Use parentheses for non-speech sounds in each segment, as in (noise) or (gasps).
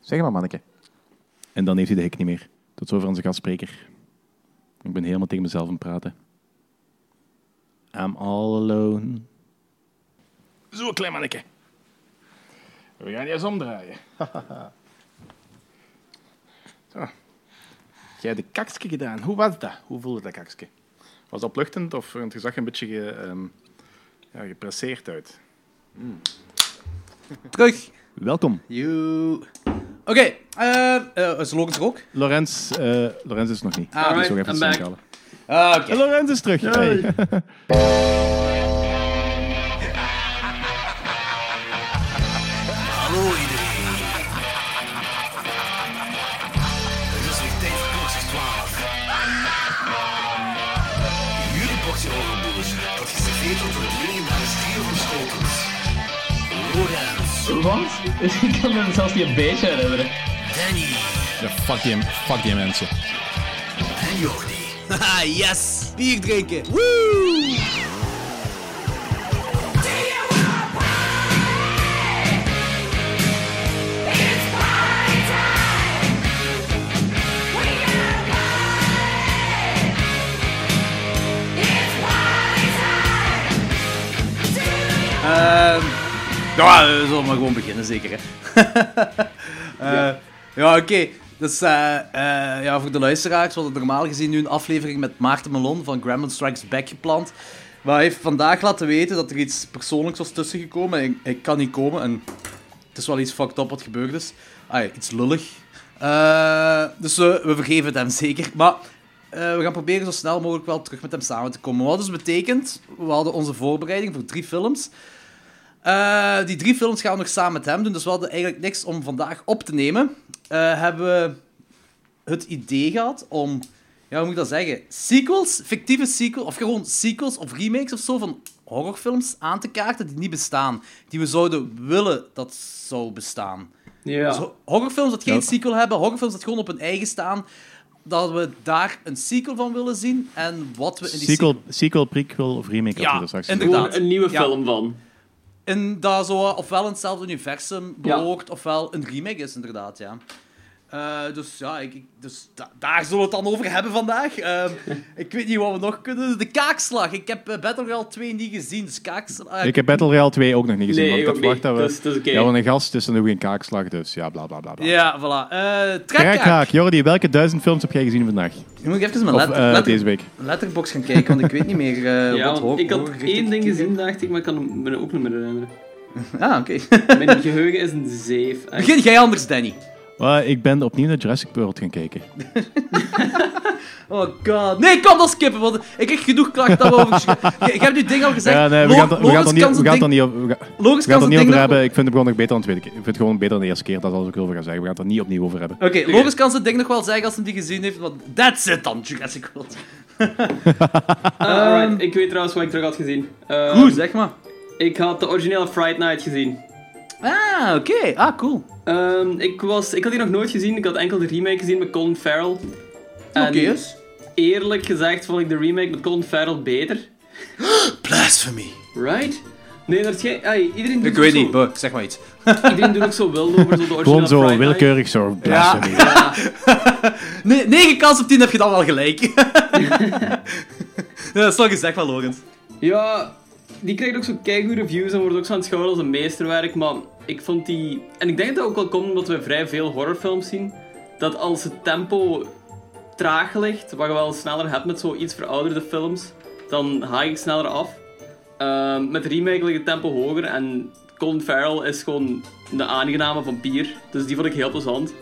Zeg maar, manneke. En dan heeft hij de hik niet meer. Tot zover onze gastspreker. Ik ben helemaal tegen mezelf aan het praten. I'm all alone. Zo, klein manneke. We gaan je eens omdraaien. (laughs) Zo. Jij hebt de kakske gedaan. Hoe was dat? Hoe voelde dat kakske? Was dat opluchtend of want je zag een beetje ge, ehm, ja, gepresseerd uit? Terug. Welkom. Joe. Oké, eh eh, is Logan er ook? Lorenz, eh, Lorenz is nog niet. Ah, Die is nog right, even I'm back. samenhalen. Ah, Oké. En Lorenz is terug. Hey. Hallo iedereen. Het is weer tijd voor klokslag 12. Jullie pakje overboers, dat geserveerd wordt door de legendarische stier van Schotens. Lorenz, Wat? (laughs) Ik kan me zelfs niet een beetje herinneren. Danny Ja, fuck die, fuck die mensen. en Jordi. Haha, yes! Bier drinken. Woo! Ehm, ja, we zullen maar gewoon beginnen, zeker. Hè? (laughs) Eh, ja, oké. Dus eh, eh, ja, voor de luisteraars, we hadden normaal gezien nu een aflevering met Maarten Melon van Gremlin Strikes Back gepland. Maar hij heeft vandaag laten weten dat er iets persoonlijks was tussengekomen. Ik, ik kan niet komen en het is wel iets fucked up wat gebeurd is. Ah, ja, iets lullig. Eh, dus eh, we vergeven het hem zeker. Maar eh, we gaan proberen zo snel mogelijk wel terug met hem samen te komen. Wat dus betekent, we hadden onze voorbereiding voor drie films. Eh, die drie films gaan we nog samen met hem doen, dus we hadden eigenlijk niks om vandaag op te nemen. Eh, hebben we het idee gehad om, ja, hoe moet ik dat zeggen, sequels, fictieve sequels, of gewoon sequels of remakes of zo van horrorfilms aan te kaarten die niet bestaan. Die we zouden willen dat zou bestaan. Ja. Dus ho- horrorfilms dat geen Ja. sequel hebben, horrorfilms dat gewoon op hun eigen staan, dat we daar een sequel van willen zien en wat we in die sequel... Sequel, sequel, prequel of remake. Ja, had je er straks en de- gezegd. inderdaad. Gewoon een nieuwe Ja. film van. In dat zo, eh, ofwel in hetzelfde universum beloogt, ofwel een remake is, inderdaad, ja. Eh, dus ja, ik, ik- dus da- daar zullen we het dan over hebben vandaag. (laughs) Ehm, ik weet niet wat we nog kunnen. De kaakslag. Ik heb eh, Battle Royale 2 niet gezien, dus kaakslag... eh, Ik heb Battle Royale 2 ook nog niet gezien. Nee, want ik ik had ook niet. verwacht dat we... Dat is- dat is oké. Ja, want een gast is dan ook een kaakslag, dus ja, bla bla bla. bla. Ja, voilà. Trekhaak, Eh trekhaak. Jordi, welke duizend films heb jij gezien vandaag? Je moet even mijn Of letter, eh, letter- deze week? letterbox gaan kijken, want ik weet niet meer eh, (laughs) Ja, wat want hoog ik had hoog- één ding gezien, dacht ik, maar ik kan hem- me ook niet meer herinneren. (laughs) Ah, oké. Mijn geheugen is een zeef. echt. Begin jij anders, Danny. Eh, ik ben opnieuw naar Jurassic World gaan kijken. Oh god. Nee, kom dan skippen, want ik heb genoeg klachten dat we over... (laughs) Je, je hebt nu ding al gezegd. Ja, nee, we Lo- gaan het- we gaan Lorenz het er niet- kan we gaan zijn het er ding- niet op- we gaan- Logisch we gaan kan het er niet zijn over ding nog- hebben. Ik vind het gewoon nog beter dan de tweede keer. Ik vind het gewoon beter dan de eerste keer. Dat is alles wat ik over ga zeggen. We gaan het er niet opnieuw over hebben. Oké, Logisch kan zijn ding nog wel zeggen als hij die gezien heeft, want that's it dan, Jurassic World. Ah, alright. Ik weet trouwens wat ik terug had gezien. Eh, Goed, zeg maar. Ik had de originele Fright Night gezien. Ah, oké. Ah, cool. Ehm, ik, was, ik had die nog nooit gezien, ik had enkel de remake gezien met Colin Farrell. Oké, En eerlijk gezegd vond ik de remake met Colin Farrell beter. (gasps) Blasphemy. Right? Nee, dat is geen... ai, iedereen doet Ik weet ook niet, zo, maar zeg maar iets. Iedereen doet ook zo wild over zo de originele Gewoon zo Fright Night. willekeurig zo. blasphemy. Nee, 9 kans op 10 heb je dan wel gelijk. (laughs) Nee, dat is wel gezegd van Lorenz. Ja, die krijgt ook zo keigoede reviews en wordt ook zo aanschouwd als een meesterwerk, maar ik vond die... En ik denk dat ook wel komt omdat we vrij veel horrorfilms zien, dat als het tempo traag ligt, wat je wel sneller hebt met zo iets verouderde films, dan haak ik sneller af. Ehm, met remake ligt het tempo hoger en Colin Farrell is gewoon een aangename vampier, dus die vond ik heel plezant.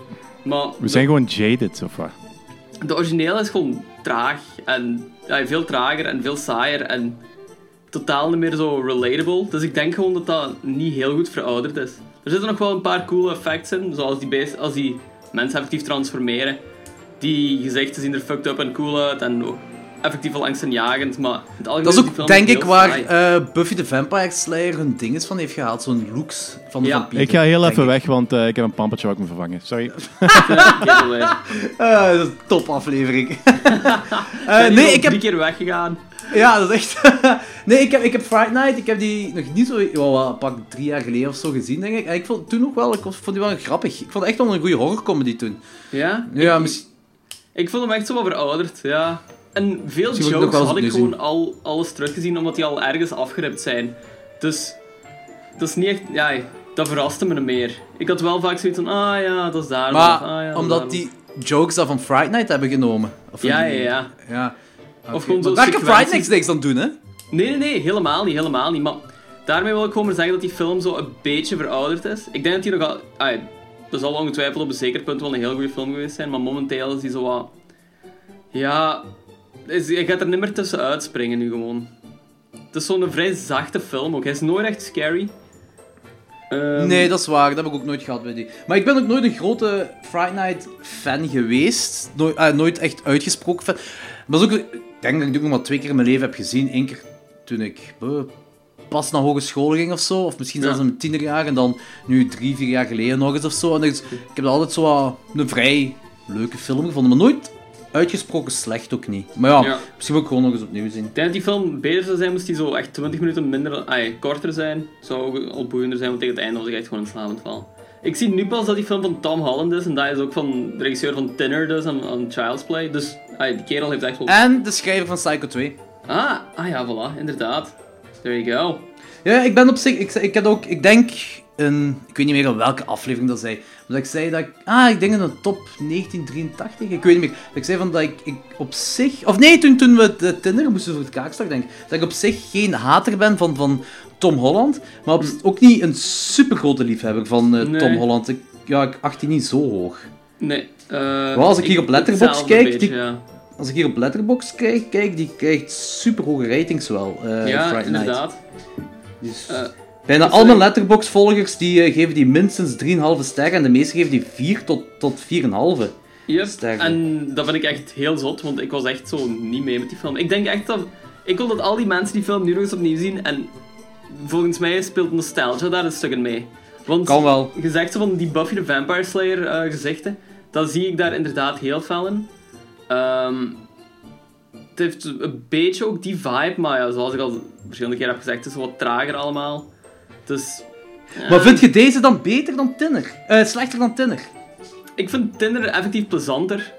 Maar We zijn gewoon jaded, of wat? de originele is gewoon traag en ja, veel trager en veel saaier en totaal niet meer zo relatable. Dus ik denk gewoon dat dat niet heel goed verouderd is. Er zitten nog wel een paar coole effects in, zoals die, beest- als die mensen effectief transformeren. Die gezichten zien er fucked up en cool uit en ook effectief wel angstaanjagend, maar in het algemeen Dat is die ook, film denk ik, heel waar saai. eh, Buffy the Vampire Slayer hun dinges van heeft gehaald. Zo'n looks van de Ja. vampier. Ik ga heel denk even ik. weg, want eh, ik heb een pampertje waar ik moet vervangen. Sorry. Giveaway. (laughs) Eh, dat is een top aflevering. Eh, (laughs) Ik ben nee, hier al ik heb... drie keer weggegaan. Ja, dat is echt... (laughs) nee, ik heb, ik heb Fright Night, ik heb die nog niet zo... Wel, wel, pak drie jaar geleden of zo gezien, denk ik. En ik vond het toen nog wel... Ik vond die wel grappig. Ik vond het echt wel een goede horrorcomedy toen. Ja? Ja, misschien... Ik vond hem echt zo wat verouderd, ja. En veel Misschien moet ik nog jokes wel eens had ik opnieuw gewoon zien. al alles teruggezien, omdat die al ergens afgeript zijn. Dus dat is niet echt... Ja, dat verraste me meer. Ik had wel vaak zoiets van, ah ja, dat is daar. Maar ah, ja, dat is daarom. omdat die jokes dat van Fright Night hebben genomen. Of Ja, die- ja, ja. ja. Oké. gewoon Maar zo'n Daar kan Fright sequentie. Night niks aan doen, hè? Nee, nee, nee, helemaal niet, helemaal niet. Maar daarmee wil ik gewoon maar zeggen dat die film zo een beetje verouderd is. Ik denk dat die nog al... ai, dat zal ongetwijfeld op een zeker punt wel een heel goede film geweest zijn, maar momenteel is die zo wat... Ja... Is, je gaat er niet meer tussenuit springen nu gewoon. Het is zo'n vrij zachte film ook. Hij is nooit echt scary. Ehm, Nee, dat is waar. Dat heb ik ook nooit gehad bij die. Maar ik ben ook nooit een grote Fright Night fan geweest. Nooit, ah, nooit echt uitgesproken fan. Maar dat is ook, ik denk dat ik het ook nog maar twee keer in mijn leven heb gezien. Eén keer toen ik eh, pas naar hogeschool ging of zo. Of misschien Ja. zelfs in mijn tienerjaar. En dan nu drie, vier jaar geleden nog eens of zo. En dat is- ik heb dat altijd zo wat een vrij leuke film gevonden. Maar nooit uitgesproken slecht ook niet. Maar ja, Ja. misschien moet ik gewoon nog eens opnieuw zien. Ik denk dat die film beter zou zijn moest die zo echt 20 minuten minder, ai, korter zijn. Zou ook al boeiender zijn, want tegen het einde was ik echt gewoon in slaap aan het vallen. Ik zie nu pas dat die film van Tom Holland is en dat is ook van de regisseur van Tinner dus en van Child's Play. Dus ai, die kerel heeft echt wel... En de schrijver van Psycho 2. Ah, ah ja, voilà, inderdaad. There you go. Ja, ik ben op zich... Ik, ik had ook... Ik denk... Een, ik weet niet meer in welke aflevering dat zei. Maar dat ik zei dat ik... Ah, ik denk in de top 1983. Ik weet niet meer. Dat ik zei van dat ik, ik op zich... Of nee, toen, toen we de Tinder moesten voor het kaakslag, denk ik. Dat ik op zich geen hater ben van, van Tom Holland. Maar op- ook niet een supergrote liefhebber van eh, Mm. Nee. Tom Holland. Ik, ja, ik acht die niet zo hoog. Nee. eh, als ik hier op Letterboxd hetzelfde kijk, beetje, die- ja. Als ik hier op Letterboxd kijk, kijk die krijgt superhoge ratings wel. eh ja, Friday Night. inderdaad. Dus- Eh, Bijna Dat is al mijn echt- Letterboxd-volgers die, eh, geven die minstens 3,5 sterren en de meeste geven die 4 tot, tot 4,5. Yep. Sterker. En dat vind ik echt heel zot, want ik was echt zo niet mee met die film. Ik denk echt dat... Ik wil dat al die mensen die film nu nog eens opnieuw zien en volgens mij speelt nostalgia daar een stuk in mee. Want Kan wel. je zegt zo van die Buffy the Vampire Slayer eh, gezichten, dat zie ik daar inderdaad heel fel in. Ehm, het heeft een beetje ook die vibe, maar ja, zoals ik al verschillende keer heb gezegd, het is wat trager allemaal. Dus... Maar vind je deze dan beter dan Tinner? Eh, slechter dan Tinner? Ik vind Tinder effectief plezanter.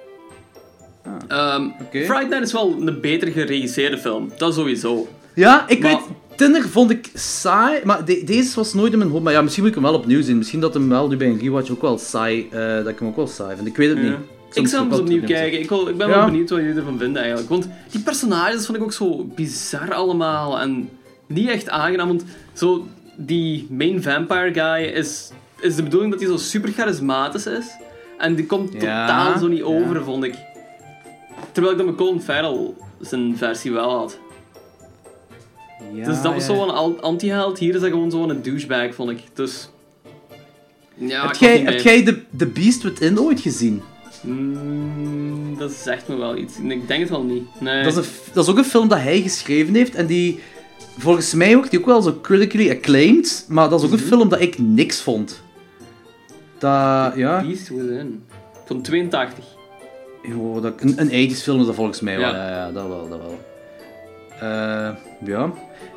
Ehm Ah, oké. Fright Night is wel een beter geregisseerde film. Dat sowieso. Ja, ik Maar- weet... Tinner vond ik saai, maar de- deze was nooit in mijn hoofd. Maar ja, misschien moet ik hem wel opnieuw zien. Misschien dat hem wel nu bij een rewatch ook wel saai... eh, dat ik hem ook wel saai vind. Ik weet het niet. Ik zou hem eens wel opnieuw terug kijken. Ik, wil, ik ben Ja. wel benieuwd wat jullie ervan vinden eigenlijk. Want die personages vond ik ook zo bizar allemaal. En niet echt aangenaam. Want zo die main vampire guy is, is de bedoeling dat hij zo super charismatisch is. En die komt Ja, totaal zo niet ja. over, vond ik. Terwijl ik dan met Colin Farrell zijn versie wel had. Ja, dus dat was ja. zo'n al- anti-held. Hier is dat gewoon zo'n douchebag, vond ik. Dus... Ja, Heb ik was jij, niet heb mee. jij de, de Beast Within ooit gezien? Mm, dat zegt me wel iets. Nee, Ik denk het wel niet. Nee. Dat is, een, f- dat is ook een film dat hij geschreven heeft en die volgens mij ook, die ook wel zo critically acclaimed, maar dat is ook een film dat ik niks vond. Dat, ja, Beast Within. Van 82. jo, dat, een, een 80s film is dat volgens mij wel. Ja. Ja, ja, dat wel, dat wel. Eh, ja,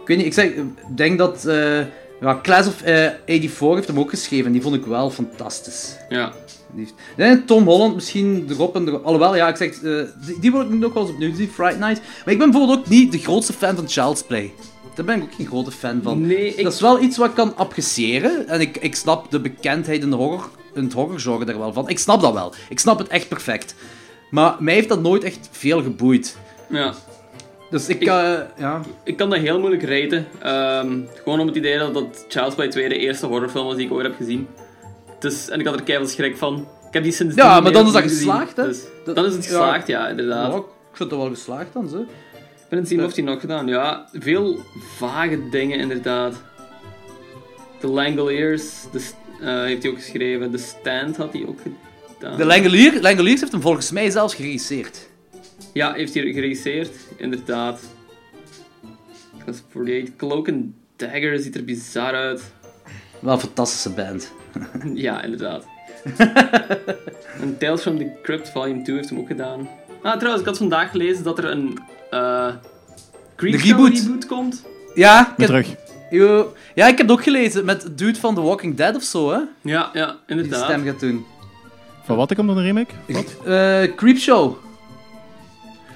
ik weet niet, ik zeg, ik denk dat, eh ja, Class of eh, 84 heeft hem ook geschreven en die vond ik wel fantastisch. Ja. Die heeft- Nee, Tom Holland misschien erop en erop. Alhoewel, ja, ik zeg, eh, die, die wil ik nu ook wel eens opnieuw zien, Fright Night. Maar ik ben bijvoorbeeld ook niet de grootste fan van Child's Play. Daar ben ik ook geen grote fan van. Nee, ik- Dat is wel iets wat ik kan appreciëren. En ik, ik snap de bekendheid in, de horror, in het horrorgenre daar wel van. Ik snap dat wel. Ik snap het echt perfect. Maar mij heeft dat nooit echt veel geboeid. ja. Dus ik, Ik- eh, ja. Ik kan dat heel moeilijk raten. Ehm, gewoon om het idee dat, dat Child's Play 2 de eerste horrorfilm was die ik ooit heb gezien. Dus, en ik had er keihard schrik van. Ik heb die sinds Ja, maar dan is dat geslaagd, hè? Dat- Dus, dan is het ja. geslaagd, ja, inderdaad. Maar ik vind dat wel geslaagd dan, zo. Ik ben het zien of hij nog gedaan. Ja, veel vage dingen inderdaad. The Langoliers de, st- eh, heeft hij ook geschreven. The Stand had hij ook gedaan. De Langolier, Langoliers heeft hem volgens mij zelfs geregisseerd. ja, heeft hij geregisseerd, inderdaad. Dat is 48. Cloak and Dagger ziet er bizar uit. (laughs) Wel een fantastische band. ja, (laughs) inderdaad. en Tales from the Crypt Volume 2 heeft hem ook gedaan. Ah, trouwens, ik had vandaag gelezen dat er een eh, Creepshow reboot. reboot komt. Ja, ik Weer heb, terug. Yo. ja, ik heb het ook gelezen met de dude van The Walking Dead of zo, hè? Ja, ja, Die de stem inderdaad. gaat doen. Van wat komt dan een remake? Eh, Creepshow.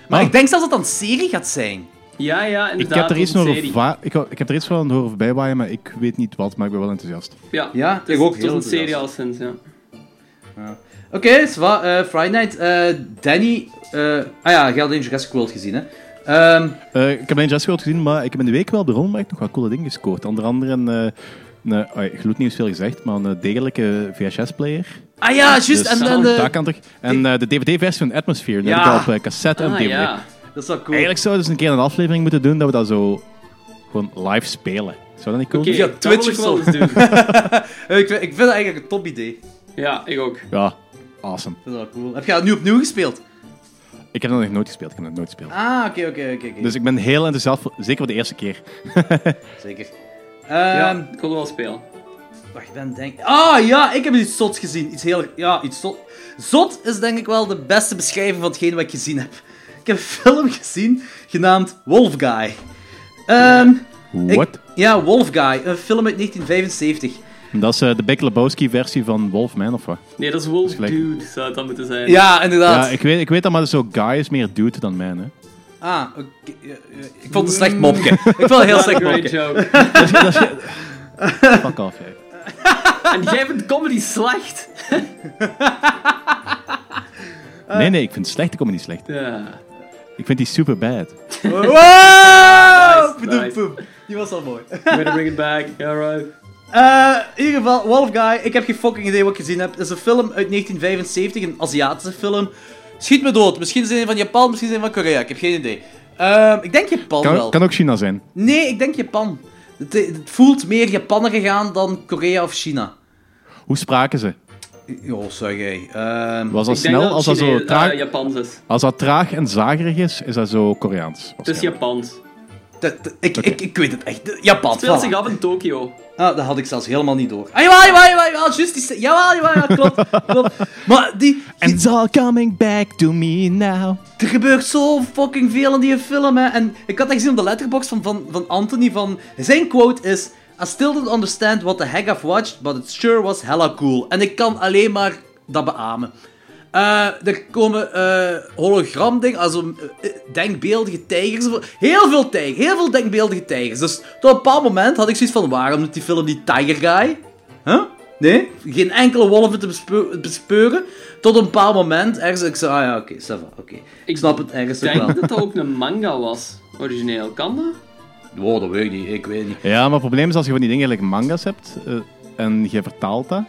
Maar Ah. ik denk zelfs dat dat een serie gaat zijn. Ja, ja, Ik inderdaad. heb, er dat is iets een nog over serie. va- ik, ho- ik heb er iets van horen voorbij waaien, maar ik weet niet wat, maar ik ben wel enthousiast. Ja, Ja, het is, ik ook het heel is een serie al enthousiast. sinds, ja. Oké, is wat, eh, Friday Night. eh, Danny. eh, ah ja, je had in Jurassic World gezien, hè? Ehm, Eh, ik heb alleen Jurassic World gezien, maar ik heb in de week wel op de rommelmarkt nog wat coole dingen gescoord. Onder andere een, eh, een ah, gloednieuws veel gezegd, maar een eh, degelijke VHS-player. ah ja, juist. en, en de- Dus, eh, daar kan toch. En eh, de DVD-versie van Atmosphere, die Ja. heb ik al op eh, cassette en op Ah, DVD. ja. dat is wel cool. Eigenlijk zouden we dus een keer een aflevering moeten doen dat we dat zo gewoon live spelen. Zou dat niet cool Oké, zijn? Ja, dat Twitch wil ik of wel zo. eens doen. Eh, ik, vind, ik vind dat eigenlijk een top idee. Ja, ik ook. Ja, awesome. Dat is wel cool. Heb jij dat nu opnieuw gespeeld? Ik heb dat nog nooit gespeeld. Ik heb dat nooit gespeeld. Ah, oké, oké, oké. oké. Dus ik ben heel enthousiast, voor- zeker voor de eerste keer. Zeker. Ja, Ehm, ik kon wel spelen. Wacht, ik ben denk... Ah, ja, ik heb iets zots gezien. Iets heel... Ja, iets zot. Zot is denk ik wel de beste beschrijving van hetgeen wat ik gezien heb. Ik heb een film gezien genaamd Wolf Guy. Ehm, ik- What? Ja, Wolf Guy. Een film uit 1975. Dat is eh, de Big Lebowski-versie van Wolfman of wat? Nee, dat is Wolf gelijk. Dude, zou het dan moeten zijn. Ja, inderdaad. Ja, ik weet, ik weet dat, maar dat is zo guy is meer dude dan man. (laughs) Hè. Ah, oké. eh, eh, Ik vond het een slecht (laughs) mopje. Ik vond het een heel Not a slecht great mopje. joke. Fuck off, jij. En jij vindt comedy slecht? Nee, nee, ik vind slechte comedy slecht. Ja. Ik vind die super bad. Wow! Nice, nice. Padoem, poem. Die was al mooi. Way to bring it back. Alright. Eh, in ieder geval, Wolf Guy, ik heb geen fucking idee wat ik gezien heb. Het is een film uit 1975, een Aziatische film. Schiet me dood. Misschien is het een van Japan, misschien is het een van Korea. Ik heb geen idee. Ehm, ik denk Japan wel. Kan, kan ook China zijn. Nee, ik denk Japan. Het, het voelt meer Japaner gegaan dan Korea of China. Hoe spraken ze? Jo, zeg jij. Ehm, Was dat Ah, Ik denk snel? dat Als het dat, zo Chinees- traag, eh, Japans is. als dat traag en zagerig is, is dat zo Koreaans. Het is waarschijnlijk. Japans. dat- dat- ik, ik, ik weet het echt. Japan. Het speelt voilà. zich af in Tokio. Ah, dat had ik zelfs helemaal niet door. Ah, jawel, jawel, jawel, jawel, juist die... se- Jawel, jawel, jawel, klopt, (laughs) klopt. Maar die... And it's all coming back to me now. Er gebeurt zo fucking veel in die film, hè. En ik had dat gezien op de letterbox van, van, van Anthony, van... Zijn quote is... I still don't understand what the heck I've watched, but it sure was hella cool. En ik kan alleen maar dat beamen. Eh, er komen eh hologramdingen, also eh, denkbeeldige tijgers. Heel veel tijgers, heel veel denkbeeldige tijgers. Dus tot een bepaald moment had ik zoiets van... Waarom doet die film die Tiger Guy? Huh? Nee? Geen enkele wolven te bespe- bespeuren. Tot een bepaald moment ergens... Ik zei, ah ja, oké, ça va, oké. Ik Ik snap het ergens Ik ook wel. denk dat dat ook een manga was, origineel. Kan dat? Wow, Oh, dat weet ik niet, ik weet niet. Ja, maar het probleem is als je van die dingen like mangas hebt eh, en je vertaalt dat,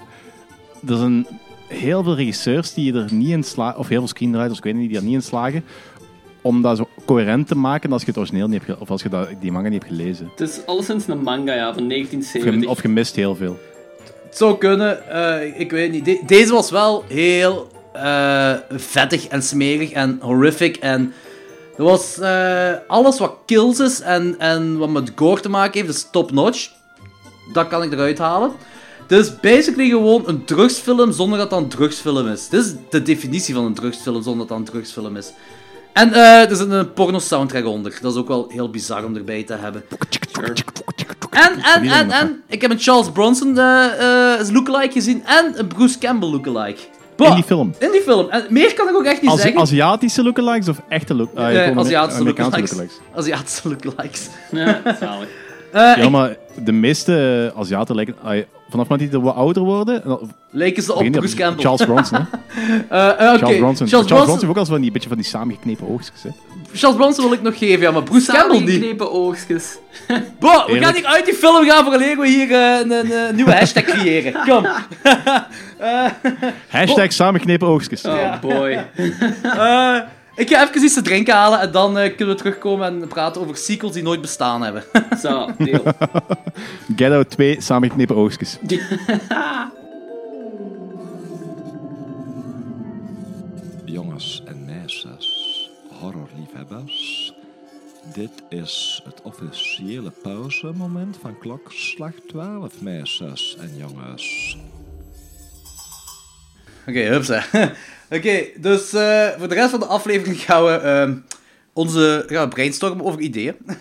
er zijn heel veel regisseurs die er niet in slagen, of heel veel screenwriters, ik weet het niet, die er niet in slagen, om dat zo coherent te maken als je het origineel niet hebt, ge- of als je dat, die manga niet hebt gelezen. Het is alleszins een manga, ja, van Of je, Eh, 1970. of je mist heel veel. Het zou kunnen, eh, ik weet niet. De- deze was wel heel eh, vettig en smerig en horrific. En er was eh, alles wat kills is en, en wat met gore te maken heeft, dus top-notch. Dat kan ik eruit halen. Het is basically gewoon een drugsfilm zonder dat het een drugsfilm is. Dit is de definitie van een drugsfilm zonder dat het een drugsfilm is. En eh, er zit een porno-soundtrack onder. Dat is ook wel heel bizar om erbij te hebben. En, en, Die en, dingen en, ik heb een Charles Bronson eh eh lookalike gezien en een Bruce Campbell lookalike. Bah, In die film. In die film. En meer kan ik ook echt niet Als, zeggen. Aziatische lookalikes of echte look, ah, Eh, gewoon Amer- Aziatische Amerikaanse lookalikes. Aziatische lookalikes. Ja, zalig. Eh, Ja, maar de meeste eh, Aziaten lijken, ah, vanaf het moment die ze wat ouder worden, en dan- Leken ze op begin je Bruce Campbell. Charles Bronson. hè? Eh, eh, (laughs) oké. Charles Bronson. Charles Bronson- Bronson heeft ook al zo'n die- beetje van die samengeknepen oogstjes. hè. Charles Bronson wil ik nog geven, ja, maar Bruce Campbell niet. Samengeknepen oogstjes. Bah, we Eerlijk. gaan niet uit die film gaan vooraleer we hier eh, een, een, eh, nieuwe hashtag creëren. Kom. Hashtag samengeknepen oogstjes. Oh Ja. boy. Eh, ik ga even iets te drinken halen en dan eh, kunnen we terugkomen en praten over sequels die nooit bestaan hebben. (laughs) Zo, deel. Ghetto 2, samengeknepen oogstjes. Jongens en meisjes, horrorliefhebbers. Dit is het officiële pauzemoment van klokslag 12, meisjes en jongens. (laughs) Oké, hups hè. Oké, dus eh, voor de rest van de aflevering gaan we ehm, onze ja, brainstorm over ideeën. (laughs)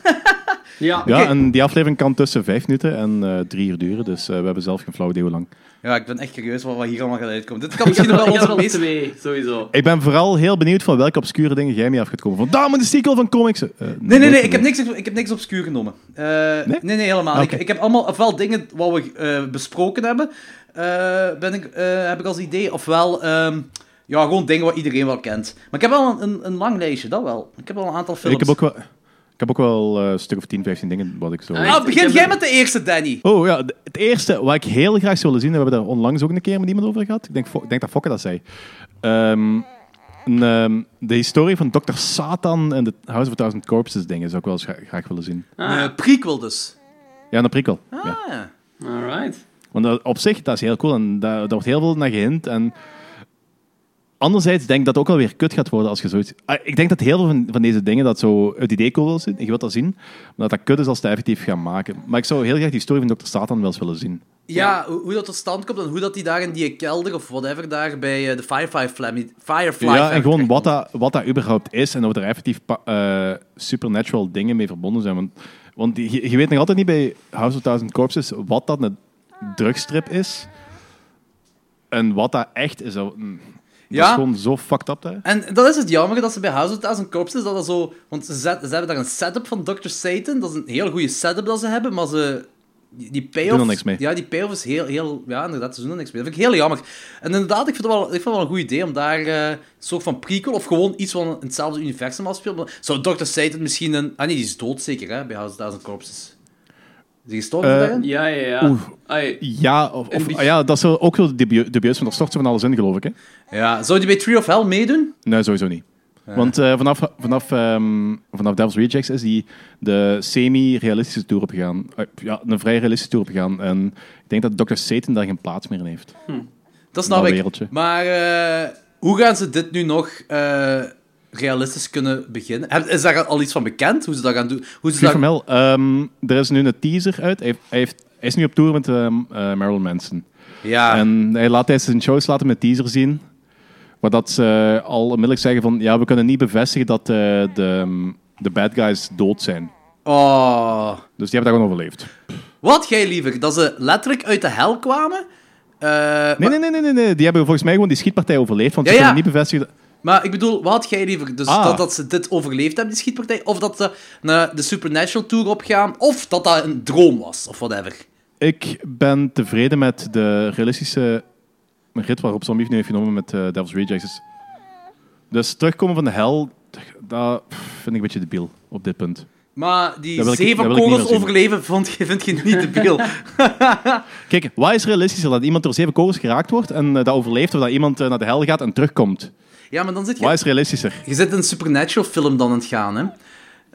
Ja, Ja, Oké. en die aflevering kan tussen vijf minuten en eh, drie uur duren, dus eh, we hebben zelf geen flauw idee hoe lang. Ja, ik ben echt curieus wat, wat hier allemaal gaat uitkomen. Dit kan misschien ik (laughs) wel heb er onze al meest... twee, sowieso. Ik ben vooral heel benieuwd van welke obscure dingen jij mee af gaat komen. Van, daar moet een sequel van comics... Eh, Nee, nee, nooit nee, van ik heb niks, ik heb niks obscuur genomen. Eh, nee? nee, helemaal. Ah, niet. Ik, oké. ik heb allemaal, ofwel dingen wat we eh, besproken hebben, eh, ben ik, eh, heb ik als idee, ofwel ehm, ja, gewoon dingen wat iedereen wel kent. Maar ik heb wel een, een, een lang lijstje, dat wel. Ik heb wel een aantal films. Ik heb ook wel, ik heb ook wel eh, een stuk of 10, 15 dingen wat ik zo... Ah, Ah, Ik begin heb jij een- met de eerste, Danny. Oh ja, d- het eerste wat ik heel graag zou willen zien, en we hebben daar onlangs ook een keer met iemand over gehad. Ik denk, Fo- ik denk dat Fokke dat zei. Ehm, een, ehm, de historie van Dr. Satan en de House of a Thousand Corpses dingen zou ik wel eens gra- graag willen zien. Ah, Eh, prequel dus. Ja, een prikkel. Ja. Ah. alright. Want dat- op zich, dat is heel cool en daar, daar wordt heel veel naar gehind. En anderzijds denk ik dat het ook wel weer kut gaat worden als je zoiets... Ah, ik denk dat heel veel van, van deze dingen, dat zo het idee cool wil zien, je wilt dat zien, maar dat dat kut is als ze het effectief gaan maken. Maar ik zou heel graag die historie van Dr. Satan wel eens willen zien. Ja, hoe, hoe dat tot stand komt en hoe dat die daar in die kelder of whatever daar bij eh, de Firefly Flam... Firefly ja, en Fam- gewoon wat dat, wat dat überhaupt is en of er effectief pa- eh, supernatural dingen mee verbonden zijn. Want, want die- je, je weet nog altijd niet bij House of Thousand Corpses wat dat een drugstrip is en wat dat echt is. Dat, mm, dat Ja. is gewoon zo fucked up daar. En dat is het jammer dat ze bij House of Thousand Corpses dat, dat zo... Want ze, zet- ze hebben daar een setup van Dr. Satan. Dat is een heel goede setup dat ze hebben, maar ze... Die die payoff... Doen er niks mee. Ja, die payoff is heel... heel ja, inderdaad, ze doen er niks mee. Dat vind ik heel jammer. En inderdaad, ik vind het wel, ik vind het wel een goed idee om daar eh, een soort van prequel of gewoon iets van in hetzelfde universum afspeelt. Maar Zou Dr. Satan misschien een... Ah nee, die is dood zeker, hè, bij House of Thousand Corpses. Is die gestorven Eh, daarin? Ja, ja, ja. Oeh. Ai, Ja, of, En of- die- ah ja, dat is wel ook wel dubieu- dubieus, want er stort zo van alles in, geloof ik. Hè? Ja, zou die bij Tree of Hell meedoen? Nee, sowieso niet. Want eh, vanaf, vanaf, ehm, vanaf Devil's Rejects is die de semi-realistische tour opgegaan. Eh, ja, een vrij realistische tour opgegaan. En ik denk dat Dr. Satan daar geen plaats meer in heeft. Dat snap Dat ik. wereldje. Maar eh, hoe gaan ze dit nu nog eh, realistisch kunnen beginnen? Heb- Is daar al iets van bekend? Hoe ze dat gaan doen? Hoe ze Puur dat... formeel. ehm, er is nu een teaser uit. Hij, heeft- hij heeft, hij is nu op tour met ehm, eh, Marilyn Manson. Ja. En hij laat tijdens zijn shows laten met teaser zien. Waar dat ze eh, al onmiddellijk zeggen van... Ja, we kunnen niet bevestigen dat eh, de, ehm, de bad guys dood zijn. Oh. Dus die hebben dat gewoon overleefd. Wat jij liever? Dat ze letterlijk uit de hel kwamen? Eh, Nee, nee, maar, nee, nee, nee, nee. Die hebben volgens mij gewoon die schietpartij overleefd. Want Ja, ze ja. kunnen niet bevestigen... dat- maar ik bedoel, wat jij liever? Dus Ah. dat, dat ze dit overleefd hebben, die schietpartij? Of dat ze naar de Supernatural Tour opgaan? Of dat dat een droom was, of whatever. Ik ben tevreden met de realistische rit waarop Zombie nu heeft genomen met eh, Devil's Rejects. Dus- Dus terugkomen van de hel, dat vind ik een beetje debiel op dit punt. Maar Dat die wil ik- dat zeven wil ik niet kogels meer zien. overleven vond, je- vind je niet (laughs) debiel. Kijk, wat is realistischer? Dat iemand door zeven kogels geraakt wordt en eh, dat overleeft, of dat iemand eh, naar de hel gaat en terugkomt? ja, maar dan zit je... Wat is realistischer? Je zit een supernatural film dan aan het gaan, hè? Eh,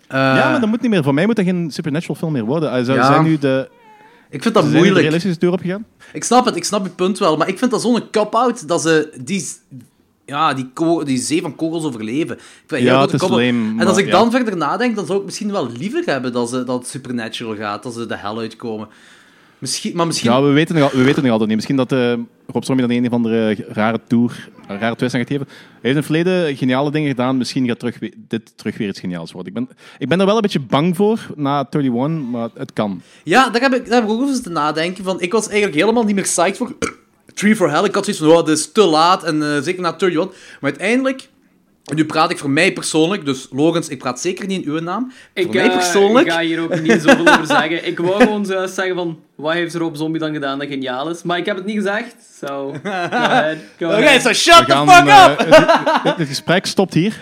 ja, maar dat moet niet meer. Voor mij moet dat geen supernatural film meer worden. Eh, Ze Ja. zijn nu de, Ik vind dat ze zijn nu de moeilijk. realistische tour opgegaan. Ik snap het, ik snap het punt wel. Maar ik vind dat zo'n cop-out dat ze die, ja, die, ko- die zee van kogels overleven. Ik vind dat een Ja, heel het grote is cop-out. lame, En als maar ja. ik dan verder nadenk, dan zou ik misschien wel liever hebben dat, ze, dat het supernatural gaat, dat ze de hel uitkomen. Misschien, maar misschien... Nou, we weten, nog, al- we weten nog altijd niet. Misschien dat eh, Rob Zombie dan een of andere rare tour, een rare twist aan gaat geven. Hij heeft in het verleden geniale dingen gedaan. Misschien gaat terug, we- dit terug weer iets geniaals worden. Ik ben, ik ben er wel een beetje bang voor na 31, maar het kan. Ja, daar heb, ik, daar heb ik ook over te nadenken. Van, ik was eigenlijk helemaal niet meer psyched voor (clears throat) Tree for Hell. Ik had zoiets van, oh, dit is te laat. En eh, zeker na 31. Maar uiteindelijk... En nu praat ik voor mij persoonlijk. Dus, Logans, ik praat zeker niet in uw naam. ik voor mij eh, persoonlijk... ga hier ook niet zoveel over zeggen. Ik wou gewoon zojuist zeggen van, wat heeft Rob Zombie dan gedaan dat geniaal is? Maar ik heb het niet gezegd, so... Go ahead, go Oké, ahead. so shut the fuck eh, up! het- het- het gesprek stopt hier.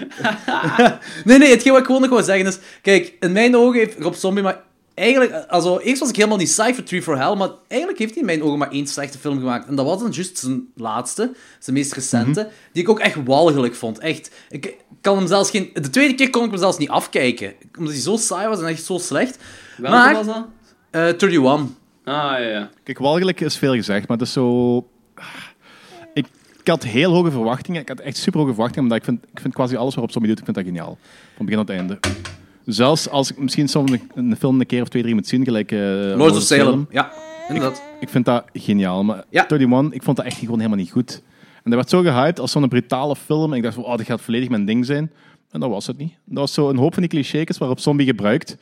Nee, nee, hetgeen wat ik gewoon nog wil zeggen is... Kijk, in mijn ogen heeft Rob Zombie maar... Eigenlijk, eh, also, eerst was ik helemaal niet psyched voor Tree for Hell, maar eigenlijk heeft hij in mijn ogen maar één slechte film gemaakt. En dat was dan juist zijn laatste, zijn meest recente, die ik ook echt walgelijk vond. Echt, ik kan hem zelfs geen... De tweede keer kon ik hem zelfs niet afkijken, omdat hij zo saai was en echt zo slecht. Welke maar, was dat? eh, 31. Ah, ja, ja. Kijk, walgelijk is veel gezegd, maar het is zo... Ik, ik had heel hoge verwachtingen. Ik had echt super hoge verwachtingen, omdat ik vind, ik vind quasi alles waarop Zombie doet, ik vind dat geniaal. Van begin tot einde. Zelfs als ik misschien soms een, een film een keer of twee, drie moet zien, gelijk... eh, Lords of Salem. Ja, inderdaad. Ik vind dat geniaal. Maar Ja. 31, ik vond dat echt gewoon helemaal niet goed. En dat werd zo gehyped als zo'n brutale film. En ik dacht van, oh, dit gaat volledig mijn ding zijn. En dat was het niet. Dat was zo een hoop van die clichés waarop zombie gebruikt,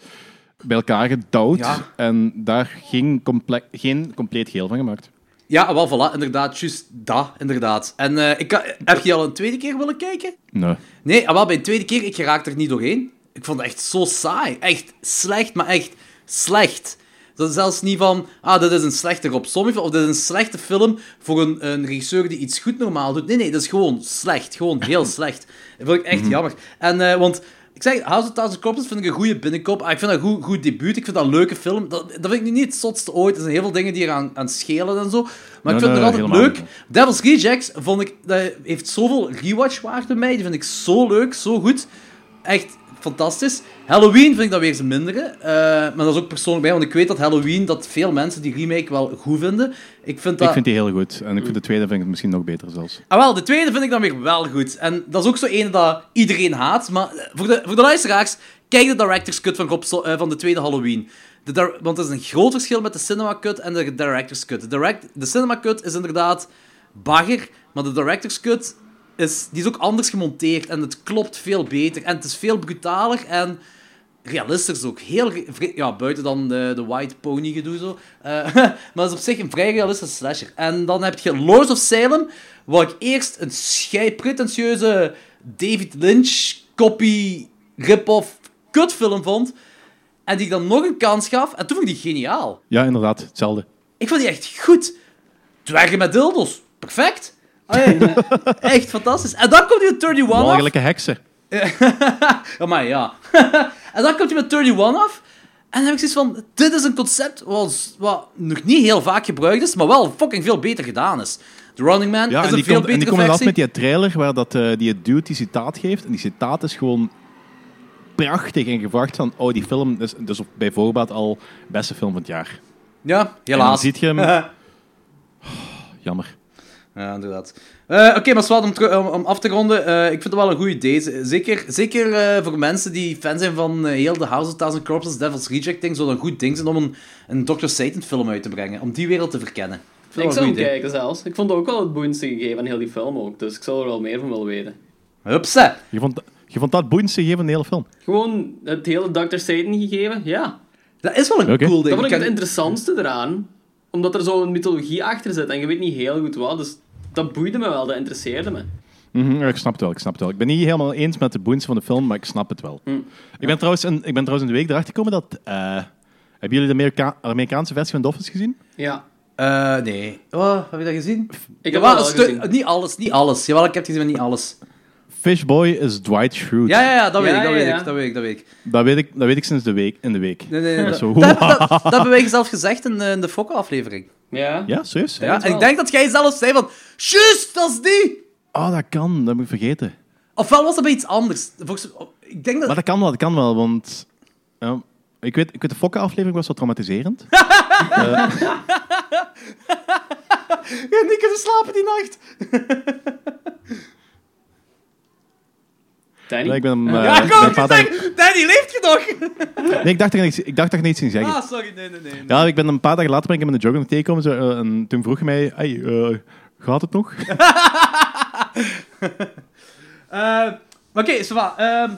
bij elkaar gedouwd Ja. en daar geen, comple- geen compleet geheel van gemaakt. Ja, wel, voilà, inderdaad. Juist dat, inderdaad. En eh, ik kan- heb je al een tweede keer willen kijken? Nee. Nee, ah, wel, bij de tweede keer, ik geraakte er niet doorheen. Ik vond het echt zo saai. Echt slecht, maar echt slecht. Dat is zelfs niet van, ah, dit is een slechte Rob Zombie film, of dit is een slechte film voor een, een regisseur die iets goed normaal doet. Nee, nee, dat is gewoon slecht. Gewoon (laughs) heel slecht. Dat vond ik Mhm. echt jammer. En, eh, want, ik zeg, House of Thousand Corpses vind ik een goede binnenkop. Ah, ik vind dat een goed, goed debuut. Ik vind dat een leuke film. Dat, dat vind ik nu niet het zotste ooit. Er zijn heel veel dingen die eraan aan schelen en zo. Maar ik Nee, vind het nog nee, altijd helemaal leuk. niet. Devil's Rejects vond ik, dat heeft zoveel rewatchwaarde bij mij. Die vind ik zo leuk, zo goed. Echt fantastisch. Halloween vind ik dan weer zijn mindere. Eh, maar dat is ook persoonlijk bij, want ik weet dat Halloween, dat veel mensen die remake wel goed vinden. Ik vind dat... Ik vind die heel goed. En ik vind de tweede vind ik het misschien nog beter zelfs. Ah wel, de tweede vind ik dan weer wel goed. En dat is ook zo ene dat iedereen haat. Maar eh, voor de, voor de luisteraars, kijk de director's cut van, Rob Zo- eh, van de tweede Halloween. De dir- want er is een groot verschil met de cinema cut en de director's cut. De, direct, de cinema cut is inderdaad bagger, maar de director's cut is, die is ook anders gemonteerd. En het klopt veel beter. En het is veel brutaler en realistisch ook. Heel re- vri- ja, buiten dan de, de White Pony gedoe zo. Eh, (laughs) maar dat is op zich een vrij realistische slasher. En dan heb je Lords of Salem, waar ik eerst een schei pretentieuze David Lynch copy rip-off kutfilm vond. En die ik dan nog een kans gaf. En toen vond ik die geniaal. Ja, inderdaad. Hetzelfde. Ik vond die echt goed. Dwergen met dildos. Perfect. Allee, (laughs) echt fantastisch. En dan komt die met 31 af. Walgelijke heksen. Amai, ja. (laughs) en dan komt hij met 31 af. En dan heb ik zoiets van, dit is een concept wat, wat nog niet heel vaak gebruikt is, maar wel fucking veel beter gedaan is. The Running Man Ja, is en een die, veel komt, en die betere komt inderdaad versie. met die trailer waar dat, eh, die dude die citaat geeft. En die citaat is gewoon prachtig en gewacht van... Oh, die film is dus op- bij voorbaat al beste film van het jaar. Ja, En dan helaas. ziet je (laughs) (laughs) hem... Jammer. Ja, inderdaad. Eh, Oké, maar Swat, om, teru- om, om af te ronden, eh, ik vind het wel een goede idee. Z- Zeker, zeker eh, voor mensen die fan zijn van eh, heel de House of Thousand Corpses, Devil's Reject ding, zou dat een goed ding zijn om een, een Dr. Satan film uit te brengen. Om die wereld te verkennen. Ik vind Ik dat wel zou een goed hem idee. kijken zelfs. Ik vond het ook wel het boeiendste gegeven aan heel die film ook. Dus ik zou er wel meer van willen weten. Hupsa. Je vond, je vond dat boeiendste gegeven van de hele film? Gewoon het hele Dr. Satan gegeven, ja. Dat is wel een Oké. cool Dat ding. vond ik Ik het ken- interessantste eraan. Omdat er zo'n mythologie achter zit en je weet niet heel goed wat. Dus dat boeide me wel, dat interesseerde me. Mhm, ja, ik snap het wel, ik snap het wel. Ik ben niet helemaal eens met de boeiendste van de film, maar ik snap het wel. Ik, ben trouwens in, ik ben trouwens in de week erachter gekomen dat... eh, hebben jullie de Amerika- Amerikaanse versie van Dolphins gezien? Ja. Eh, nee. Oh, heb je dat gezien? Ik heb Jawel, dat wel een stuk- gezien. Niet alles, niet alles. Jawel, ik heb het gezien, maar niet alles. Fishboy is Dwight Schrute. Ja, ja, ja, dat weet Ja, ik, dat ja, weet ja. ik, dat weet ik, dat weet ik. Dat, weet ik, dat weet ik sinds de week, in de week. Nee, nee, Dat nee, dat, is zo, dat, heb- dat, dat hebben wij zelf gezegd in, eh, in de Fokker-aflevering. Ja. Ja, serieus? Ja? het En ik wel. denk dat jij zelf zei van... Juist, dat is die! Oh, dat kan. Dat moet ik vergeten. Ofwel was dat bij iets anders. Volgens, ik denk dat... Maar dat kan wel, dat kan wel, want... ja, ik, weet, ik weet, de Fokke-aflevering was wel traumatiserend. Ik heb niet kunnen slapen die nacht. Danny? Ja, ik ben hem... eh, Ja, ik ben kom, een paar dagen- zeg, Danny, leeft je nog? Nee, ik dacht er niks, ik dacht er niets in zeggen. Ah, sorry, nee, nee, nee. nee. Ja, ik ben een paar dagen later ben ik hem in de jogging tegengekomen zo, eh, en toen vroeg hij mij... Hey, eh, gaat het nog? Eh, maar Oké, Sava, ehm,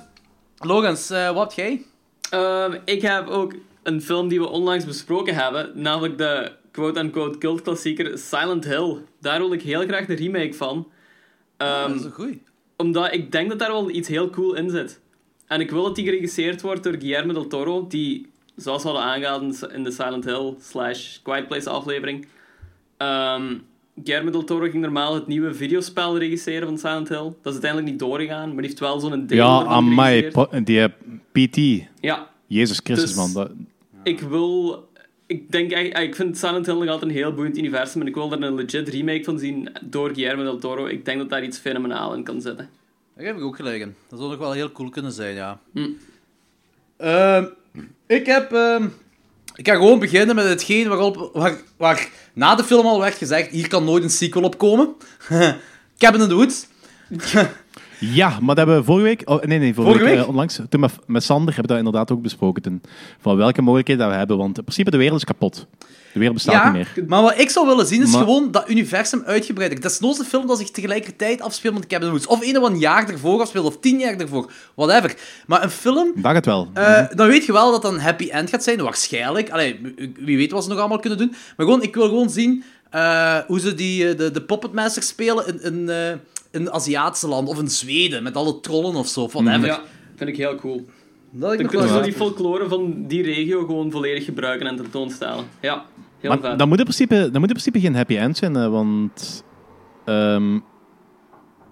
Logans, eh, wat heb jij? Ehm, ik heb ook een film die we onlangs besproken hebben, namelijk de quote-unquote cultklassieker Silent Hill. Daar wil ik heel graag de remake van. Ehm, dat is een goeie. omdat ik denk dat daar wel iets heel cool in zit. En ik wil dat die geregisseerd wordt door Guillermo del Toro, die, zoals we hadden aangehaald in de Silent Hill slash Quiet Place aflevering, ehm, Guillermo del Toro ging normaal het nieuwe videospel regisseren van Silent Hill. Dat is uiteindelijk niet doorgegaan, maar die heeft wel zo'n deel ja, ervan aan mij. geregisseerd. Die eh, PT. Ja, Jezus Christus, Dus- man. Dat, ik wil. Ik denk eigenlijk. Ik vind Silent Hill nog altijd een heel boeiend universum. En ik wil er een legit remake van zien door Guillermo del Toro. Ik denk dat daar iets fenomenaal in kan zitten. Daar heb ik ook gelijk in. Dat zou nog wel heel cool kunnen zijn, ja. Ehm, ik heb... ehm, ik ga gewoon beginnen met hetgeen waarop, waar, waar na de (laughs) film al werd gezegd... Hier kan nooit een sequel op komen. Cabin in the Woods. Ja, maar dat hebben we vorige week... Oh, nee, nee, vorige, Vorige week, week? eh, onlangs, toen met, met Sander, hebben we dat inderdaad ook besproken. Toen, van welke mogelijkheden dat we hebben. Want in principe, de wereld is kapot. De wereld bestaat Ja, niet meer. maar wat ik zou willen zien is Maar- gewoon dat universum uitgebreider. Dat is nooit een film dat zich tegelijkertijd afspeelt met Cabin in the Woods. Of een of een jaar ervoor afspeelt, of tien jaar ervoor. Whatever. Maar een film Dat gaat wel. Eh, Dan weet je wel dat dat een happy end gaat zijn, waarschijnlijk. Allee, wie weet wat ze nog allemaal kunnen doen. Maar gewoon, ik wil gewoon zien eh, hoe ze die, eh, de, de Puppet Master spelen in, in, eh, in Aziatische land of in Zweden, met alle trollen of zo, of whatever. Ja, vind ik heel cool. Dat ik Dan nog kunnen wel ze eens- die folklore van die regio gewoon volledig gebruiken en tentoonstellen. Ja, heel maar vet. dat moet, in principe, dat moet in principe geen happy end zijn, eh, want... ehm,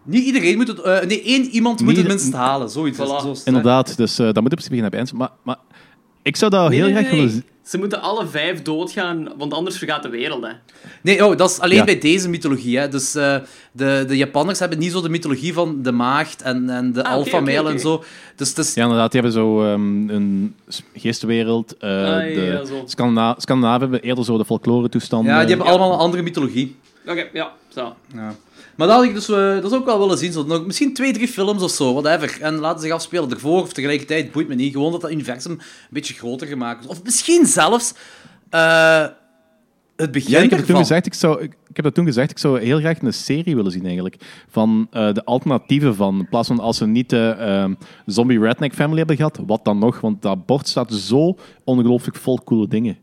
Niet iedereen moet het... eh, nee, één iemand moet Niet- het minstens halen, zoiets. Voilà. Zo is het, hè. inderdaad, dus eh, dat moet in principe geen happy end zijn. Maar, maar ik zou dat Nee, heel nee, graag nee, willen nee. zien. Ze moeten alle vijf doodgaan, want anders vergaat de wereld. Hè. Nee, oh, dat is alleen Ja. bij deze mythologie. Hè. Dus eh, de, de Japanners hebben niet zo de mythologie van de maagd en, en de Ah, oké, alpha male oké, en oké. zo. Dus het is Ja, inderdaad. Die hebben zo ehm, een s- geestenwereld. eh, Ah, ja, de ja, zo. Scandina- Scandinaven hebben eerder zo de folklore-toestanden. Ja, die hebben ja. allemaal een andere mythologie. Oké, ja, zo. Maar dat, had ik dus, eh, dat zou ik wel willen zien. Zo, nog, misschien twee, drie films of zo, whatever. En laten zich afspelen ervoor of tegelijkertijd. Boeit me niet. Gewoon dat dat universum een beetje groter gemaakt wordt. Of misschien zelfs eh, het begin Ja, ik heb, het ervan. toen gezegd, ik, zou, ik, ik heb dat toen gezegd. Ik zou heel graag een serie willen zien, eigenlijk. Van eh, de alternatieven van. In plaats van als ze niet de ehm, zombie redneck family hebben gehad, wat dan nog? Want dat bord staat zo ongelooflijk vol coole dingen.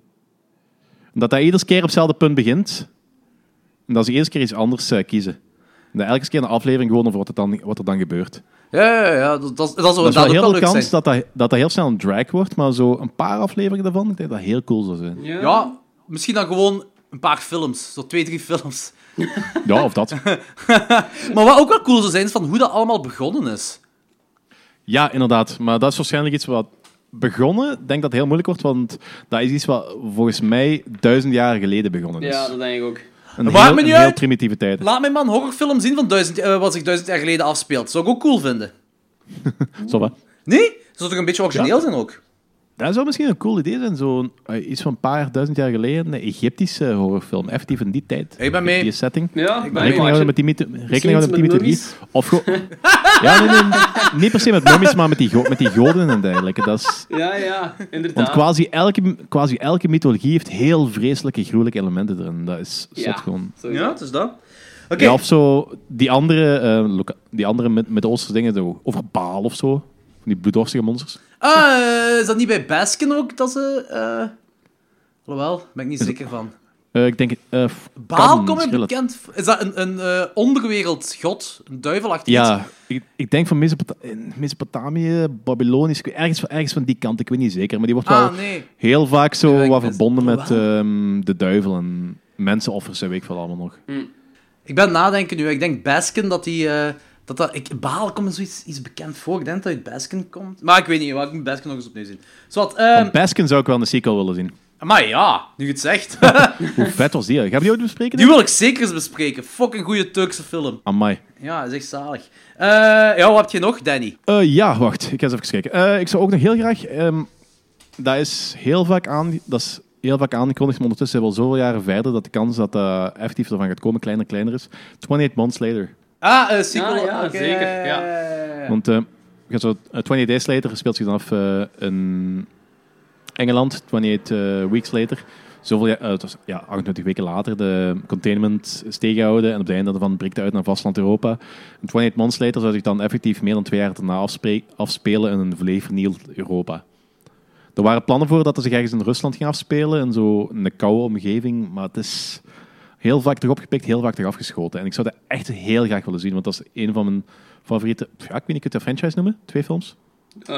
Dat hij iedere keer op hetzelfde punt begint. En dat ze iedere keer iets anders eh, kiezen. En dat elke keer een aflevering gewoon over wat er dan, wat er dan gebeurt. Ja, ja, ja. Dat, dat, dat zou Dat is wel inderdaad ook wel heel leuk veel zijn. kans dat dat, dat dat heel snel een drag wordt, maar zo een paar afleveringen daarvan, ik denk dat dat heel cool zou (laughs) zijn. Ja. Ja, misschien dan gewoon een paar films. Zo twee, drie films. Ja, of dat. Maar wat ook wel cool zou zijn, is van hoe dat allemaal begonnen is. Ja, inderdaad. Maar dat is waarschijnlijk iets wat begonnen, ik denk dat het heel moeilijk wordt, want dat is iets wat volgens mij duizend jaar geleden begonnen is. Ja, dat denk ik ook. een maakt heel, me niet een heel uit. primitieve tijd. Laat mij maar een horrorfilm zien van duizend, eh, wat zich duizend jaar geleden afspeelt. Zou ik ook cool vinden. Zo, wat? Nee? Zou toch een beetje origineel zijn ook? dat zou misschien een cool idee zijn, zo'n eh, iets van een paar duizend jaar geleden, een Egyptische horrorfilm, effectief in die tijd. Ik ben mee. Die setting. Ja, ik ben Rekening houden met die, mythe- rekening houden met die mythologie. mummies? Of gewoon... (laughs) Ja, nee, nee, niet per se met mummies, maar met die, go- met die goden en dergelijke. Dat is... Ja, ja, Want inderdaad. quasi elke, quasi elke mythologie heeft heel vreselijke, gruwelijke elementen erin. Dat is zot ja, gewoon. sowieso. het is dat. Oké. Ja, of zo, die andere, eh, loka- die andere met, met de Oosterse dingen, zo, over Baal of zo. Van die bloeddorstige monsters. Ah, eh, is dat niet bij Baskin ook dat ze... eh Alhoewel, daar ben ik niet zeker van. Eh, ik denk... eh, f- Baal kan komt schillen. bekend... v- Is dat een, een eh, onderwereldgod? Een duivelachtig iets? Ja, ik, ik denk van Mesopota- in Mesopotamië, Babylonisch, ik weet- ergens, van- ergens van die kant, ik weet niet zeker. Maar die wordt wel Ah, nee. heel vaak zo Ja, ik wat wist- verbonden oh, met ehm, de duivel en mensenoffers en weet ik veel allemaal nog. Ik ben nadenken nu. Ik denk Baskin dat die... eh, dat dat, ik, Baal komt me zoiets iets bekend voor. Ik denk dat hij uit Baskin komt. Maar ik weet niet, maar ik moet Baskin nog eens opnieuw zien. Zowat, ehm Van Baskin zou ik wel een sequel willen zien. maar ja, nu je het (laughs) zegt. Hoe vet was die? Gaan we die ooit bespreken? die wil ik zeker eens bespreken. Fucking goede Turkse film. Amai. Ja, dat is echt zalig. Eh, ja, wat heb je nog, Danny? Eh, ja, wacht. Ik ga eens even kijken. Eh, ik zou ook nog heel graag... ehm, dat is heel vaak, aan, dat is heel vaak aangekondigd, maar ondertussen zijn we al zoveel jaren verder dat de kans dat eh effectief ervan gaat komen kleiner en kleiner is. 28 Months Later. Ah, eh sequel. Ah, ja, oké. zeker, ja. Want eh, je hebt zo, eh, 28 Days Later speelt zich dan af eh, in Engeland. 28 eh, Weeks Later. Zoveel, ja, eh, het was, ja, 28 weken later. De containment is tegengehouden. En op het einde daarvan breekt het uit naar vasteland Europa. En 28 Months Later zou zich dan effectief meer dan twee jaar daarna afspre- afspelen in een volledig vernield Europa. Er waren plannen voor dat het zich ergens in Rusland ging afspelen. In zo'n koude omgeving. Maar het is heel vaak terug opgepikt, heel vaak terug afgeschoten. En ik zou dat echt heel graag willen zien. Want dat is een van mijn favoriete... Ja, ik weet niet, kun je dat franchise noemen? Twee films? Eh,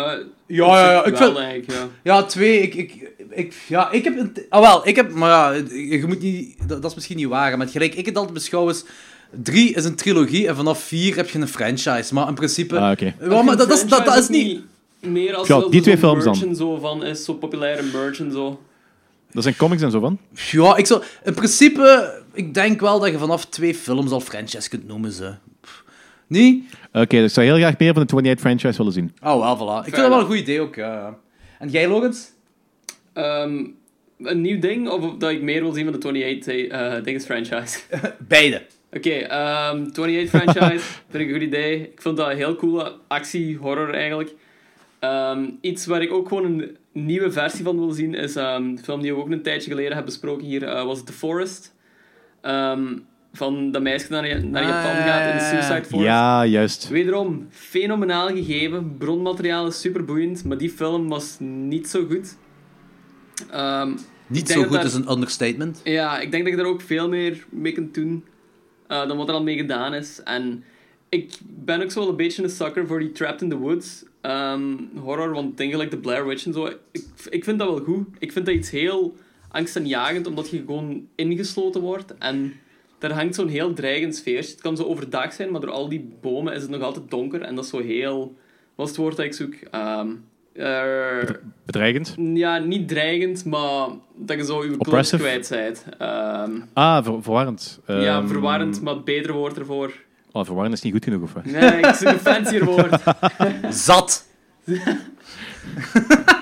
Ja, ja, ja, ik wel, vind- denk ik, ja. Ja, twee. Ik, ik, ik, ja, ik heb... een- Ah, wel, ik heb... Maar ja, je moet niet... Dat, dat is misschien niet waar, maar gelijk ik het altijd beschouw is... Drie is een trilogie en vanaf vier heb je een franchise. Maar in Eh, principe... Ah, oké. Ja, maar dat, dat, is- dat, dat is Franchise niet... Meer als Ja, wel die zo'n twee films dan. merch en zo van is, zo populaire merch en zo. Daar zijn comics en zo van. Ja, ik zou... In principe... Ik denk wel dat je vanaf twee films al franchise kunt noemen, ze. Pff, Niet? Oké, dus ik zou heel graag meer van de 28 franchise willen zien. Oh, wel, voilà. Ik vind dat wel een goed idee ook, ja, ja. En jij, Logans? Ehm, een nieuw ding, of dat ik meer wil zien van de 28 eh, Dinges franchise. Beide. Oké, ehm, 28 franchise, (laughs) vind ik een goed idee. Ik vond dat een heel coole actie, horror eigenlijk. Ehm, iets waar ik ook gewoon een nieuwe versie van wil zien, is ehm, een film die we ook een tijdje geleden hebben besproken hier, eh, was The Forest. Ehm, van dat meisje naar, naar Ah, Japan ja, gaat in de ja, ja. Suicide Forest. Ja, juist. Wederom, fenomenaal gegeven. Bronmateriaal is super boeiend, maar die film was niet zo goed. Ehm, ik Niet denk zo dat goed daar- is een understatement. ja, ik denk dat je daar ook veel meer mee kunt doen eh, dan wat er al mee gedaan is. En ik ben ook zo wel een beetje een sucker voor die Trapped in the Woods ehm, horror, want dingen like The Blair Witch en zo, ik, ik vind dat wel goed. Ik vind dat iets heel angstaanjagend, omdat je gewoon ingesloten wordt en daar hangt zo'n heel dreigend sfeertje. Het kan zo overdag zijn, maar door al die bomen is het nog altijd donker en dat is zo heel... Wat is het woord dat ik zoek? Ehm, eh, Bedreigend. ja, niet dreigend, maar dat je zo je kleur Oppressive? kwijt bent. Ehm, Ah, ver- verwarrend. ja, Ehm, verwarrend, maar het beter woord ervoor. Oh, verwarrend is niet goed genoeg, of wat? Nee, ik zoek een fancier (laughs) woord. (laughs) Zat!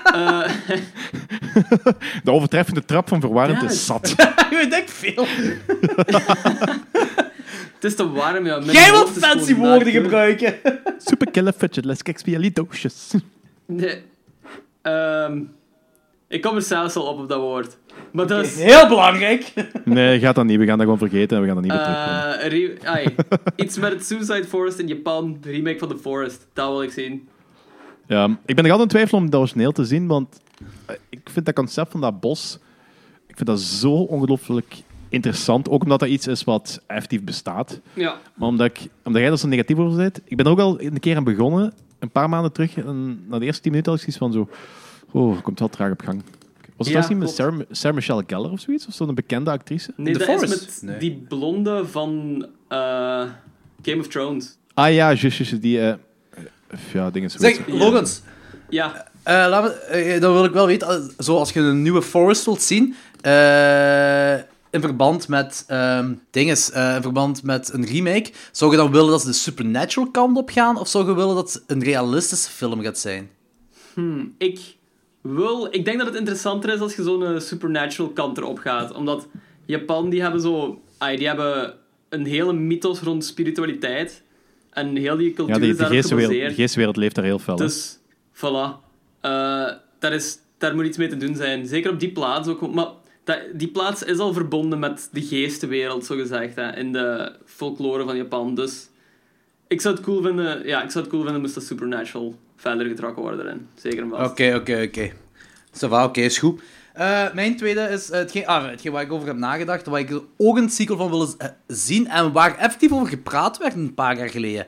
Eh, De overtreffende trap van verwarrend Ja, is zat. (laughs) Weet ik veel. het is te warm, ja. Mijn Jij wilt hoofd is gewoon fancy woorden naakt. gebruiken. Superkiller fidget, let's kick via doosjes. Nee. Ehm, ik kom er zelfs al op op dat woord. Maar dat is... Heel belangrijk. (laughs) Nee, gaat dat niet. We gaan dat gewoon vergeten en we gaan dat niet meer terugkomen. eh, re- (laughs) ai, iets met het Suicide Forest in Japan, de remake van The Forest. Dat wil ik zien. Ja, ik ben nog altijd in twijfel om dat origineel te zien, want eh, ik vind dat concept van dat bos, ik vind dat zo ongelooflijk interessant. Ook omdat dat iets is wat effectief bestaat. Ja. Maar omdat, ik, omdat jij er zo negatief over bent, ik ben er ook al een keer aan begonnen, een paar maanden terug, en na de eerste tien minuten had ik zoiets van zo, oh, komt wel traag op gang. Was het Ja, dat niet met klopt. Sarah, Sarah Michelle Gellar of zoiets? Of zo'n bekende actrice? Nee, The dat Forest? is met Nee. die blonde van eh, Game of Thrones. Ah ja, juist, juist, die... eh, ja, dingen zo. Zeg, Logans, Ja, eh laat me, eh, dat wil ik wel weten. Als- Zo, als je een nieuwe Forest wilt zien, eh, in verband met ehm dinges, eh, in verband met een remake, zou je dan willen dat ze de supernatural kant op gaan, of zou je willen dat het een realistische film gaat zijn? ik wil... Ik denk dat het interessanter is als je zo'n eh, supernatural kant erop gaat. Omdat Japan, die hebben zo... ai, die hebben een hele mythos rond spiritualiteit. En heel die cultuur Ja, die, is die daarop geestenwereld, gebaseerd. die geestenwereld leeft daar heel fel. hè. Dus, voilà. Eh, daar, is, daar moet iets mee te doen zijn. Zeker op die plaats ook. Maar dat, die plaats is al verbonden met de geestenwereld, zogezegd. Hè, in de folklore van Japan. Dus ik zou het cool vinden... Ja, ik zou het cool vinden moest dat supernatural verder getrokken worden erin. Zeker en vast. Oké, oké, oké. Ça va, oké, is goed. Eh, mijn tweede is eh, hetgeen, ah, hetgeen waar ik over heb nagedacht, waar ik er ook een sequel van wil eh, zien en waar effectief over gepraat werd een paar jaar geleden.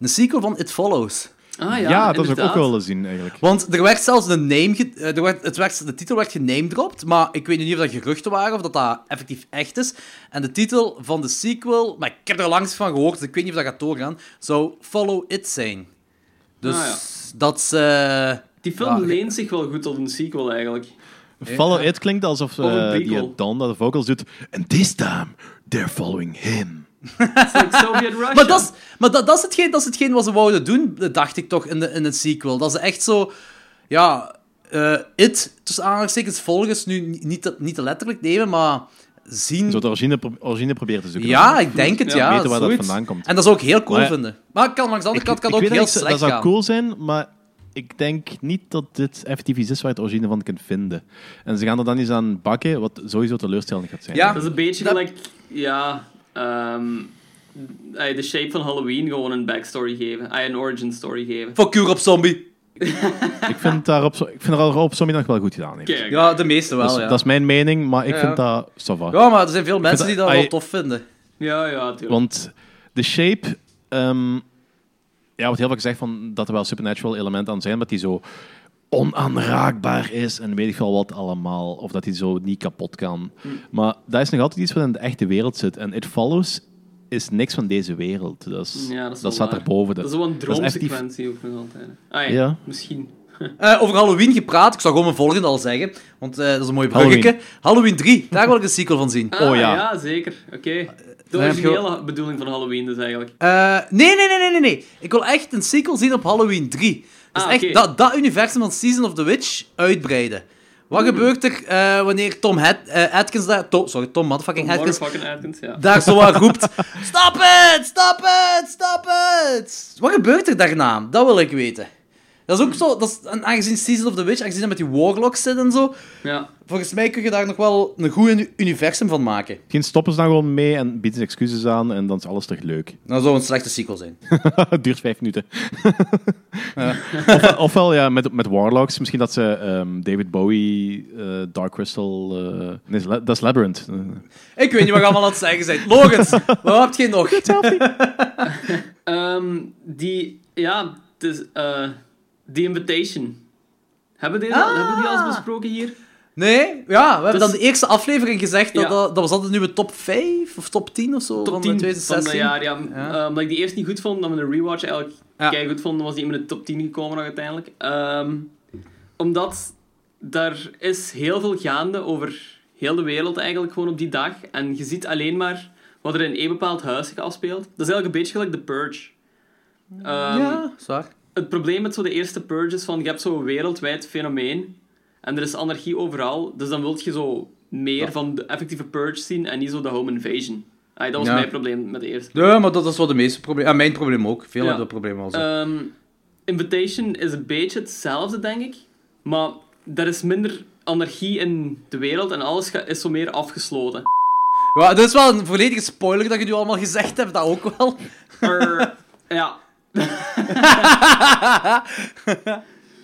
Een sequel van It Follows. Ah ja, ja, dat zou ik ook inderdaad. wel willen zien, eigenlijk. Want er werd zelfs een name... ge- eh, Er werd, het werd, de titel werd genamedropt, maar ik weet nu niet of dat geruchten waren of dat dat effectief echt is. En de titel van de sequel, maar ik heb er langs van gehoord, dus ik weet niet of dat gaat doorgaan, zou Follow It zijn. Dus Ah, ja. dat is... eh, Die Ja, film ge- leent zich wel goed tot een sequel, eigenlijk. Follow It klinkt alsof een eh, die prequel. Don dat de vocals doet. And this time, they're following him. It's like (laughs) Soviet Russia. Maar, dat is, maar dat, dat, is hetgeen, dat is hetgeen wat ze wouden doen, dacht ik toch, in, de, in een sequel. Dat ze echt zo... Ja, eh, it, tussen aanhalingstekens, volgens nu ni- niet, te- niet te letterlijk nemen, maar zien... Zo de origine, pro- origine proberen te zoeken. Ja, ik denk het, Ja, ja. weten waar dat zoiets. vandaan komt. En dat zou ik heel cool Maar ja, vinden. Maar ik kan langs de andere kant kan het ook weet heel dat iets- slecht Dat zou gaan. cool zijn, maar ik denk niet dat dit effectief iets is waar je het origine van kunt vinden. En ze gaan er dan eens aan bakken, wat sowieso teleurstellend gaat zijn. Ja. Dat is een beetje Dat- gelijk... Ja... ehm, ai, de shape van Halloween gewoon een backstory geven. ai, Een origin story geven. Voor Cure op Zombie. Ik vind daar op, zo- ik vind daar op sommige nog wel goed gedaan. Heeft. Kijk. Ja, de meeste wel, dat, is, ja. dat is mijn mening, maar ik Ja, vind ja. dat... ça va. Ja, maar er zijn veel mensen die vind dat dat- wel I- tof vinden. Ja, ja, tuurlijk. Want de shape. ehm, ja, wordt heel veel gezegd van dat er wel supernatural elementen aan zijn, maar die zo onaanraakbaar is en weet ik wel wat allemaal. Of dat hij zo niet kapot kan. Hm. Maar dat is nog altijd iets wat in de echte wereld zit. En It Follows is niks van deze wereld. Dat, is, Ja, dat is wel staat waar. er boven. Dat is wel een is echt die- droomsequentie ook nog altijd. Ah, ja. Ja. Misschien. Eh, over Halloween gepraat, ik zou gewoon mijn volgende al zeggen. Want eh, dat is een mooi Halloween. bruggetje. Halloween 3, daar wil ik een sequel van zien. Ah, Oh, ja. zeker. Oké. De dan heb je- originele bedoeling van Halloween dus eigenlijk. Eh, nee, nee, nee, nee, nee, nee. Ik wil echt een sequel zien op Halloween 3. Dus Ah, echt oké. dat, dat universum van Season of the Witch uitbreiden. Wat gebeurt er eh, wanneer Tom Hed- eh, Atkins daar... Tom, sorry, Tom motherfucking Atkins Motherfucking Atkins, ja. daar zo wat (laughs) roept. Stop het! Stop het! Stop het! Wat gebeurt er daarna? Dat wil ik weten. Dat is ook zo... Dat is, en aangezien Season of the Witch, aangezien dat met die warlocks zit en zo... ja. Volgens mij kun je daar nog wel een goed uni- universum van maken. Misschien stoppen ze dan gewoon mee en bieden ze excuses aan en dan is alles terug leuk. Dat zou een slechte sequel zijn. (laughs) Het duurt vijf minuten. Of- ofwel ja, met, met Warlocks, misschien dat ze ehm, David Bowie, eh, Dark Crystal... eh, nee, dat is La- dat is Labyrinth. Eh, Ik weet niet wat je allemaal aan het zeggen bent. Logans, wat heb je nog? Ehm, die, ja, het is, eh, The Invitation. Hebben, deze, Ah. hebben die al eens besproken hier? Nee? Ja, we hebben Dus- dan de eerste aflevering gezegd. Dat, Ja. dat, dat was altijd nu top 5 of top 10 of zo Top van 10 van 2016. dat jaar, ja. Ja. Eh, omdat ik die eerst niet goed vond, dan met een rewatch eigenlijk Ja. kei goed vond, dan was die in de top 10 gekomen nog uiteindelijk. Ehm, omdat daar is heel veel gaande over heel de wereld eigenlijk gewoon op die dag. En je ziet alleen maar wat er in één bepaald huis zich afspeelt. Dat is eigenlijk een beetje gelijk The Purge. Ehm, ja, zwaar. het probleem met zo de eerste purge is van je hebt zo'n wereldwijd fenomeen en er is anarchie overal, dus dan wil je zo meer van de effectieve purge zien en niet zo de home invasion. Ai, dat was Ja. mijn probleem met de eerste. Ja, maar dat is wel de meeste probleem. Ja, mijn probleem ook. Veel Ja. hebben dat probleem al zo. Ehm, Invitation is een beetje hetzelfde, denk ik. Maar er is minder anarchie in de wereld en alles ga- is zo meer afgesloten. Ja, dit is wel een volledige spoiler dat je nu allemaal gezegd hebt, dat ook wel. Er- ja,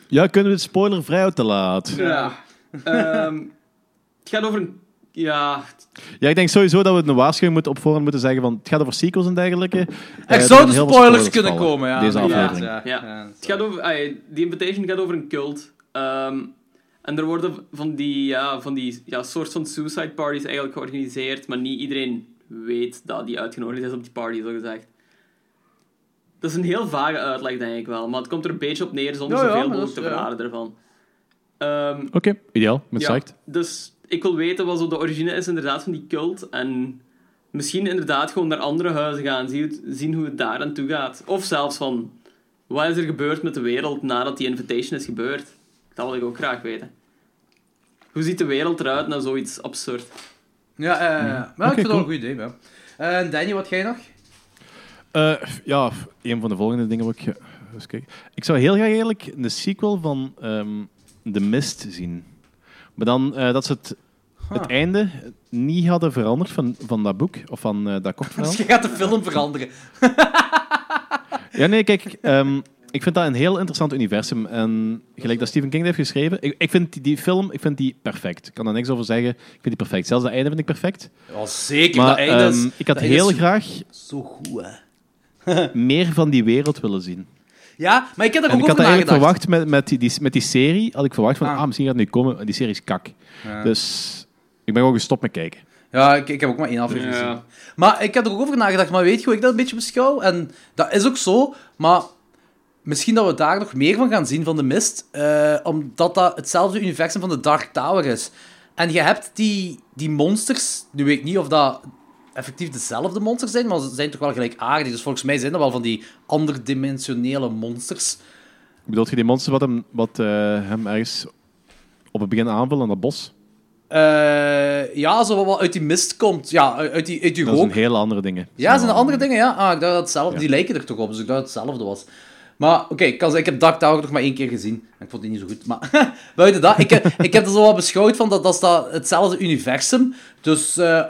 Ja, kunnen we het spoiler vrij uit te laat? ja. Ehm, het gaat over een... Ja, Ja, ik denk sowieso dat we een waarschuwing moeten op voorhand moeten zeggen van het gaat over sequels en dergelijke. Eh, Er er zouden gaan heel veel spoilers kunnen vallen, komen, ja. Deze inderdaad, aflevering. Ja, Ja. ja, Het gaat over, ai, die invitation gaat over een cult. Ehm, en er worden van die, ja, van die ja, soort van suicide parties eigenlijk georganiseerd, maar niet iedereen weet dat die uitgenodigd is op die party, zo gezegd. Dat is een heel vage uitleg, denk ik wel, maar het komt er een beetje op neer zonder Ja, ja, zoveel maar dat mogelijk te is- ja. verraden ervan. Ehm, Oké, ideaal. Met ja, psyched. dus ik wil weten wat zo de origine is inderdaad van die cult en misschien inderdaad gewoon naar andere huizen gaan, zien, hoe het- zien hoe het daar aan toe gaat. Of zelfs van, wat is er gebeurd met de wereld nadat die invitation is gebeurd? Dat wil ik ook graag weten. Hoe ziet de wereld eruit na zoiets absurd? Ja, eh, ja. Maar Oké, ik vind dat wel cool. een goed idee, ja. Eh, Danny, wat jij nog? Eh, ja, een van de volgende dingen wat ik... eh, Eens kijken. Ik zou heel graag eigenlijk een sequel van ehm The Mist zien. Maar dan eh, dat ze het, het einde niet hadden veranderd van, van dat boek, of van eh, dat kort verhaal. (laughs) Je gaat de film veranderen. Ja, nee, kijk, ehm, ik vind dat een heel interessant universum. En gelijk dat Stephen King dat heeft geschreven, ik, ik vind die, die film ik vind die perfect. Ik kan daar niks over zeggen. Ik vind die perfect. Zelfs dat einde vind ik perfect. Ja, zeker. Maar dat einde is- ehm, ik had dat einde is heel zo- graag Zo goed, hè. meer van die wereld willen zien. Ja, maar ik heb daar En ook ik over had dat eigenlijk nagedacht. verwacht met, met, die, die- met die serie. Had ik verwacht van, Ah. ah, misschien gaat het nu komen. En die serie is kak. Ja. Dus ik ben gewoon gestopt met kijken. Ja, ik, ik heb ook maar één aflevering gezien. Maar ik heb er ook over nagedacht, maar weet je hoe ik dat een beetje beschouw? En dat is ook zo, maar misschien dat we daar nog meer van gaan zien van de mist, eh, omdat dat hetzelfde universum van de Dark Tower is. En je hebt die, die monsters, nu weet ik niet of dat effectief dezelfde monsters zijn, maar ze zijn toch wel gelijkaardig. Dus volgens mij zijn dat wel van die anderdimensionele monsters. Bedoelt je die monster wat hem, wat, eh, hem ergens op het begin aanviel aan dat bos? Eh, ja, zo wat- wat uit die mist komt. Ja, uit die, uit die Dat rook. zijn hele andere dingen. Ja, zijn er andere dingen? Ja, ah, ik dacht dat hetzelfde, Ja. die lijken er toch op, dus ik dacht dat hetzelfde was. Maar oké, ik, kan zeggen, ik heb Dark Tower nog maar één keer gezien. En ik vond die niet zo goed. Maar (laughs) buiten dat, ik, heb- ik heb er zo wat beschouwd van dat, dat is dat hetzelfde universum. Dus eh,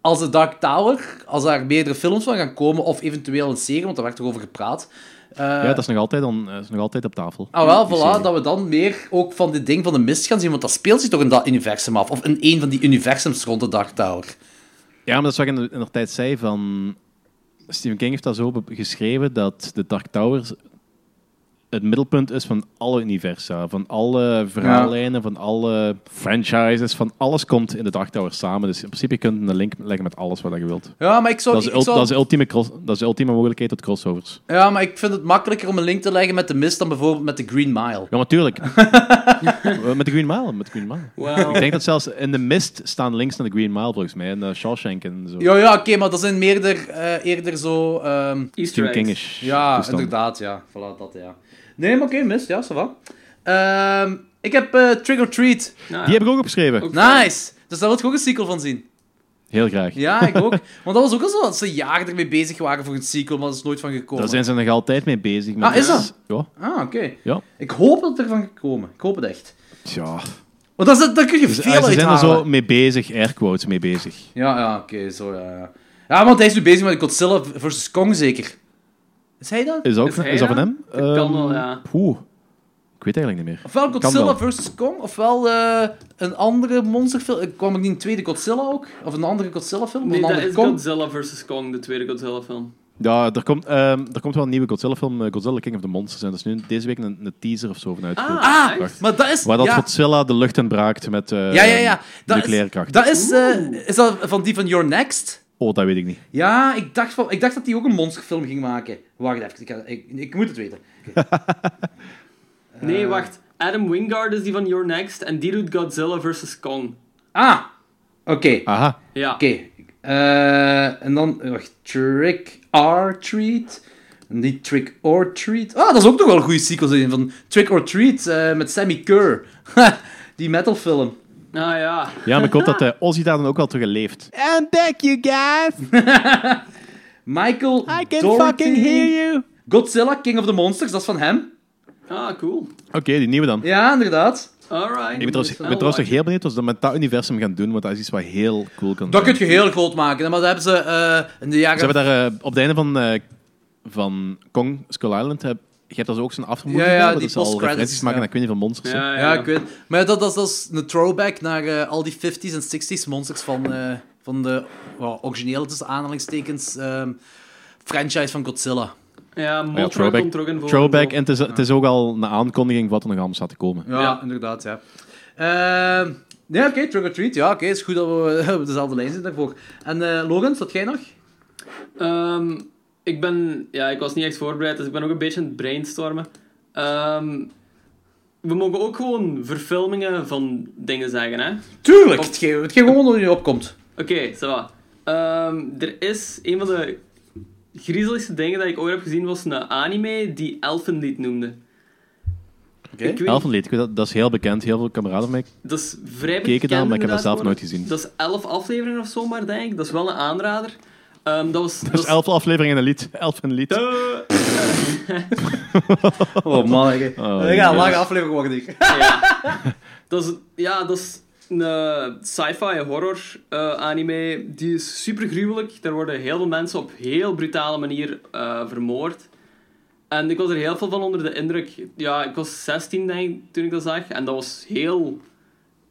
als de Dark Tower, als daar meerdere films van gaan komen, of eventueel een serie, want daar werd toch over gepraat. eh, Ja, dat is nog altijd, dan, eh, is nog altijd op tafel. Ah, wel, Die voilà, serie. dat we dan meer ook van dit ding van de mist gaan zien, want dat speelt zich toch in dat universum af. Of in één van die universums rond de Dark Tower. Ja, maar dat is wat ik in de, in de tijd zei van... Stephen King heeft dat zo be- geschreven dat de Dark Tower het middelpunt is van alle universa, van alle verhaallijnen, van alle franchises, van alles komt in de Dark Tower samen. Dus in principe kun je een link leggen met alles wat je wilt. Ja, maar ik zou... Dat is, de ik ul- zou- dat is de ultieme, cross- dat is de ultieme mogelijkheid tot crossovers. Ja, maar ik vind het makkelijker om een link te leggen met de mist dan bijvoorbeeld met de Green Mile. Ja, natuurlijk. Eh, met de Green Mile, met de Green Mile. (laughs) Ik Wow. denk dat zelfs in de mist staan links naar de Green Mile volgens mij, en eh, Shawshank en zo. Ja, ja, oké, maar dat zijn meerder, eh, eerder zo... ehm, Easter Stephen eggs. Kingish. ja, toestand. inderdaad, ja. Voilà, dat, ja. Nee, maar oké, mist, ja, ça va. Ehm, Ik heb eh, Trick or Treat. Die heb ik ook opgeschreven. Nou Ook- Nice. Dus daar wil ik ook een sequel van zien. Heel graag. Ja, (laughs) ik ook. Want dat was ook al zo dat ze jaren ermee bezig waren voor een sequel, maar dat is nooit van gekomen. Daar zijn ze nog altijd mee bezig. maar Ah, is dat? Ja. Ah, oké. Ja. Ik hoop dat het ervan gekomen. Ik hoop het echt. ja. Want dat, is, dat kun je Ze, veel Dus, eh, ze zijn er uithalen. zo mee bezig, air quotes mee bezig. Ja, ja, oké, zo, ja, ja. Ja, want hij is nu bezig met Godzilla versus Kong, zeker. Is hij dat? Is dat, ook, Is van- hij is dat van dat? hem? Dat kan Ehm, wel, ja. Poeh. Ik weet eigenlijk niet meer. Ofwel Godzilla wel. versus Kong, ofwel eh, een andere monsterfilm. Eh, Kwam er niet een tweede Godzilla ook? Of een andere Godzilla-film? Nee, of een dat andere is Kong? Godzilla vs. Kong, de tweede Godzilla-film. Ja, er komt, ehm, er komt wel een nieuwe Godzilla-film, eh, Godzilla King of the Monsters. En dat is nu deze week een, een teaser of zo van uitgekomen. Ah, Echt? wacht. Maar dat is... Waar dat ja. Godzilla de lucht in braakt met eh ja, ja, ja. Dat nucleaire is, kracht. dat is, eh, is dat van die van Your Next? Oh, dat weet ik niet. Ja, ik dacht, van, ik dacht dat hij ook een monsterfilm ging maken. Wacht even, ik, ga- ik, ik moet het weten. Nee, wacht. Adam Wingard is die van Your Next en die doet Godzilla vs. Kong. Ah, oké. Aha. Ja. Oké. Eh, en dan, wacht, Trick or Treat. En die Trick or Treat. Ah, dat is ook nog wel een goede sequel zin van Trick or Treat eh, met Sammy Kerr. (laughs) die metalfilm. Ah ja. Ja, maar ik (laughs) hoop dat eh Ozzy daar dan ook wel terug leeft. I'm back, you guys. Michael I can Dougherty. fucking hear you. Godzilla, King of the Monsters, dat is van hem. Ah, cool. Oké, die nieuwe dan. Ja, inderdaad. Alright. Ik ben trouwens, ik ben I'll trouwens nog watch it. heel benieuwd wat ze met dat universum gaan doen, want dat is iets wat heel cool kan Dat zijn. kun je heel groot maken. hè, Maar dat hebben ze eh, in de jaren... Ze hebben daar eh, op het einde van, eh, van Kong Skull Island, heb, je hebt daar zo ook zo'n aftermovie Ja, ja, gedaan, waar die ze al postcredits, referenties maken ja. naar ik weet niet veel monsters. hè. Ja, Ja, ja. ik weet. Maar dat, dat, dat is een throwback naar eh, al die 50s en 60s monsters van, eh, van de well, originele, tussen aanhalingstekens, ehm, franchise van Godzilla. Maar ja, Ja, Mothra throwback, komt er ook in voor. throwback en het is, het is ook al een aankondiging wat er nog allemaal staat te komen. Ja, Ja. inderdaad, ja. Ehm, nee, oké, Trick or Treat. Ja, oké, is goed dat we (laughs) op dezelfde lijn zitten daarvoor. En eh Logan, zat jij nog? Ehm, ik ben... Ja, ik was niet echt voorbereid, dus ik ben ook een beetje aan het brainstormen. Ehm, we mogen ook gewoon verfilmingen van dingen zeggen, hè? Tuurlijk! Hetgeen hetgeen gewoon dat je opkomt. Oké, ça va. Ehm, er is een van de griezeligste dingen dat ik ooit heb gezien, was een anime die Elfenlied noemde. Oké. Ik weet- Elfenlied, ik weet dat, dat is heel bekend. Heel veel kameraden van mij Dat is vrij Keken bekend dan, maar ik heb dat inderdaad zelf geworden. nooit gezien. Dat is elf afleveringen of zo, maar denk ik. Dat is wel een aanrader. Ehm, (laughs) dat was... Dus elf afleveringen en een lied. Elf en een lied. Oh man, ik Oh, ga een yes. lange aflevering worden. ik. ja. dat is, ja, dat is een eh, sci-fi horror eh, anime. Die is super gruwelijk. Daar worden heel veel mensen op heel brutale manier eh, vermoord. En ik was er heel veel van onder de indruk. Ja, ik was 16 denk ik toen ik dat zag. En dat was heel,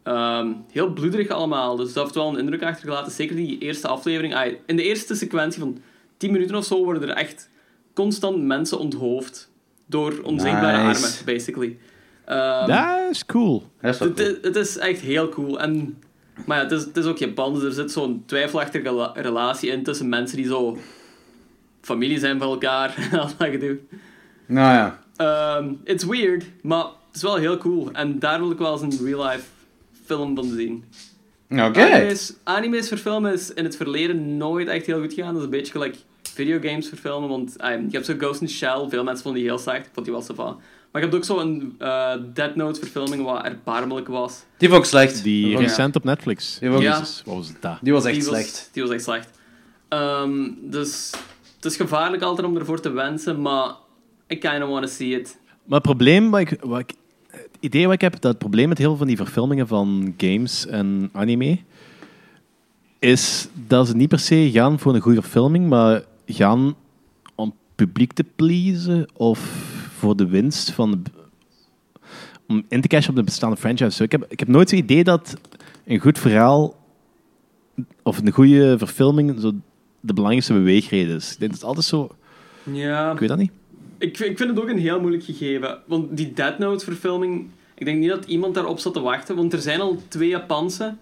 ehm, heel bloederig allemaal. Dus dat heeft wel een indruk achtergelaten. Zeker die eerste aflevering. Ah, in de eerste sequentie van 10 minuten of zo worden er echt constant mensen onthoofd. Door onzichtbare Nice. armen, basically. Ehm, Dat is cool. Dat is (laughs) wel het, cool. is- het is echt heel cool. En, maar ja, het, is, het is ook Japan, dus er zit zo'n twijfelachtige la- relatie in tussen mensen die zo familie zijn van elkaar (laughs) en al dat gedoe. Nou ja. Ehm, it's weird, maar het is wel heel cool. En daar wil ik wel eens een real-life film van zien. Oké. Animes, animes verfilmen is in het verleden nooit echt heel goed gegaan. Dat is een beetje gelijk videogames verfilmen. Want ah, je hebt zo Ghost in the Shell. Veel mensen vonden die heel slecht. Ik vond die wel zo van. Maar je hebt ook zo'n eh Dead Note verfilming wat erbarmelijk was. Die vond ik slecht. Die Ja. recent op Netflix. Die was- Jezus, wat was dat? Die was echt die was- slecht. die was echt slecht. Ehm, dus het is gevaarlijk altijd om ervoor te wensen, maar I kinda wanna see it. Maar het probleem wat ik, wat ik- Het idee wat ik heb, dat het probleem met heel veel van die verfilmingen van games en anime... is dat ze niet per se gaan voor een goede verfilming, maar gaan om publiek te pleasen of voor de winst van... de- om in te cashen op de bestaande franchise. Ik heb, ik heb nooit het idee dat een goed verhaal of een goede verfilming zo de belangrijkste beweegreden is. Ik denk dat het altijd zo... Ja, Ik weet dat niet. ik, vind- ik vind het ook een heel moeilijk gegeven. Want die Dead Note verfilming, ik denk niet dat iemand daarop zat te wachten, want er zijn al twee Japanse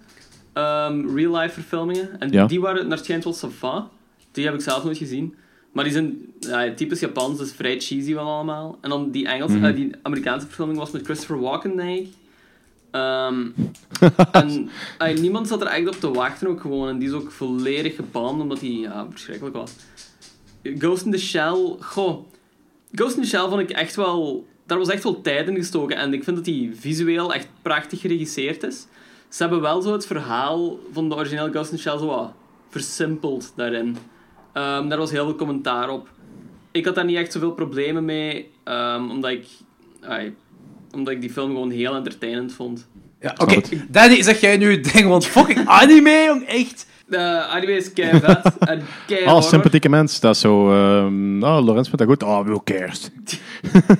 ehm, real-life verfilmingen. En Ja. die waren naar het schijnt wel sava. Die heb ik zelf nooit gezien. Maar die zijn ja, typisch Japans, dus vrij cheesy wel allemaal. En dan die Engelse, eh, die Amerikaanse verfilming was met Christopher Walken, denk ik. Ehm, en ay, niemand zat er echt op te wachten ook gewoon. En die is ook volledig gebaand omdat hij ja, verschrikkelijk was. Ghost in the Shell, goh. Ghost in the Shell vond ik echt wel... daar was echt wel tijd in gestoken. En ik vind dat die visueel echt prachtig geregisseerd is. Ze hebben wel zo het verhaal van de originele Ghost in the Shell zo wat versimpeld daarin. Ehm, daar was heel veel commentaar op. Ik had daar niet echt zoveel problemen mee, ehm, omdat, ik, ai, omdat ik die film gewoon heel entertainend vond. Ja, oké. Danny, zeg jij nu dingen, want fucking anime, jong, echt. De anime is keivet en Ah, keihard. sympathieke mens. Dat is zo... ehm oh, Lorenz vindt dat goed. Ah, who cares?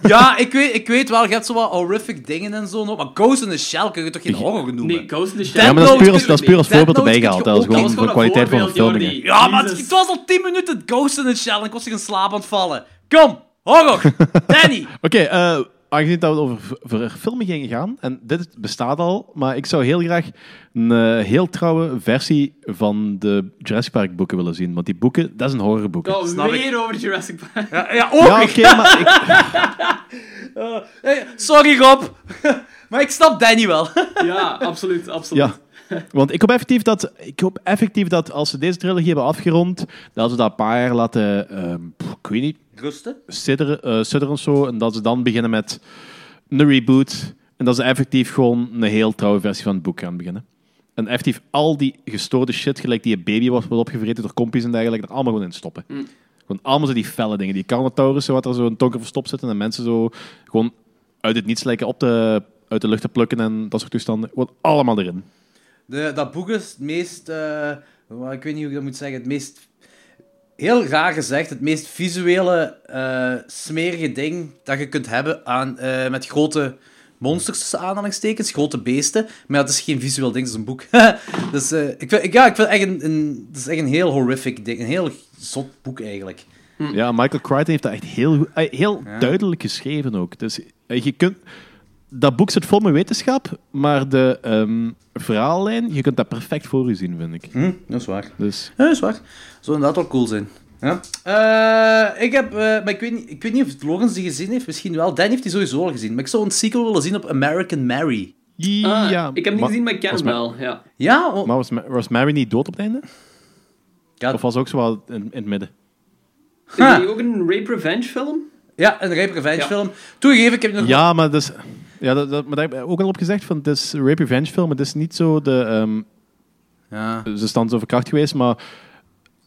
Ja, ik weet, ik weet wel, je hebt zo wat horrific dingen en zo, maar Ghost in the Shell kun je toch geen horror noemen? Nee, Ghost in the Shell. Ja, Ja, maar dat is puur als, dat is puur als Death voorbeeld Note erbij kun je gehaald. Dat is ook- gewoon dat voor kwaliteit van de voorbeeld, filming. Ja, maar het, Jezus. het was al 10 minuten Ghost in the Shell en ik was in slaap aan het vallen. Kom, horror! Danny! Oké, eh, aangezien dat we over v- voor filmen gingen gaan, en dit is- bestaat al, maar ik zou heel graag een eh, heel trouwe versie van de Jurassic Park boeken willen zien. Want die boeken, dat is een horrorboek. Oh, Snap ik. weer over Jurassic Park. Ja, ja ook! ja, oké, maar ik, Hey, sorry Rob, (laughs) maar ik snap Danny wel. Ja, absoluut, absoluut. ja. Want ik hoop, effectief dat, ik hoop effectief dat als ze deze trilogie hebben afgerond, dat ze dat een paar jaar laten, ehm pff, ik weet niet, Rusten? sidderen, eh, sudderen of zo. En dat ze dan beginnen met een reboot. En dat ze effectief gewoon een heel trouwe versie van het boek gaan beginnen. En effectief al die gestoorde shit, gelijk die baby was wordt opgevreten door kompies en dergelijke, er allemaal gewoon in stoppen. Gewoon allemaal zo die felle dingen. Die Carnotaurussen, wat er zo een tonker verstopt zitten. En mensen zo gewoon uit het niets lijken op de, uit de lucht te plukken en dat soort toestanden. Gewoon allemaal erin. De, dat boek is het meest, eh, wel, ik weet niet hoe ik dat moet zeggen, het meest, heel raar gezegd, het meest visuele, eh, smerige ding dat je kunt hebben aan, eh, met grote monsters, tussen aanhalingstekens, grote beesten. Maar ja, het is geen visueel ding, het is een boek. (laughs) dus eh, ik, vind- ik- ja, ik vind het echt een, een, het is echt een heel horrific ding, een heel zot boek eigenlijk. Ja, Michael Crichton heeft dat echt heel, goed- eh, heel duidelijk geschreven ook. Dus eh, je kunt, dat boek zit vol met wetenschap, maar de ehm, verhaallijn, je kunt dat perfect voor je zien, vind ik. Hm, dat is waar. Dus Ja, dat is waar. Zou inderdaad wel cool zijn. Ja. Eh, ik heb, eh, maar ik weet, niet, ik weet niet of het Lawrence die gezien heeft, misschien wel. Dan heeft die sowieso al gezien. Maar ik zou een sequel willen zien op American Mary. Ah, ja. ik heb hem niet Ma- gezien, maar ik ken was hem wel. Ja. Ja, oh, Maar was, Ma- was Mary niet dood op het einde? ja, Of was ze ook zo wel in, in het midden? Is Ha. die ook een rape revenge film? ja, een rape revenge film. Toegegeven, ik heb nog... Ja, maar, dus, ja, dat, dat, maar daar heb ik ook al op gezegd, van, het is een rape revenge film, het is niet zo de... ehm, Ja. ze stand zo verkracht geweest, maar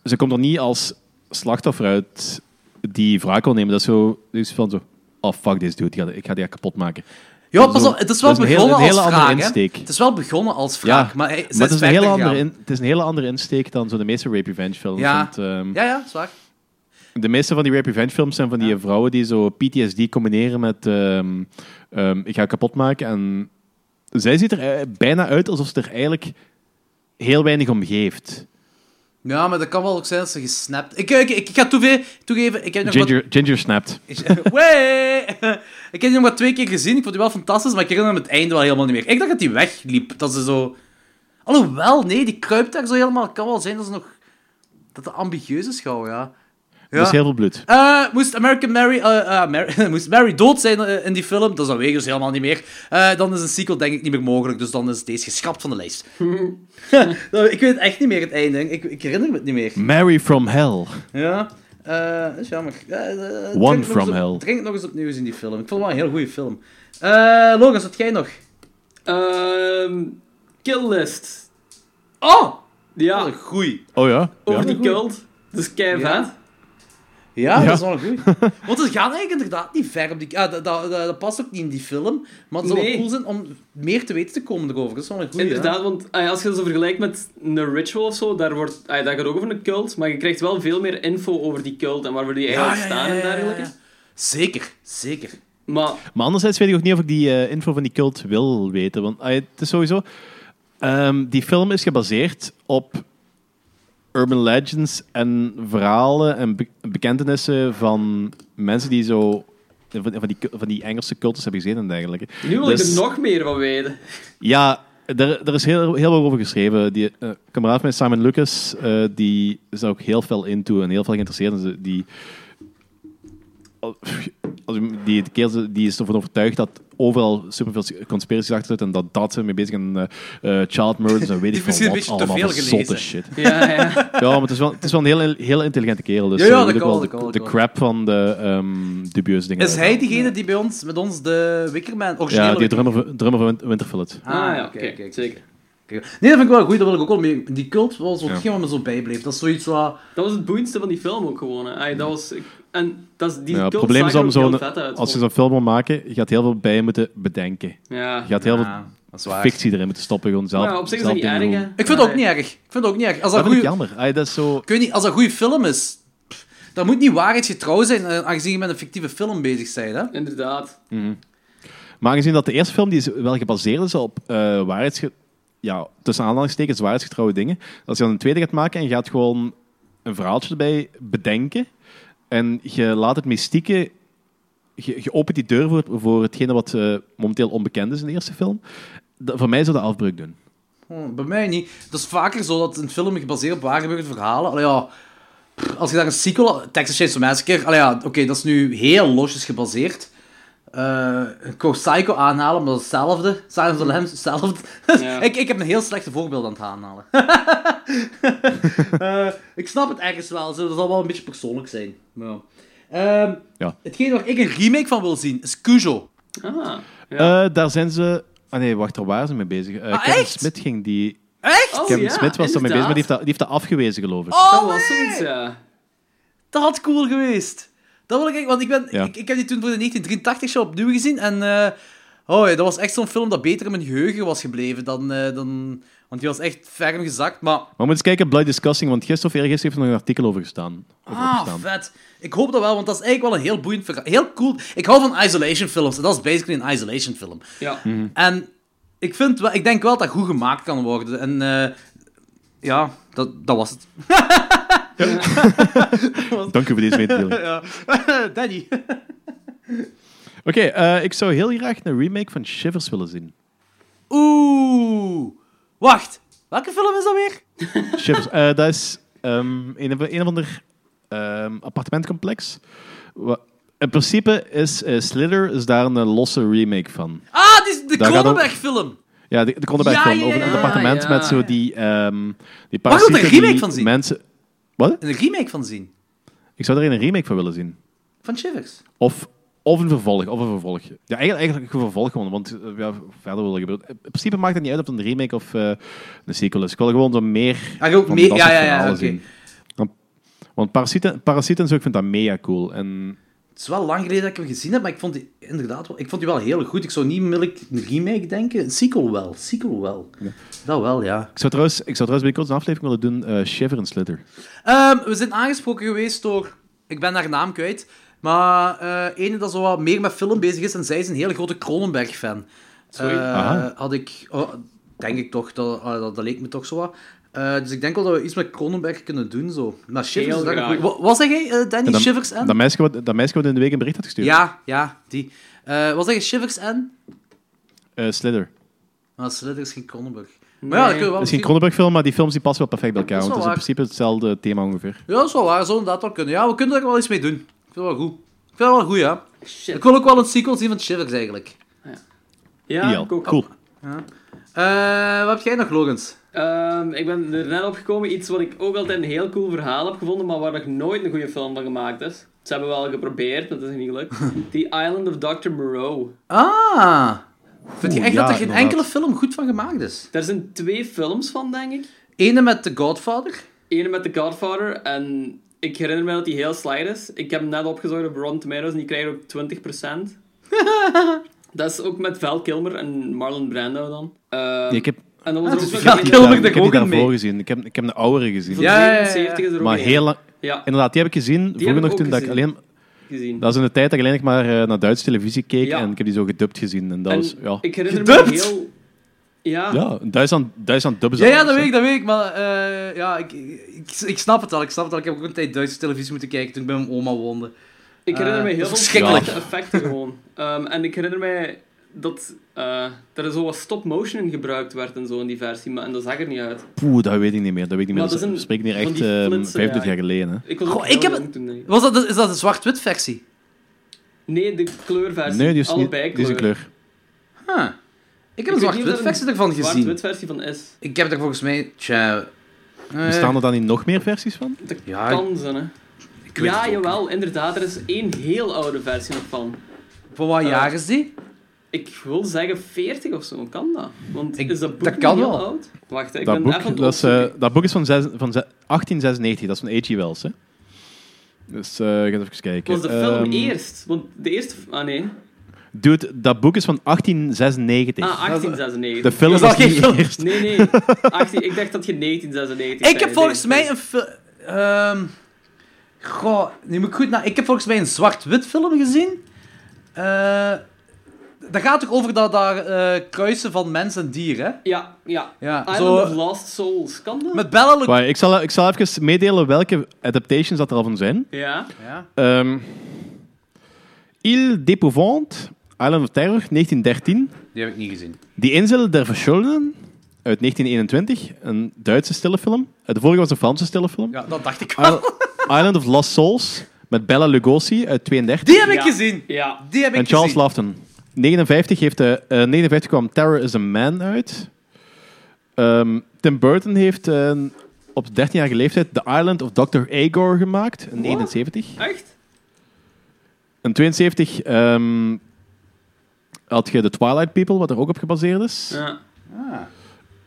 ze komt er niet als slachtoffer uit die wraak wil nemen. Dat is zo, dus van zo, oh fuck this dude, ik ga, ik ga die echt kapot maken. Ja, pas op, het is wel Dat is een heel- begonnen een hele als andere vraag, hè. insteek. Het is wel begonnen als vraag, maar, hij, ze het, is een verder hele andere gegaan. in- het is een hele andere insteek dan zo de meeste rape revenge films. Ja. Want, ehm, Ja, ja, zwaar. De meeste van die rape revenge films zijn van die vrouwen die zo PTSD combineren met ehm, ehm, ik ga kapot maken. En zij ziet er eh, bijna uit alsof ze er eigenlijk heel weinig om geeft. Ja, maar dat kan wel ook zijn dat ze gesnapt... Ik, ik, ik, ik ga toeve- toegeven, ik heb nog wat- Ginger, Ginger snapt. (laughs) Wee! Ik heb die nog maar twee keer gezien. Ik vond die wel fantastisch, maar ik herinner me het einde wel helemaal niet meer. Ik dacht dat die wegliep. Dat ze zo... Alhoewel, nee, die kruipt daar zo helemaal. Het kan wel zijn dat ze nog... Dat de ambigueuze schouw, ja. ja. Dus heel veel bloed. Eh, moest American Mary... eh, eh, Mary- (laughs) moest Mary dood zijn eh, in die film, dat is dan dus helemaal niet meer. Eh, dan is een sequel denk ik niet meer mogelijk, dus dan is deze geschrapt van de lijst. (laughs) Nou, ik weet echt niet meer het einde. Ik, ik herinner me het niet meer. Mary from Hell. Ja, eh, dat is jammer. Eh, eh, drink One nog from eens op- hell. Drink nog eens opnieuw eens in die film. Ik vond het wel een heel goede film. Eh Logans, wat jij nog? Ehm kill List. Oh! Ja, Wat een goeie. Oh ja? ja. over die cult. Dat is keihard. Ja. Ja, Ja. dat is wel een goeie. Want het gaat eigenlijk inderdaad niet ver op die... Ah, dat, dat, dat, dat past ook niet in die film. Maar het zou wel Nee. cool zijn om meer te weten te komen erover. Dat is wel een goeie. Inderdaad, want ah ja, als je dat zo vergelijkt met een ritual of zo, daar wordt, ah ja, dat gaat ook over een cult, maar je krijgt wel veel meer info over die cult en waar we die hè? Ja, eigenlijk ja, ja, staan ja, en ja, ja. dergelijke. Zeker, zeker. Maar Maar anderzijds weet ik ook niet of ik die eh, info van die cult wil weten. Want ah, het is sowieso... ehm, die film is gebaseerd op urban legends en verhalen en be- bekentenissen van mensen die zo... Van, van, die, van die Engelse cultus hebben gezien en dergelijke. nu wil ik Dus- er nog meer van (laughs) weten. ja, er, er is heel, heel veel over geschreven. Die eh, kameraad van mij, Simon Lucas, eh, die is daar ook heel veel into en heel veel geïnteresseerd. in. Ze- Die, al- pff, als u- die, die kerel die is ervan overtuigd dat overal superveel conspiraties achter zitten en dat dat ze mee bezig zijn. eh, eh, child murders en (laughs) weet Die ik misschien veel een wat beetje te allemaal. veel voor Zotte gelezen. shit. Ja, ja. Ja, maar het is wel, het is wel een heel, heel intelligente kerel. Dus Ja, ja, eh, dat weet ook kan, wel dat de, kan, dat de kan. crap van de ehm, dubieuze dingen. Is hij diegene die bij ons, met ons de Wickerman originele... Ja, die drummer, van- drummer van Win- Winterfillet. Ah, ja, oké, zeker. Oké. Nee, dat vind ik wel goed, dat wil ik ook wel mee. Die cult was ook geen wat me zo bijbleef. Dat is zoiets wat... Dat was het boeiendste van die film ook gewoon. hè. Ai, dat was... En dat is, die Ja, ja, het probleem is om zo'n, zo vet uit. als je zo'n film wil maken, je gaat heel veel bij moeten bedenken. Ja. Je gaat heel Ja, dat is veel waar. fictie erin moeten stoppen. Gewoon zelf, Maar Ah, ja, op zich is zelf dat niet dingen erg, doen. hè. Ik vind het ook niet erg. Ik vind het ook niet erg. Als dat, Dat vind ik goeie- jammer. Ai, dat is zo... Ik weet niet, als dat een goede film is... pff, Dan moet niet waarheidsgetrouw zijn, eh, aangezien je met een fictieve film bezig bent. Hè? Inderdaad. Maar aangezien dat de eerste film die is wel gebaseerd is op eh waarheidsge... ja, tussen aanhalingstekens waarheidsgetrouwe dingen, als je dan een tweede gaat maken en je gaat gewoon een verhaaltje erbij bedenken en je laat het mystieke... Je, je opent die deur voor, voor hetgene wat eh, momenteel onbekend is in de eerste film. Dat, voor mij zou dat afbreuk doen. Hm, bij mij niet. Dat is vaker zo dat een film gebaseerd op waar gebeurde verhalen... Allee, ja, pff, als je daar een sequel... Texas Chainsaw Massacre... Allee, ja, Oké, dat is nu heel losjes gebaseerd. Eh, ik wou Psycho aanhalen, maar dat is hetzelfde. Silence of the Lambs, hetzelfde. Ja. (laughs) ik, ik heb een heel slechte voorbeeld aan het aanhalen. (laughs) Eh, ik snap het ergens wel. zo, Dat zal wel een beetje persoonlijk zijn. Maar, ja. Ehm, Ja. Hetgeen waar ik een remake van wil zien, is Cujo. Ah. Eh, daar zijn ze... Ah nee, wacht, daar waren ze mee bezig. Eh, Ah, Kevin echt? Smith ging die... Echt? Oh, Kevin ja, Smith was daarmee bezig, maar die heeft inderdaad. dat, die heeft dat afgewezen, geloof ik. Oh, Dat was nee! zoiets, ja. Dat had cool geweest. Dat wil ik echt, want ik, ben, Ja. ik, ik heb die toen voor de 1983-show opnieuw gezien. En eh, oh, ja, dat was echt zo'n film dat beter in mijn geheugen was gebleven dan... eh, dan want die was echt ferm gezakt, maar... Maar we moeten eens kijken, Blood Discussing, want gisteren of eergisteren heeft er nog een artikel over gestaan. Over Ah, opgestaan. vet. Ik hoop dat wel, want dat is eigenlijk wel een heel boeiend verhaal. Heel cool. Ik hou van isolation films. En dat is basically een isolation film. Ja. Mhm. En ik, vind wel, ik denk wel dat dat goed gemaakt kan worden. En eh, ja, dat, dat was het. Dank u voor (laughs) deze mededeling. Oké, Ja. Daddy. eh, ik zou heel graag een remake van Shivers willen zien. Oeh. Wacht. Welke film is dat weer? Shivers, eh, dat is ehm, een, of- een of ander ehm, appartementcomplex. Wa- in principe is eh, Slither is daar een losse remake van. Ah, die is Daar de gaat ook- Cronenberg-film. Ja, de, de Kronenberg Ja, film, ja, over ja, een appartement ja. met zo die... ehm die Mag ik er een parasieten remake die van zien? Mensen... Wat? Een remake van zien. Ik zou er een remake van willen zien. Van Shivers. Of, of een vervolg, of een vervolg. Ja, eigenlijk, eigenlijk een vervolg gewoon, want eh, ja, verder wil er gebeuren. In principe maakt het niet uit of het een remake of eh, een sequel is. Ik wil gewoon zo meer Ja, ook van Ah, meer. dat Ja, soort ja, ja. verhalen Oké. zien. Want- Want Parasieten, Parasieten en zo, ik vind dat mega cool. En Het is wel lang geleden dat ik hem gezien heb, maar ik vond die inderdaad wel, ik vond die wel heel goed. Ik zou niet onmiddellijk een remake denken. Een sequel wel. Sequel wel. Dat wel, ja. ik zou trouwens, ik zou trouwens binnenkort een aflevering willen doen, eh Shiver en Slither. Ehm, we zijn aangesproken geweest door... Ik ben haar naam kwijt. Maar eh ene dat zo wat meer met film bezig is. En zij is een hele grote Cronenberg-fan. Sorry. Eh, Aha. had ik... oh, denk ik toch. Dat, ah, dat, dat leek me toch zo wat. Eh, dus ik denk wel dat we iets met Cronenberg kunnen doen, zo. Maar Shivers Heel is daar een graag. goeie- Wa- Wat zeg jij, eh, Danny? En dat- Shivers en? Dat meisje, wat, dat meisje wat in de week een bericht had gestuurd. Ja, ja, die. Eh, wat zeg je, Shivers en? Eh, Slither. Maar Slither is geen Cronenberg. Maar ja, dat Nee. Dat kunnen we wel is geen Oh, misschien- Cronenberg film, maar die films die passen wel perfect bij elkaar. Dat Want is het is wel in principe hetzelfde thema ongeveer. Ja, dat is wel waar. Zo inderdaad wel kunnen. Ja, we kunnen er wel iets mee doen. Ik vind het wel goed. Ik vind het wel goed, ja. Shit. Ik wil ook wel een sequel zien van Shivers, eigenlijk. Ja, Ideaal. ik ook. Cool. Eh, wat heb jij nog, Logans? Ehm, ik ben er net op gekomen, iets wat ik ook altijd een heel cool verhaal heb gevonden, maar waar nog nooit een goede film van gemaakt is. Ze hebben wel geprobeerd, maar dat is niet (laughs) gelukt. The Island of Dr. Moreau. Ah. Vind je Oeh, echt ja, dat er geen inderdaad. enkele film goed van gemaakt is? Daar zijn twee films van, denk ik. Ene met The Godfather. Eén met The Godfather en ik herinner me dat die heel slecht is. Ik heb hem net opgezocht op Rotten Tomatoes en die krijgen ook 20%. dat is ook met Val Kilmer en Marlon Brando dan. Ehm, ik heb, en dan was er dus ook nog Val een- Kilmer ik daar heb die ook in daarvoor mee. gezien. Ik heb, ik heb een oudere gezien. van Ja, ja, ja, ja. 77 is er ook maar een. heel lang... Ja, Inderdaad, die heb ik gezien. Vroeger heb ik nog ook toen dat ik gezien. alleen... gezien. Dat is in de tijd dat ik alleen nog maar eh, naar Duitse televisie keek Ja. en ik heb die zo gedubt gezien. En dat En was, ja. Ik ah. herinner me Gedubt? heel... Ja, Ja, in Duitsland, Duitsland dubben ze Ja, ja, alles, dat hè. weet ik, dat weet ik. Maar eh, ja, ik, ik, ik snap het al. Ik snap het al. Ik heb ook een tijd Duitse televisie moeten kijken toen ik bij mijn oma woonde. ik herinner me Eh, dat heel veel is slechte verschrikkelijk. effecten gewoon. Ehm, en ik herinner mij dat eh, dat er zo wat stop-motion in gebruikt werd en zo in die versie, maar, en dat zag er niet uit. Poeh, dat weet ik niet meer. Dat weet ik niet meer. Maar Dat dat is een- we spreken hier van echt die ehm flitsen, 25 ja. jaar geleden. Hè. Ik was Goh, ook ik heel heb jong toen, denk ik. Was dat, de- is dat een zwart-wit versie? Nee, de kleurversie. Nee, die is, niet, Allebei die is kleuren. een kleur. Huh. Ik heb een weet niet of zwart-wit dat versie ervan gezien. zwart-wit versie van S. Ik heb er volgens mij... Tja... eh, Bestaan er dan niet nog meer versies van? Dat Ja, kan zijn, hè. Ah, ik weet Ja, het ook jawel, inderdaad. Er is één heel oude versie nog van. niet. Van wat Eh, jaar is die? Ik wil zeggen 40 of zo, kan dat? Want Ik- is dat boek dat kan niet heel wel. oud? Wacht, Dat ik ben even aan boek, het dat, is, opzoeken. eh, dat boek is van, zes- van ze- 1896, dat is van A.G. Wells. Hè? Dus eh, ik ga even kijken. Was de film Ehm, eerst? Want de eerste... Ah, nee. Dude, dat boek is van 1896. Ah, 1896. de film Dat is is al geen niet film. eerst. Nee, (laughs) nee. 18, ik dacht dat je 1996 Ik heb volgens mij een film... ehm, goh, nu moet ik goed na... Ik heb volgens mij een zwart-wit film gezien. Eh, dat gaat toch over dat daar eh, kruisen van mens en dier, hè? Ja, ja. Ja, Island of zo... Lost Souls, kan dat? Met Bella Luc- Maar ik, zal, ik zal even meedelen welke adaptations dat er al van zijn. Ja. Ja. Ehm Ile d'Épouvante, Island of Terror, 1913. Die heb ik niet gezien. Die Insel der Verschuldenen, uit 1921. Een Duitse stille film. Eh, De vorige was een Franse stille film. Ja, dat dacht ik wel. Isle- Island of Lost Souls, met Bella Lugosi, uit 32. Die heb ik Ja. gezien! Ja. Die heb ik en Charles gezien. Laughton. 59, heeft, eh, eh, 59 kwam Terror is a Man uit. Ehm, Tim Burton heeft eh, op 13-jarige leeftijd The Island of Dr. Agor gemaakt, in What? 71. Echt? In 72 ehm, had je The Twilight People, wat er ook op gebaseerd is. Ja.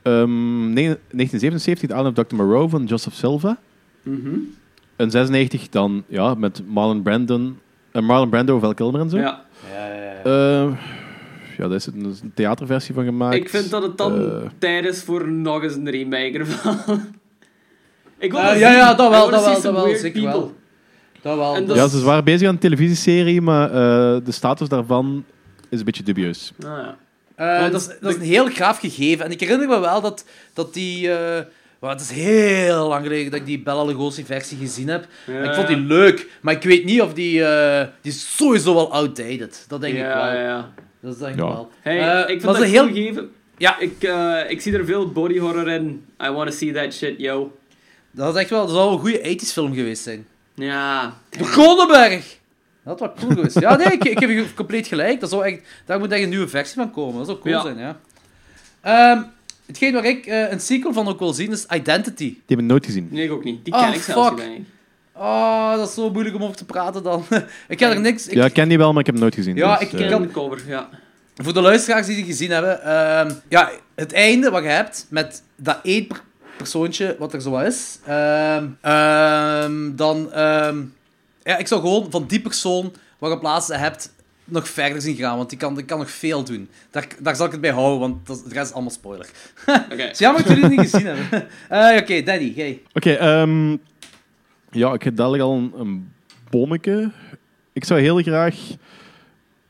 Ehm, negen- 1977 The Island of Dr. Moreau van Joseph Silva. Mhm. In 96 dan ja, met Marlon Brandon, eh, Marlon Brando, Val Kilmer en zo. ja. Eh, ja, daar is een, is een theaterversie van gemaakt. Ik vind dat het dan Eh, tijd is voor nog eens een remake ervan. (laughs) ik wil Eh, dat ja, zien. ja, dat I wel, wanna dat see wel, dat some wel, weird zeker people. wel. Dat wel. En dat- ja, ze waren bezig aan een televisieserie, maar eh, de status daarvan is een beetje dubieus. Ah, ja. Eh, Want dat, is, de- dat is een heel graaf gegeven. En ik herinner me wel dat, dat die... eh wel, het is heel lang geleden dat ik die Bella Lugosi-versie gezien heb. Ja. Ik vond die leuk, maar ik weet niet of die... eh, die is sowieso wel outdated. Dat denk ik Ja, wel. ja. Dat denk ik Ja. wel. Hey, Eh, ik vind was dat een heel... heel gegeven. Ja. Ik, eh, ik zie er veel body horror in. I wanna see that shit, yo. Dat is echt wel... Dat zou wel een goede 80s film geweest zijn. Ja. De Kronenberg! Dat was cool geweest. Ja, nee, ik, ik heb je compleet gelijk. Dat zou echt, daar moet echt een nieuwe versie van komen. Dat zou cool Ja. zijn, ja. Ehm, hetgeen waar ik eh, een sequel van ook wil zien, is Identity. Die hebben we nooit gezien. Nee, ik ook niet. Die Ah, ken ik zelfs niet, fuck. denk ik. Oh, dat is zo moeilijk om over te praten dan. (laughs) ik heb er niks... Ik, Ja, ik ken die wel, maar ik heb hem nooit gezien. Ja, dus, ik eh, Ik ken- ken de cover, ja. Voor de luisteraars die die gezien hebben... ehm, ja, het einde wat je hebt met dat één per- persoontje wat er zo wat is... ehm, ehm, dan... ehm, ja, ik zou gewoon van die persoon wat je plaatsen hebt nog verder zien gaan, want die kan, die kan nog veel doen. Daar, daar zal ik het bij houden, want dat, de rest is allemaal spoiler. Oké. Het is jammer dat jullie het niet gezien hebben. (laughs) Eh, Oké, Danny, jij. Oké, ehm, ja, ik heb dadelijk al een, een bommetje. Ik zou heel graag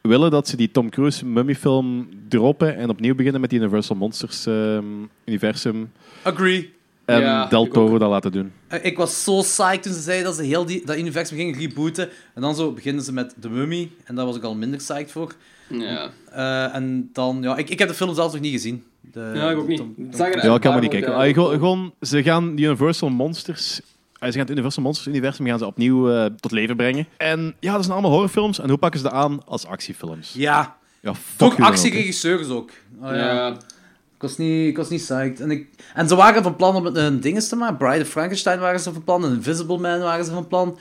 willen dat ze die Tom Cruise mummiefilm droppen en opnieuw beginnen met die Universal Monsters ehm, universum Agree. en Ja, Del ik Toro dat laten doen. Eh, Ik was zo psyched toen ze zeiden dat ze heel die, dat universum gingen rebooten. En dan zo beginnen ze met The Mummy. En daar was ik al minder psyched voor. Ja. Eh, en dan, ja, ik, ik heb de film zelfs nog niet gezien. De, Ja, ik ook niet. Tom- Tom- Zag er Ja, ik kan maar erg niet uit, kijken. ja. Ah, gewoon, gewoon, ze gaan die Universal Monsters... ah, Ze gaan het Universal Monsters universum gaan ze opnieuw eh, tot leven brengen. En ja, dat zijn allemaal horrorfilms. En hoe pakken ze dat aan? Als actiefilms. Ja, Ja, fuck toch u dan ook, hè. actieregisseurs ook. Oh, ja. Ja. Ik, was niet, ik was niet psyched. En, ik, en ze waren van plan om het een ding eens te maken. Bride of Frankenstein waren ze van plan. en Invisible Man waren ze van plan.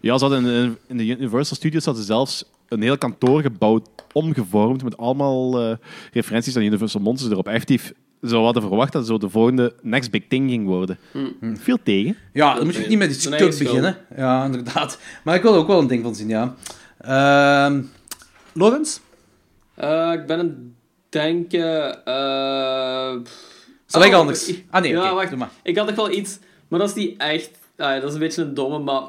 Ja, ze hadden in, in de Universal Studios hadden ze zelfs een heel kantoor gebouwd, omgevormd, met allemaal eh, referenties aan Universal Monsters erop. Effectief, ze hadden verwacht dat zo de volgende next big thing ging worden. Hmm. Hm. Veel tegen. Ja, dan moet je niet met iets Zijn kut eigen beginnen. Ja, inderdaad. Maar ik wil er ook wel een ding van zien, ja. Ehm Lorenz? Eh, ik ben aan het denken... eh, pff. Zal ik Oh, anders? i- Ah nee, ja, oké, wacht. doe maar. Ik had nog wel iets, maar dat is niet echt... ah, dat is een beetje een domme, maar...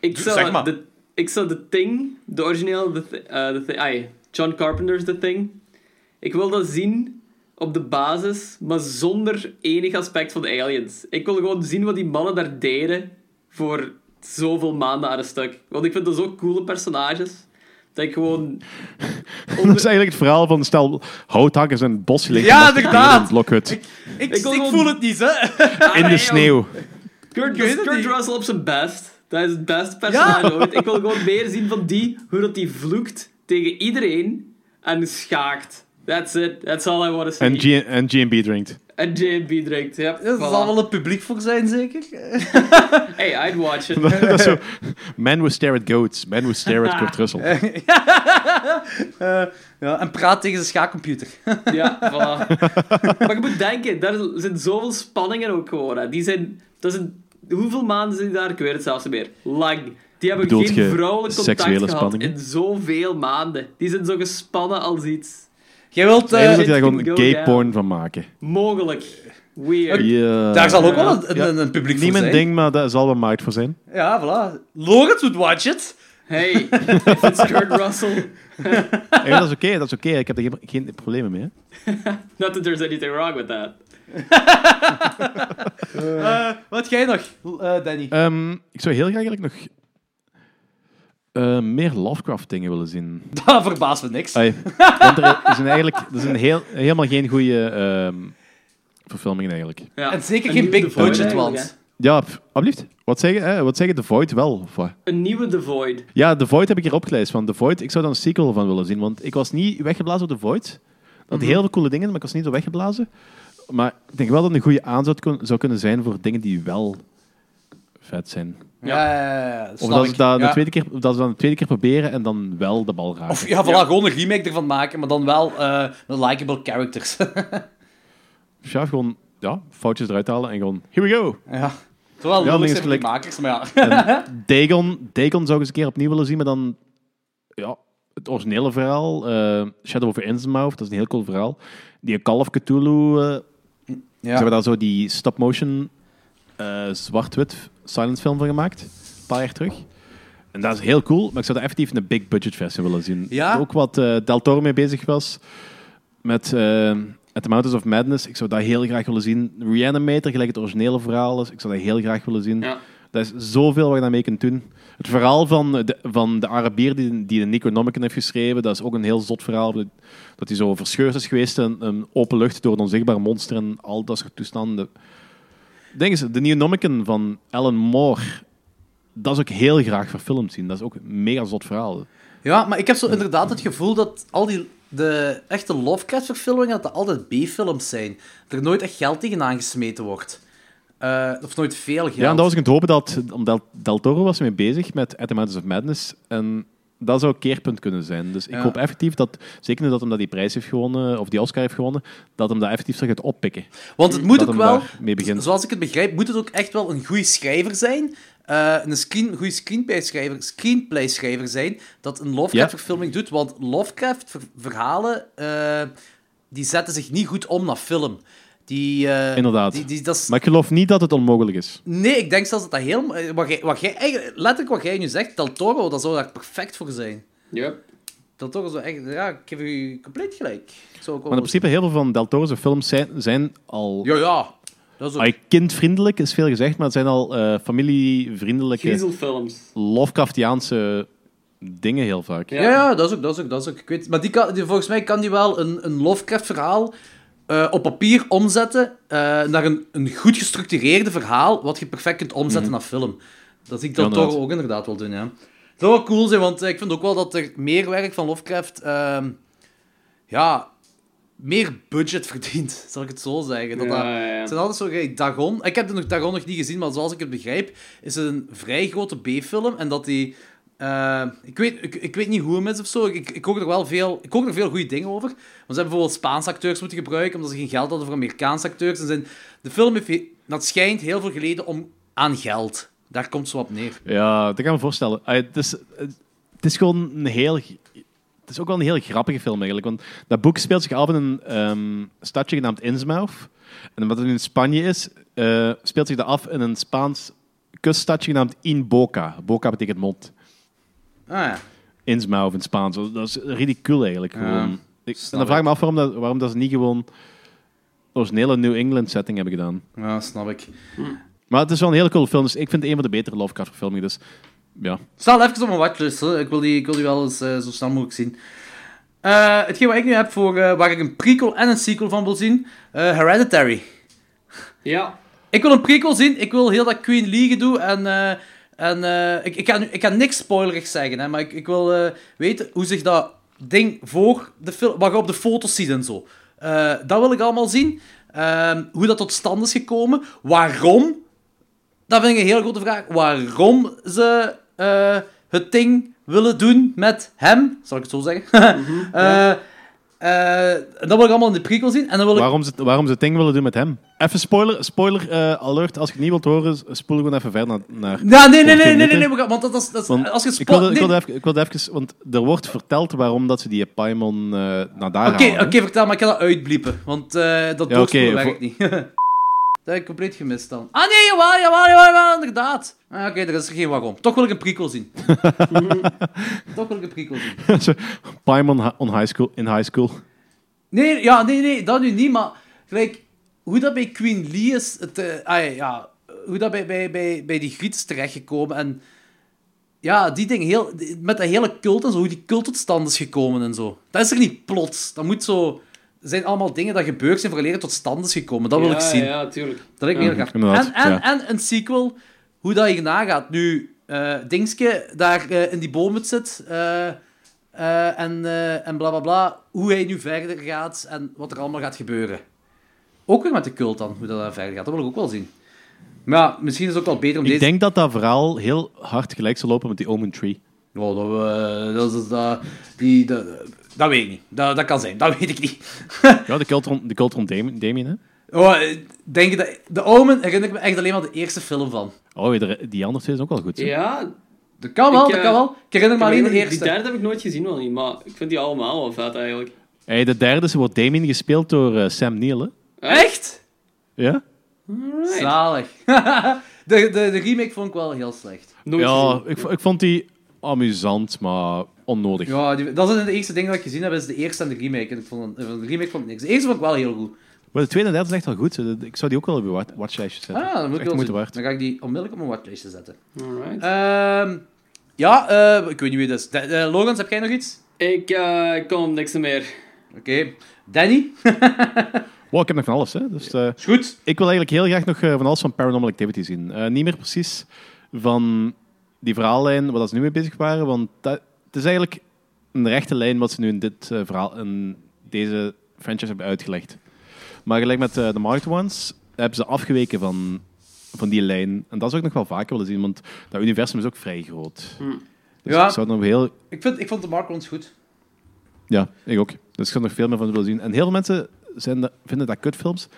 Ik zou Zeg maar. De, ik zou The Thing, de origineel The, Thi- eh, The Thing... ai, John Carpenter's The Thing. Ik wil dat zien op de basis, maar zonder enig aspect van de aliens. Ik wil gewoon zien wat die mannen daar deden voor zoveel maanden aan een stuk. Want ik vind dat zo coole personages. Dat ik gewoon... (laughs) Dat is eigenlijk het verhaal van, stel, houthakkers in het bos liggen. Ja, masturberen inderdaad. in een blokhut. Ik, wil gewoon- niet, hè. in de joh. sneeuw. Kurt, weet het Kurt niet. Russell op zijn best. Dat is het beste personage ooit. Ik wil gewoon meer zien van die, hoe dat die vloekt tegen iedereen en schaakt. That's it. That's all I want to see. En G- En GMB (laughs) drinkt. en JB drinkt. Yep, (laughs) Er voilà. zal wel een publiek voor zijn, zeker? Hey, I'd watch it. (laughs) dat is zo. Men who stare at goats. Men who stare at Kurt (laughs) Russell. Eh, ja, en praat tegen zijn schaakcomputer. Ja, voilà. maar je moet denken, daar zitten zoveel spanningen ook gewoon. Hè. Die zijn, dat is een- hoeveel maanden zijn die daar? Ik weet het zelfs niet meer. Lang. Die hebben Bedoelt geen je vrouwelijk contact seksuele gehad spanningen? in zoveel maanden. Die zijn zo gespannen als iets. Jij wilt... eh, Ik denk dat hij daar it gewoon can go gay down. porn van maken. Mogelijk. Weird. Ja. daar zal ook ja. wel een, een, een publiek Niet voor mijn zijn. ding, maar daar zal wel markt voor (laughs) zijn. Ja, voilà. Lorenz would watch it. Hey, if it's Kurt Russell. Hey, maar dat is oké, dat is oké. Ik heb er geen, geen problemen mee. hè. Not that there's anything wrong with that. Eh, wat jij nog, eh, Danny? (laughs) Ehm, ik zou heel graag eigenlijk nog eh, meer Lovecraft dingen willen zien. Dat verbaast me niks. Ai, want er zijn eigenlijk er zijn heel, helemaal geen goede ehm verfilmingen eigenlijk. Ja. En zeker Een geen nieuwe big The Void budget eigenlijk, ones. Ja, pff, alblieft. Wat zeggen, eh, wat zeggen The Void wel? of wat? hè. Een nieuwe The Void. Ja, The Void heb ik hier opgeleid. Van The Void, ik zou daar een sequel van willen zien. Want ik was niet weggeblazen door The Void. Dat had heel veel coole dingen, maar ik was niet zo weggeblazen. Maar ik denk wel dat het een goede aanzet kon- zou kunnen zijn voor dingen die wel vet zijn. Ja, ja, ja, ja, Of snap dat ze, ik. dat, de Ja. tweede keer, dat ze dat de tweede keer proberen en dan wel de bal raken. Of ja, voilà, gewoon een remake ervan maken, maar dan wel eh, met likable characters. (laughs) Ja, gewoon ja, foutjes eruit halen en gewoon, here we go. ja. Terwijl Ja, lullig links zijn voor die klik. makers, maar ja. (laughs) Dagon, Dagon zou ik eens een keer opnieuw willen zien, maar dan ja, het originele verhaal. eh, Shadow over Innsmouth, dat is een heel cool verhaal. Die Call of Cthulhu, eh ze hebben daar zo die stop-motion eh, zwart-wit silent film van gemaakt, een paar jaar terug. En dat is heel cool, maar ik zou daar effectief een big budget versie willen zien. Ja? Ook wat eh, Del Toro mee bezig was met eh, At the Mountains of Madness. Ik zou dat heel graag willen zien. Reanimator, gelijk het originele verhaal is. Ik zou dat heel graag willen zien. Ja. Dat is zoveel wat je daarmee kunt doen. Het verhaal van de, van de Arabier die, die de Necronomicon heeft geschreven, dat is ook een heel zot verhaal. Dat hij zo verscheurd is geweest in, in open lucht door een onzichtbaar monster en al dat soort toestanden. Denk eens, de Necronomicon van Alan Moore, dat is ook heel graag verfilmd zien. Dat is ook een mega zot verhaal. Ja, maar ik heb zo inderdaad het gevoel dat al die de echte Lovecraft-verfilmingen, dat dat altijd B-films zijn. Dat er nooit echt geld tegen aangesmeten wordt. Eh, of nooit veel geld. Ja, en dat was ik aan het hopen dat, omdat Del Toro was mee bezig met At the Mountains of Madness. En dat zou een keerpunt kunnen zijn. Dus ik Ja. hoop effectief dat, zeker nu dat hem dat die prijs heeft gewonnen, of die Oscar heeft gewonnen, dat hem dat effectief terug gaat oppikken. Want het moet dat ook hem wel, daarmee begint. zoals ik het begrijp, moet het ook echt wel een goede schrijver zijn. Eh, een screen, goede screenplay-schrijver screenplay -schrijver zijn dat een Lovecraft-verfilming doet. Want Lovecraft-verhalen eh, die zetten zich niet goed om naar film. Die, eh, Inderdaad. Die, Oh, die, dat is- Maar ik geloof niet dat het onmogelijk is. Nee, ik denk zelfs dat dat heel... eh, Wat jij, wat jij, eigenlijk- letterlijk wat jij nu zegt, Del Toro, dat zou daar perfect voor zijn. Yep. Del Toro zou echt... Ja, ik geef u compleet gelijk. Zou ik wel Maar in principe, heel veel van Del Toro's films zijn, zijn al... Ja, ja. Dat is ook... Ai, kindvriendelijk is veel gezegd, maar het zijn al eh, familievriendelijke, Griezelfilms. Lovecraftiaanse dingen heel vaak. Ja, ja, dat is ook, dat is ook, dat is ook. Ik weet, maar die kan, die, volgens mij kan die wel een, een Lovecraft-verhaal eh, op papier omzetten eh, naar een, een goed gestructureerde verhaal, wat je perfect kunt omzetten naar film. Dat zie ik Ja, dat toch inderdaad. ook inderdaad wel doen, ja. Het zou wel cool zijn, want eh, ik vind ook wel dat er meer werk van Lovecraft, ehm, ja, meer budget verdient, (laughs) zal ik het zo zeggen. Dat Ja, dat- ja, ja. Het zijn altijd zo, gelijk Dagon, ik heb het nog, Dagon nog niet gezien, maar zoals ik het begrijp, is het een vrij grote B-film en dat die... Eh, ik, weet, ik, ik weet niet hoe hem is of zo. Ik, ik hoor er wel veel, ik hoor er veel goede dingen over. Maar ze hebben bijvoorbeeld Spaanse acteurs moeten gebruiken omdat ze geen geld hadden voor Amerikaanse acteurs. En zijn, de film heeft, he- dat schijnt heel veel geleden om aan geld. Daar komt zo op neer. Ja, dat kan ik me voorstellen. Ah, het, is, het is gewoon een heel... Het is ook wel een heel grappige film eigenlijk. Want dat boek speelt zich af in een ehm, stadje genaamd Innsmouth. En omdat het nu in Spanje is, eh, speelt zich dat af in een Spaans kuststadje genaamd Inboca. Boca betekent mond. Ah ja. Innsmouth in het Spaans. Dat is ridicuul eigenlijk. Ja, Gewoon. Ik, en snap dan vraag ik ik. me af waarom dat, waarom dat ze niet gewoon de originele New England setting hebben gedaan. Ja, snap ik. Maar het is wel een hele cool film. Dus ik vind het een van de betere Lovecraft verfilmingen. Dus ja, Staat even op mijn watchlist. Hè. Ik, wil die, ik wil die wel eens eh, zo snel mogelijk zien. Eh, hetgeen wat ik nu heb voor eh, waar ik een prequel en een sequel van wil zien: eh, Hereditary. Ja. Ik wil een prequel zien. Ik wil heel dat Queen League doen en eh, En eh, ik, ik, ga nu, ik ga niks spoilerig zeggen, hè, maar ik, ik wil eh, weten hoe zich dat ding voor de film... Wat je op de foto's ziet en zo. Eh, dat wil ik allemaal zien. Ehm, hoe dat tot stand is gekomen. Waarom? Dat vind ik een heel grote vraag. Waarom ze eh, het ding willen doen met hem? Zal ik het zo zeggen? (laughs) Eh, eh, dat wil ik allemaal in de prequel zien. En dan wil ik... Waarom ze, waarom ze het ding willen doen met hem? Even spoiler, spoiler eh, alert. Als je het niet wilt horen, spoel gewoon even verder naar. naar- Ja, nee, Voor tien nee, nee, nee, nee, nee, minuten. we gaan- want dat, dat, dat, Want als je ik spo- wilde, ik, nee, wilde even, ik wilde even... Want er wordt verteld waarom dat ze die Paimon eh naar daar Oké, halen. oké, vertel, maar ik ga dat uitbliepen. Want eh, dat Ja, doorspoelen oké, werkt niet. (laughs) dat heb ik compleet gemist dan. Ah nee, jawel, jawel, jawel, jawel inderdaad. Ah, oké, er is geen waarom. Toch wil ik een prequel (laughs) zien. Mhm. Toch wil ik een prequel zien. Zo, (laughs) Paimon ha- on high school, in high school. Nee, ja, nee, nee, dat nu niet, maar gelijk, hoe dat bij Queen Lee is, het, eh, ah, ja, ja, hoe dat bij, bij, bij, bij die Griet is terechtgekomen en ja, die ding, heel, die- met dat hele cult en zo, hoe die cult tot stand is gekomen en zo. Dat is er niet plots. Dat moet zo, er zijn allemaal dingen dat gebeurd zijn vooraleer het tot stand is gekomen. Dat wil ja, ik zien. Ja, tuurlijk. Dat lijkt me Ja, heel gaaf. inderdaad, En, en, ja. en een sequel, hoe dat hierna gaat. Nu, eh Dingske daar eh, in die boom zit eh, eh, en, eh, en bla bla bla. Hoe hij nu verder gaat en wat er allemaal gaat gebeuren. Ook weer met de cult dan, hoe dat daar verder gaat. Dat wil ik ook wel zien. Maar ja, misschien is het ook wel beter om Ik deze... denk dat dat verhaal heel hard gelijk zal lopen met die Omen Tree. Oh, dat, eh, dat, is- dat- die, dat, dat weet ik niet. Dat, dat kan zijn. Dat (laughs) weet ik niet. Ja, de cult rond, de cult rond Damien, Damien, hè? oh, eh, denk je dat... De Omen herinner ik me echt alleen maar de eerste film van. Oh, die- die andere twee is ook wel goed. hè? Ja, Dat kan wel, Ik, dat eh, kan wel. Ik herinner me alleen de eerste. Die derde heb ik nooit gezien, wel niet, maar ik vind die allemaal wel vet eigenlijk. Hey, de derde ze wordt Damien gespeeld door eh, Sam Neill, hè? Echt? Ja? Alright. Zalig. (laughs) de, de, de remake vond ik wel heel slecht. Nooit ja, gezien. ik, vo- ik vond die amusant, maar onnodig. Ja, die- dat is de eerste ding dat ik gezien heb, is de eerste en de remake. En ik vond, eh, van de remake vond ik niks. De eerste vond ik wel heel goed. Maar de tweede en derde is echt wel goed. zo. Ik zou die ook wel op je wat- watchlijstje zetten. Ah, Dat dan is moet ik echt de wel moeite zien. waard. Dan ga ik die onmiddellijk op mijn watchlijstje zetten. Alright. Ehm, ja, eh, ik weet niet wie het is. Da- eh, Logans, heb jij nog iets? Ik eh, kom niks meer. Oké. Danny? Wow, ik heb nog van alles, hè? Dus, eh, Is goed. ik wil eigenlijk heel graag nog eh, van alles van Paranormal Activity zien. Eh, niet meer precies van die verhaallijn waar dat ze nu mee bezig waren, want dat, het is eigenlijk een rechte lijn wat ze nu in dit eh, verhaal, in deze franchise hebben uitgelegd. Maar gelijk met eh, de Marked Ones hebben ze afgeweken van, van die lijn. En dat zou ik nog wel vaker willen zien, want dat universum is ook vrij groot. Dus Hm. Ja. ik zou nog heel Ik, vind, ik vond de Mark Rons goed. ja, ik ook. Dus ik zou er nog veel meer van willen zien. En heel veel mensen zijn da- vinden dat kutfilms.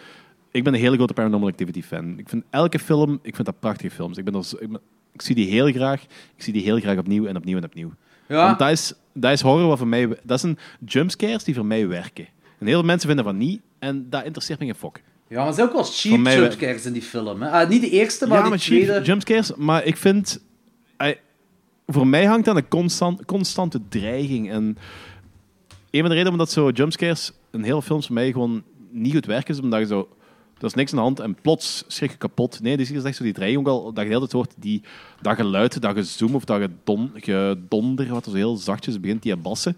Ik ben een hele grote Paranormal Activity fan. Ik vind elke film, ik vind dat prachtige films. Ik, ben er, zo- ik, ben- ik zie die heel graag. Ik zie die heel graag opnieuw en opnieuw en opnieuw. Want Ja. dat is, dat is horror wat voor mij... Dat zijn jumpscares die voor mij werken. En heel veel mensen vinden van niet. En dat interesseert me geen fok. ja, maar er zijn ook wel Van cheap mij- jumpscares in die film. Hè. Ah, niet de eerste, maar ja, die maar cheap tweede. jumpscares. Maar ik vind... I- voor mij hangt aan een constant, constante dreiging. En een van de redenen omdat zo jumpscares in heel films voor mij gewoon niet goed werken, is omdat je zo... Er is niks aan de hand en plots schrik je kapot. Nee, dus hier is echt zo die dreiging ook al, dat je de hele tijd hoort, die, dat geluid, dat gezoem of dat gedon, gedonder, wat zo heel zachtjes begint, die bassen.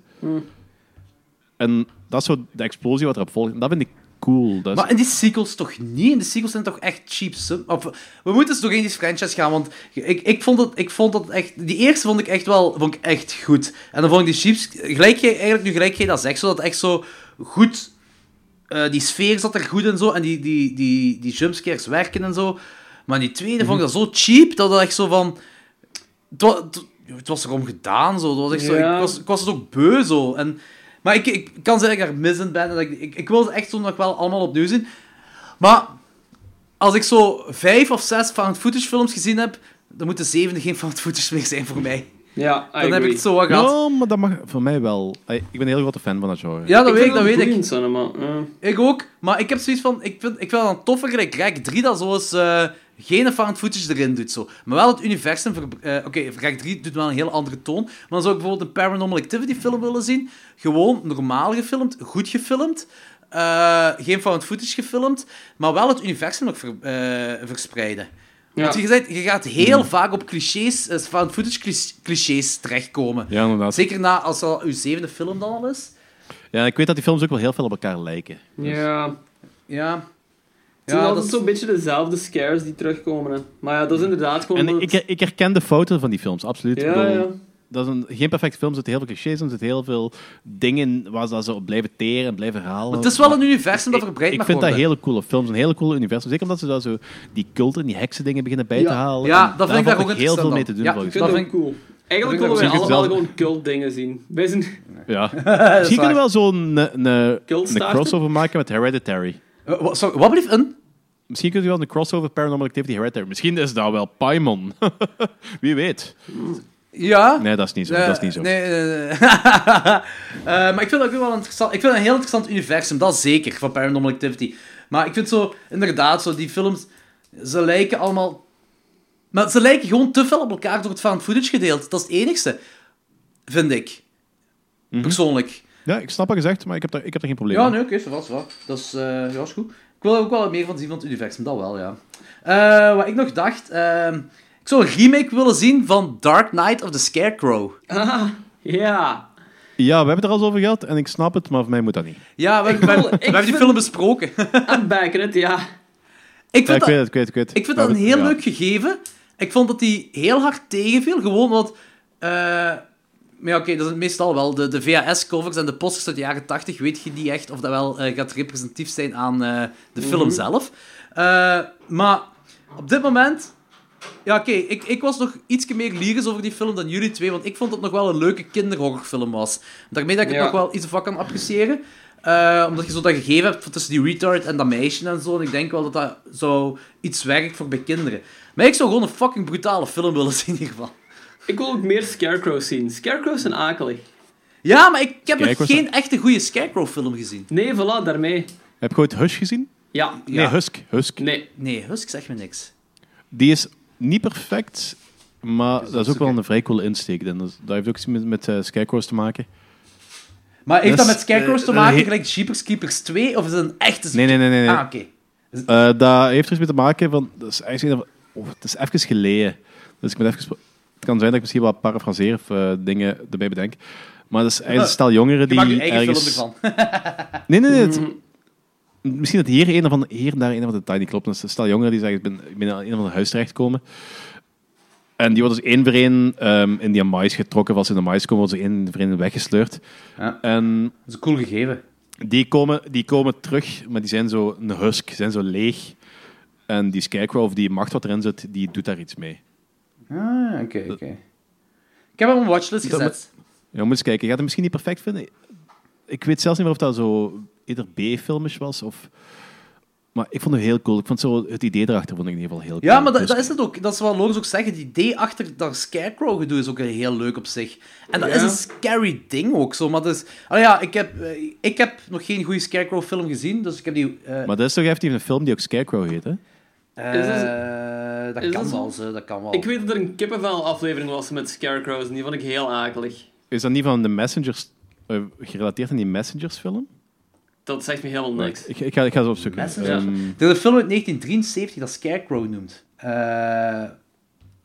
En dat is zo de explosie wat erop volgt. En dat vind ik cool. dus- Dat is- Maar in die sequels toch niet? In de sequels zijn toch echt cheap sum... Of, we moeten dus toch in die franchise gaan, want ik, ik, vond het, ik vond dat echt... Die eerste vond ik echt wel vond ik echt goed. En dan vond ik die cheaps... Gelijk jij, eigenlijk nu gelijk jij dat zegt, zodat echt zo goed... eh, die sfeer zat er goed en zo, en die, die, die, die jumpscares werken en zo. Maar die tweede vond ik dat zo cheap, dat dat echt zo van... Het was, het was erom gedaan, zo. Het was echt zo Ja. ik, was, ik was het ook beu, zo. En, maar ik, ik kan zeggen dat ik daar missend ben. En dat ik, ik, ik wil ze echt zo nog wel allemaal opnieuw zien. Maar als ik zo vijf of zes found footage films gezien heb, dan moet de zevende geen found footage meer zijn voor mij. Ja, I Dan heb ik het zo wat Ja, gehad. maar dat mag voor mij wel. Ey, Ik ben een heel grote fan van dat genre. Ja, dat weet ik, dat weet ik. Cinema. Ik ook. Maar ik heb zoiets van, ik vind, ik vind het dan toffer gelijk Rek 3 dat zo eens eh, geen found footage erin doet. Zo. Maar wel het universum... ver- eh, Oké, Rek 3 doet wel een heel andere toon. Maar dan zou ik bijvoorbeeld een Paranormal Activity film willen zien. Gewoon normaal gefilmd, goed gefilmd. eh, geen found footage gefilmd. Maar wel het universum nog ver- eh, verspreiden. Ja. Want je, zei, je gaat heel vaak op clichés, eh, found footage clis- clichés terechtkomen. Ja, inderdaad. Zeker na als al uw zevende film dan al is. Oh, Ja, ik weet dat die films ook wel heel veel op elkaar lijken. Ja. Ja. zijn altijd dat is- zo'n beetje dezelfde scares die terugkomen. Hè. Maar ja, dat is inderdaad gewoon... En dat- ik, ik herken de fouten van die films, absoluut. Ik ja, bedoel, ja. Dat is een, geen perfect film, er zitten heel veel clichés in, er zitten heel veel dingen waar ze- dat ze op blijven teren en blijven herhalen. Maar het is wel een universum dat Ik- verbreid Ik mag vind dat worden. hele coole films, een hele coole universum. Zeker omdat ze daar zo die cult en die heksen dingen beginnen bij te Ja. halen. Ja, En dat vind ik daar daar valt ook heel veel interessant mee aan. te doen. Ja, volgens Ik vind dat dat vind ik- cool. Eigenlijk dat willen wij vind ik allemaal zelf- gewoon cult dingen zien. Wij zijn mij. Ja. (laughs) Dat is Misschien kunnen we waar. wel zo'n een, een Cult starten? crossover maken met Hereditary. Eh, wa- sorry, wat blijft een? Misschien kunnen we wel een crossover Paranormal Activity Hereditary. Misschien is dat wel Paimon. (laughs) Wie weet. Ja. Nee, dat is niet zo. Eh, dat is niet zo. Nee, eh, (laughs) eh, maar ik vind dat ook wel interessant. Ik vind het een heel interessant universum, dat zeker, van Paranormal Activity. Maar ik vind zo, inderdaad, zo die films, ze lijken allemaal... Maar ze lijken gewoon te veel op elkaar door het found footage gedeeld. Dat is het enigste, vind ik. Mhm. Persoonlijk. Ja, ik snap wat gezegd, maar ik heb daar, ik heb daar geen probleem Ja, mee. nee, oké, zo was wat. Dat is, eh, ja, is goed. Ik wil er ook wel meer van zien van het universum, dat wel, ja. Eh, wat ik nog dacht, ehm, ik zou een remake willen zien van Dark Knight of the Scarecrow. Ah, ja. Ja, we hebben het er al eens over gehad en ik snap het, maar voor mij moet dat niet. Ja, we, we- we- we ik hebben die vind- film besproken. (laughs) I'm back in it, ja. Ja, Ik vind, Eh, ik dat, weet het, ik weet het, ik weet het. ik vind We dat hebben een heel het- ja. leuk gegeven. Ik vond dat die heel hard tegenviel. Gewoon wat. eh, maar ja, oké, dat is meestal wel. De, de VHS-covers en de posters uit de jaren 80 weet je niet echt of dat wel eh, gaat representatief zijn aan eh, de Mhm. film zelf. Eh, maar op dit moment. Ja, oké, ik, ik was nog iets meer lyrisch over die film dan jullie twee, want ik vond dat het nog wel een leuke kinderhorrorfilm was. Daarmee dat ik het Ja. nog wel iets van kan appreciëren. Eh, omdat je zo dat gegeven hebt van tussen die retard en dat meisje en zo. En ik denk wel dat dat zo iets werkt voor bij kinderen. Maar ik zou gewoon een fucking brutale film willen (laughs) zien in ieder geval. Ik wil ook meer scarecrows zien. Scarecrows zijn akelig. Ja, maar ik heb Kijk, nog was geen echte goede Scarecrow-film gezien. Nee, voilà, daarmee. Heb je ooit Hush gezien? Ja. Nee, Husk. Husk. Nee. Nee, Husk zegt me niks. Die is niet perfect, maar dat is ook wel een vrij coole insteek. En dat, dat heeft ook iets met, met eh, Scarecrows te maken. Maar heeft Dus, dat met Scarecrows eh, te eh, maken, he- gelijk Jeepers Keepers 2? Of is het een echte... Nee, nee, nee. nee, nee. Ah, oké. Eh, dat heeft er iets mee te maken van... Dat is eigenlijk, oh, het is even geleden. Dus ik moet even... Het kan zijn dat ik misschien wat parafraseer of eh, dingen erbij bedenk. Maar dat is eigenlijk een stel jongeren Je die maakt je eigen ergens... film ervan. Nee, nee, nee. het- misschien dat hier een of andere, hier en daar een of andere detail niet klopt. Dus stel jongeren die zeggen, ik ben, ik ben aan een of ander huis terechtkomen. En die worden dus één voor één ehm, in die mais getrokken. Of als ze in de mais komen, worden ze één voor één weggesleurd. Ja. En Dat is een cool gegeven. die komen, die komen terug, maar die zijn zo een husk, zijn zo leeg. En die Scarecrow, of die macht wat erin zit, die doet daar iets mee. Ah, oké, oké. Ik heb hem op een watchlist Dat gezet. Ja, moet eens kijken. Je gaat het misschien niet perfect vinden. Ik weet zelfs niet meer of dat zo eerder B-filmisch was. Of... Maar ik vond het heel cool. Ik vond zo het idee erachter vond ik in ieder geval heel cool. Ja, maar dat, Dus- dat is het ook. Dat is wat Loris ook zeggen. Die idee achter dat Scarecrow-gedoe is ook heel leuk op zich. En dat Ja. is een scary ding ook zo. Maar dus, ah ja, ik heb, eh, ik heb nog geen goede Scarecrow-film gezien, dus ik heb die... eh, Maar dat is toch even een film die ook Scarecrow heet, hè? eh, Is dat oh. dat, is kan dat zo? wel, ze, dat kan wel. Ik weet dat er een kippenvel-aflevering was met scarecrows en die vond ik heel akelig. Is dat niet van de Messengers, eh, gerelateerd aan die Messengers-film? Dat zegt me helemaal niks. Ik, ik, ga, ik ga ze opzoeken. Messengers? Ehm, Er is een film uit 1973 dat Scarecrow noemt. Eh, maar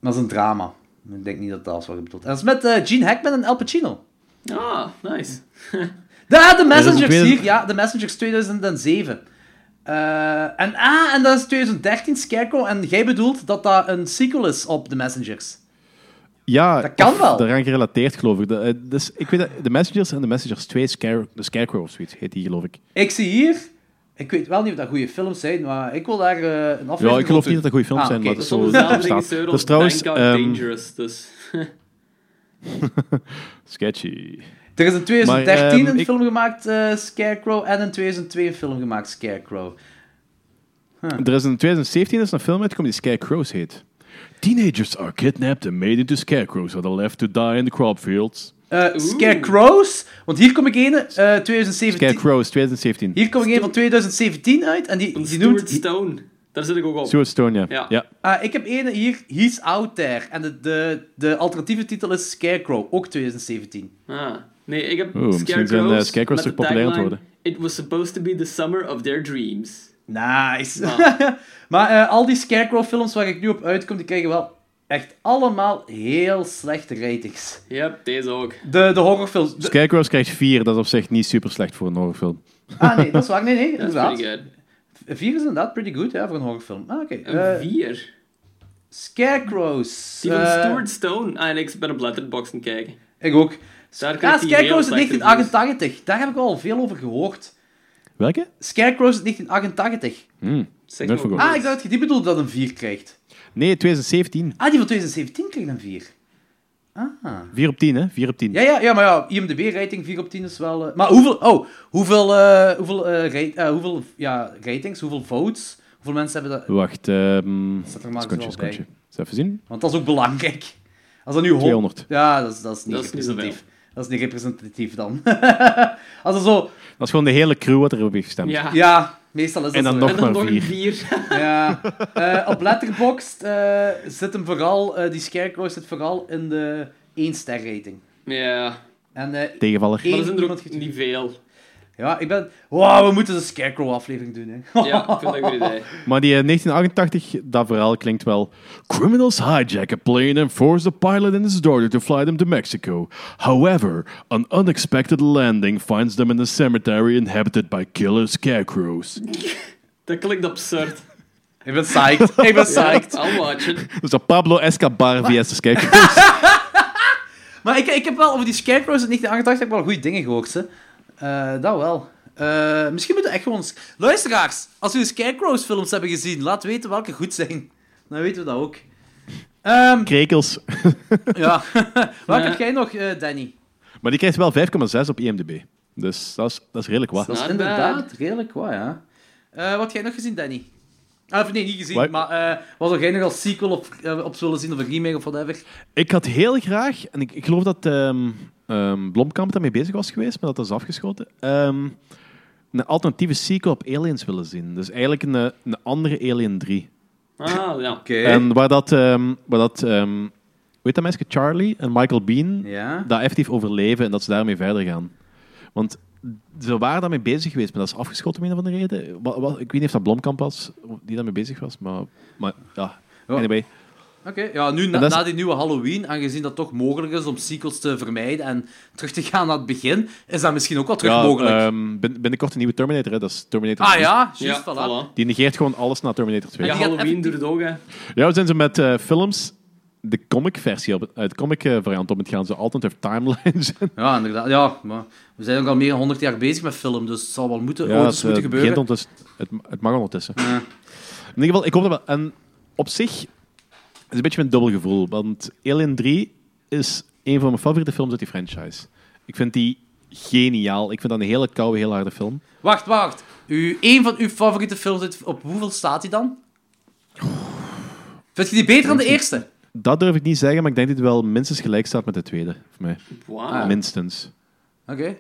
dat is een drama. Ik denk niet dat dat is wat je bedoelt. En dat is met eh, Gene Hackman en Al Pacino. Ah, nice. Ja, The is een Messengers tweede- hier. Ja, The Messengers 2007. Eh, en, ah, en dat is 2013 Scarecrow. En jij bedoelt dat dat een sequel is op The Messengers. ja, Dat kan of wel. Daaraan gerelateerd, geloof ik. Dat, eh, dus, ik weet dat, de Messengers en de Messengers 2, Scare, de Scarecrow of zoiets, heet die, geloof ik. Ik zie hier... Ik weet wel niet of dat goede films zijn, maar ik wil daar eh, een aflevering Ja, ik van geloof doen. niet dat dat goede films Ah, zijn, oké. maar dat is Dat is van zo dezelfde dat staat. regisseur Dat als is trouwens Bank Out ehm, Dangerous, dus... (laughs) sketchy. Er is in Maar, 2013 ehm, een ik- film gemaakt, eh, Scarecrow, en in 2002 een film gemaakt, Scarecrow. Er is in 2017 is een film uitgekomen die Scarecrows heet. Teenagers are kidnapped and made into scarecrows that are left to die in the crop fields. Eh, Scarecrows, want hier kom ik een, eh, 2017. Scarecrows, 2017. Hier kom ik een van 2017 uit, en die, Van die Stuart noemt... Stone. Daar zit ik ook op. Stuart Stone, ja. Ja. ja. Ah, ik heb één hier, He's Out There. En de, de, de alternatieve titel is Scarecrow, ook 2017. Ah. Nee, ik heb Oeh, misschien zijn, scarecrows, eh, scarecrows met toch de populair aan het tagline, It was supposed to be the summer of their dreams. Nice. Ah. (laughs) maar eh, al die Scarecrow-films waar ik nu op uitkom, die krijgen wel echt allemaal heel slechte ratings. Yep, deze ook. De, de horrorfilms... de- Scarecrows krijgt 4, dat is op zich niet super slecht voor een horrorfilm. ah, nee, dat is waar. Nee, nee, That's inderdaad. pretty good. Vier is inderdaad pretty good ja, voor een horrorfilm. Ah, oké. Een Eh, 4. Scarecrows. Die van Eh, Stuart Stone. Ah, en ik ben op Letterboxd aan het kijken. Ik ook. Daar Ah, krijgt hij heel Scarecrows slechte uit 1988. Daar heb ik al veel over gehoord. Welke? Scarecrows uit 1988. Hm. Zeg Nooit maar verkocht. Ah, ik dacht dat je die bedoelde dat een 4 krijgt. Nee, 2017. Ah, die van 2017 krijgt een 4. Ah. 4 op 10, hè? 4 op 10. Ja, ja, ja, maar ja, IMDb-rating 4 op 10 is wel... eh, maar hoeveel... Oh, hoeveel, eh, hoeveel, eh, ra- eh, hoeveel ja, ratings, hoeveel votes, hoeveel mensen hebben dat... Wacht, ehm Zet er maar Skontje, eens wel bij. skontje. Eens even zien. Want dat is ook belangrijk. Als dat nu... hon- 200. Ja, dat is, dat is niet Dat is niet representatief. dat is niet representatief dan. (laughs) Als er zo... Dat is gewoon de hele crew wat erop heeft gestemd. Ja. Ja, meestal is dat En dan zo. nog En dan maar nog een vier. 4. Ja. Eh, op Letterboxd eh, zit hem vooral... eh, die Scarecrow zit vooral in de 1-ster rating. (laughs) ja. En eh Tegenvaller. Maar één er zijn er iemand ook getuurd. niet veel. Ja, ik ben... Wow, we moeten de Scarecrow-aflevering doen, hè. Ja, ik vind dat een goed idee. Maar die eh, 1988, dat verhaal klinkt wel. Criminals hijack a plane and force the pilot and his daughter to fly them to Mexico. However, an unexpected landing finds them in a cemetery inhabited by killer scarecrows. Dat klinkt (laughs) absurd. (laughs) Ik ben psyched. Ik ben psyched. I'll watch it. Dus dat Pablo Escobar vs. de scarecrows. Maar ik, ik heb wel over die Scarecrows in 1988 heb ik wel goede dingen gehoord. Hè. Eh, dat wel. Eh, misschien moeten we echt gewoon... Luisteraars, als jullie Scarecrows films hebben gezien, laat weten welke goed zijn. Dan weten we dat ook. (laughs) Ehm, Krekels. ja. (laughs) Welke Nee. heb jij nog, eh, Danny? Maar die krijgt wel 5,6 op IMDb. Dus dat is, dat is redelijk wat. Dat is Not inderdaad redelijk qua, ja. Eh, wat heb jij nog gezien, Danny? Ah, of nee, niet gezien, Wat? maar eh, wat zou jij nog als sequel op, eh, op zullen zien, of een remake of whatever? Ik had heel graag, en ik, ik geloof dat ehm ehm, Blomkamp daarmee bezig was geweest, maar dat is afgeschoten, ehm, een alternatieve sequel op Aliens willen zien. Dus eigenlijk een, een andere Alien 3. Ah, ja. Oké. En waar dat, ehm, waar dat ehm weet dat meisje, Charlie en Michael Bean, Ja. dat effectief overleven en dat ze daarmee verder gaan. Want ze waren daarmee bezig geweest, maar dat is afgeschoten om een of andere reden. Wa- wa- ik weet niet of dat Blomkamp was, die daarmee bezig was, maar, maar ja. Ja. Anyway, Oké, ja, nu na, dat is- na die nieuwe Halloween, aangezien dat toch mogelijk is om sequels te vermijden en terug te gaan naar het begin, is dat misschien ook wel terug ja, mogelijk. ehm, bin- binnenkort een nieuwe Terminator, hè, dat is Terminator ah Beast. ja, juist, Ja, voilà. voilà. Die negeert gewoon alles na Terminator 2. Ja, Ja, die gaat Halloween effectief- doet het ook, hè. we zijn ze met eh, films de comic-versie, op, het- eh, de comic-variant op het gaan. Ze altijd have (laughs) timelines. Ja, inderdaad. Ja, maar we zijn ook al meer dan 100 jaar bezig met film, dus het zal wel moeten, ooit eens het, moeten eh, gebeuren. begint ondertussen- het, het mag ondertussen. Ja. In ieder geval, ik hoop dat wel. En op zich is het een beetje een dubbel gevoel, want Alien 3 is een van mijn favoriete films uit die franchise. Ik vind die geniaal. Ik vind dat een hele koude, heel harde film. Wacht, wacht. U, een van uw favoriete films, uit- op hoeveel staat die dan? Vind je die beter dan de eerste? Dat durf ik niet zeggen, maar ik denk dat het wel minstens gelijk staat met de tweede, voor mij. Ah. Wauw. Minstens. Oké.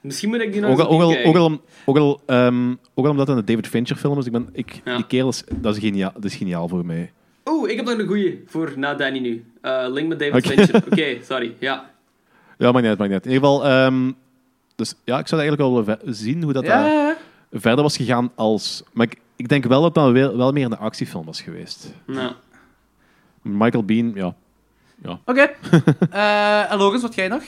Misschien moet ik die nog Ook eens al, ook, al, opnieuw ook, al, om- ook, al, ehm, ook al omdat het een David Fincher film is. Ik ben, ik, Ja. Die kerel is, dat is, geniaal, dat is geniaal voor mij. kijken. Oeh, ik heb nog een goeie voor na Danny nu. Eh, link met David Oké. (laughs) Fincher. Oké, sorry. Ja. Ja, maakt niet uit, maakt niet uit. In ieder geval, ehm, dus ja, ik zou dat eigenlijk wel willen ve- zien hoe dat Ja, daar ja, ja. verder was gegaan als... Maar ik, ik denk wel dat dat wel, wel meer een actiefilm was geweest. Nou. Michael Bean, ja. (laughs) Oké. Eh, en Lorenz, wat jij nog?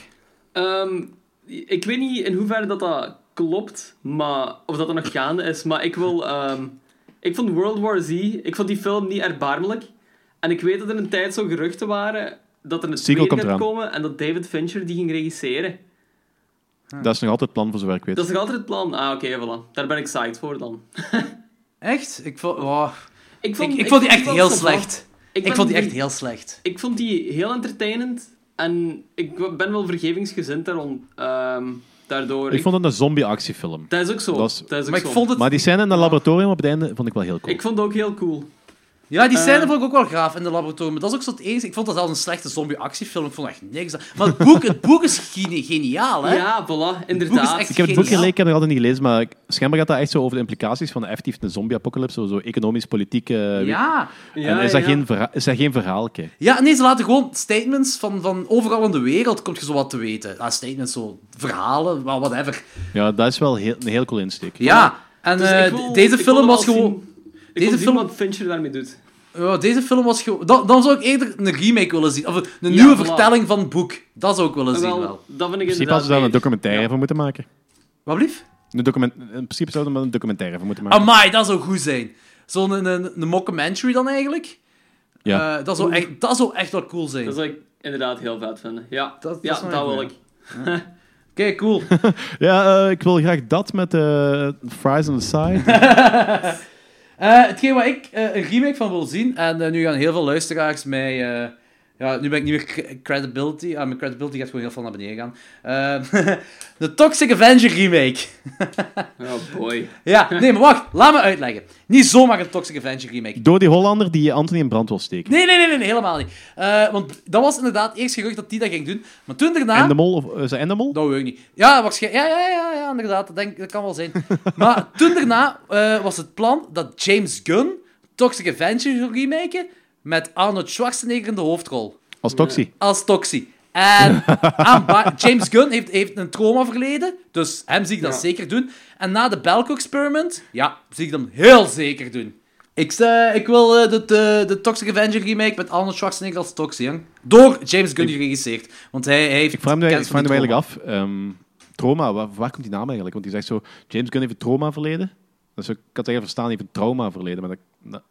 Ehm, ik weet niet in hoeverre dat, dat klopt, maar, of dat dat nog gaande is, maar ik wil... ehm, ik vond World War Z, ik vond die film niet erbarmelijk. En ik weet dat er een tijd zo geruchten waren dat er een Sequel tweede komt gaat eraan. komen en dat David Fincher die ging regisseren. Dat is nog altijd het plan, voor zover ik weet. Dat is nog altijd het plan? Ah, oké, voilà. Daar ben ik psyched voor dan. Echt? Ik vond, wow. Ik ik, ik vond die echt wel heel savant. slecht. Ik ben- vond die echt heel slecht. Ik vond die heel entertainend. En ik ben wel vergevingsgezind daarom, ehm, daardoor. Ik vond het een zombie-actiefilm. Dat is ook zo. Dat is- Dat is ook Maar ik zo. vond het... Maar die scène in het laboratorium op het einde vond ik wel heel cool. Ik vond het ook heel cool. Ja, die scène Eh. vond ik ook wel graaf in de laboratorium. maar Dat is ook zo het enige. Ik vond dat zelfs een slechte zombie-actiefilm. Ik vond echt niks. aan- Maar het boek, het boek is geni- geniaal, hè? Ja, Het voilà, boek inderdaad. is Ik heb het boek Geniaal. gelezen, ik heb het nog altijd niet gelezen, maar ik- schijnbaar gaat dat echt zo over de implicaties van de effectief een zombie-apocalypse, zo, zo economisch, politiek... eh, weet- Ja. Ja, en is dat, ja. Geen, verha- is dat geen verhaalke? Ja, nee, ze laten gewoon statements van, van overal in de wereld, komt je zo wat te weten. Ah, statements, zo verhalen, wel, whatever. Ja, dat is wel heel, een heel cool insteek. Ja, en Dus eh, ik wil- d- deze ik wil film was wel gewoon... zien- Ik deze deze film- film wat Fincher daarmee doet. Ja, deze film was gewoon... Dan, dan zou ik eerder een remake willen zien. Of een Ja, nieuwe voilà. vertelling van het boek. Dat zou ik willen En zien, wel, Ah, wel. Dat vind ik In principe inderdaad hadden ze daar een beter. documentaire Ja. van moeten maken. Wat blieft? Een document, in principe zouden we er een documentaire van moeten maken. Amai, dat zou goed zijn. Zo'n een, een, een mockumentary dan eigenlijk. ja. Eh, dat, zou echt, dat zou echt wel cool zijn. Dat zou ik inderdaad heel vet vinden. Ja, Dat- dat ja, is wel dat een wil ik. goeie. Oké, cool. ja, eh, ik wil graag dat met eh, fries on the (laughs) side. Eh, hetgeen wat ik eh, een remake van wil zien, en eh, nu gaan heel veel luisteraars mij... eh, ja, nu ben ik niet meer cre- credibility. Ah, mijn credibility gaat gewoon heel veel naar beneden gaan. Eh, (laughs) de Toxic Avenger remake. Oh boy. Ja, nee, maar wacht. Laat me uitleggen. Niet zomaar een Toxic Avenger remake. Door die Hollander die Anthony in brand wil steken. Nee, nee, nee, nee, nee, helemaal niet. Eh, want dat was inderdaad eerst gerucht dat die dat ging doen. Maar toen daarna... En de mol, of eh, is dat en de mol? Dat weet ik niet. Ja, waarschijnlijk. Ja, ja, ja, ja inderdaad. Dat, denk, dat kan wel (laughs) zijn. maar toen daarna eh, was het plan dat James Gunn Toxic Avenger zou remaken met Arnold Schwarzenegger in de hoofdrol. Als Toxie. Als Toxie. (laughs) En aan ba- James Gunn heeft, heeft een trauma verleden, dus hem zie ik dat Ja. zeker doen. En na de Belko Experiment, ja, zie ik hem heel zeker doen. Ik, eh, ik wil eh, de, de, de Toxic Avenger remake met Arnold Schwarzenegger als Toxie, hè. Door James Gunn geregisseerd. Want hij, hij heeft... Ik vraag me, ik kennis van vraag me die eigenlijk trauma. af. ehm, trauma, waar, waar komt die naam eigenlijk? Want die zegt zo, James Gunn heeft een trauma verleden. Dus ik kan het eigenlijk verstaan, die heeft een trauma verleden. Maar dat, dat-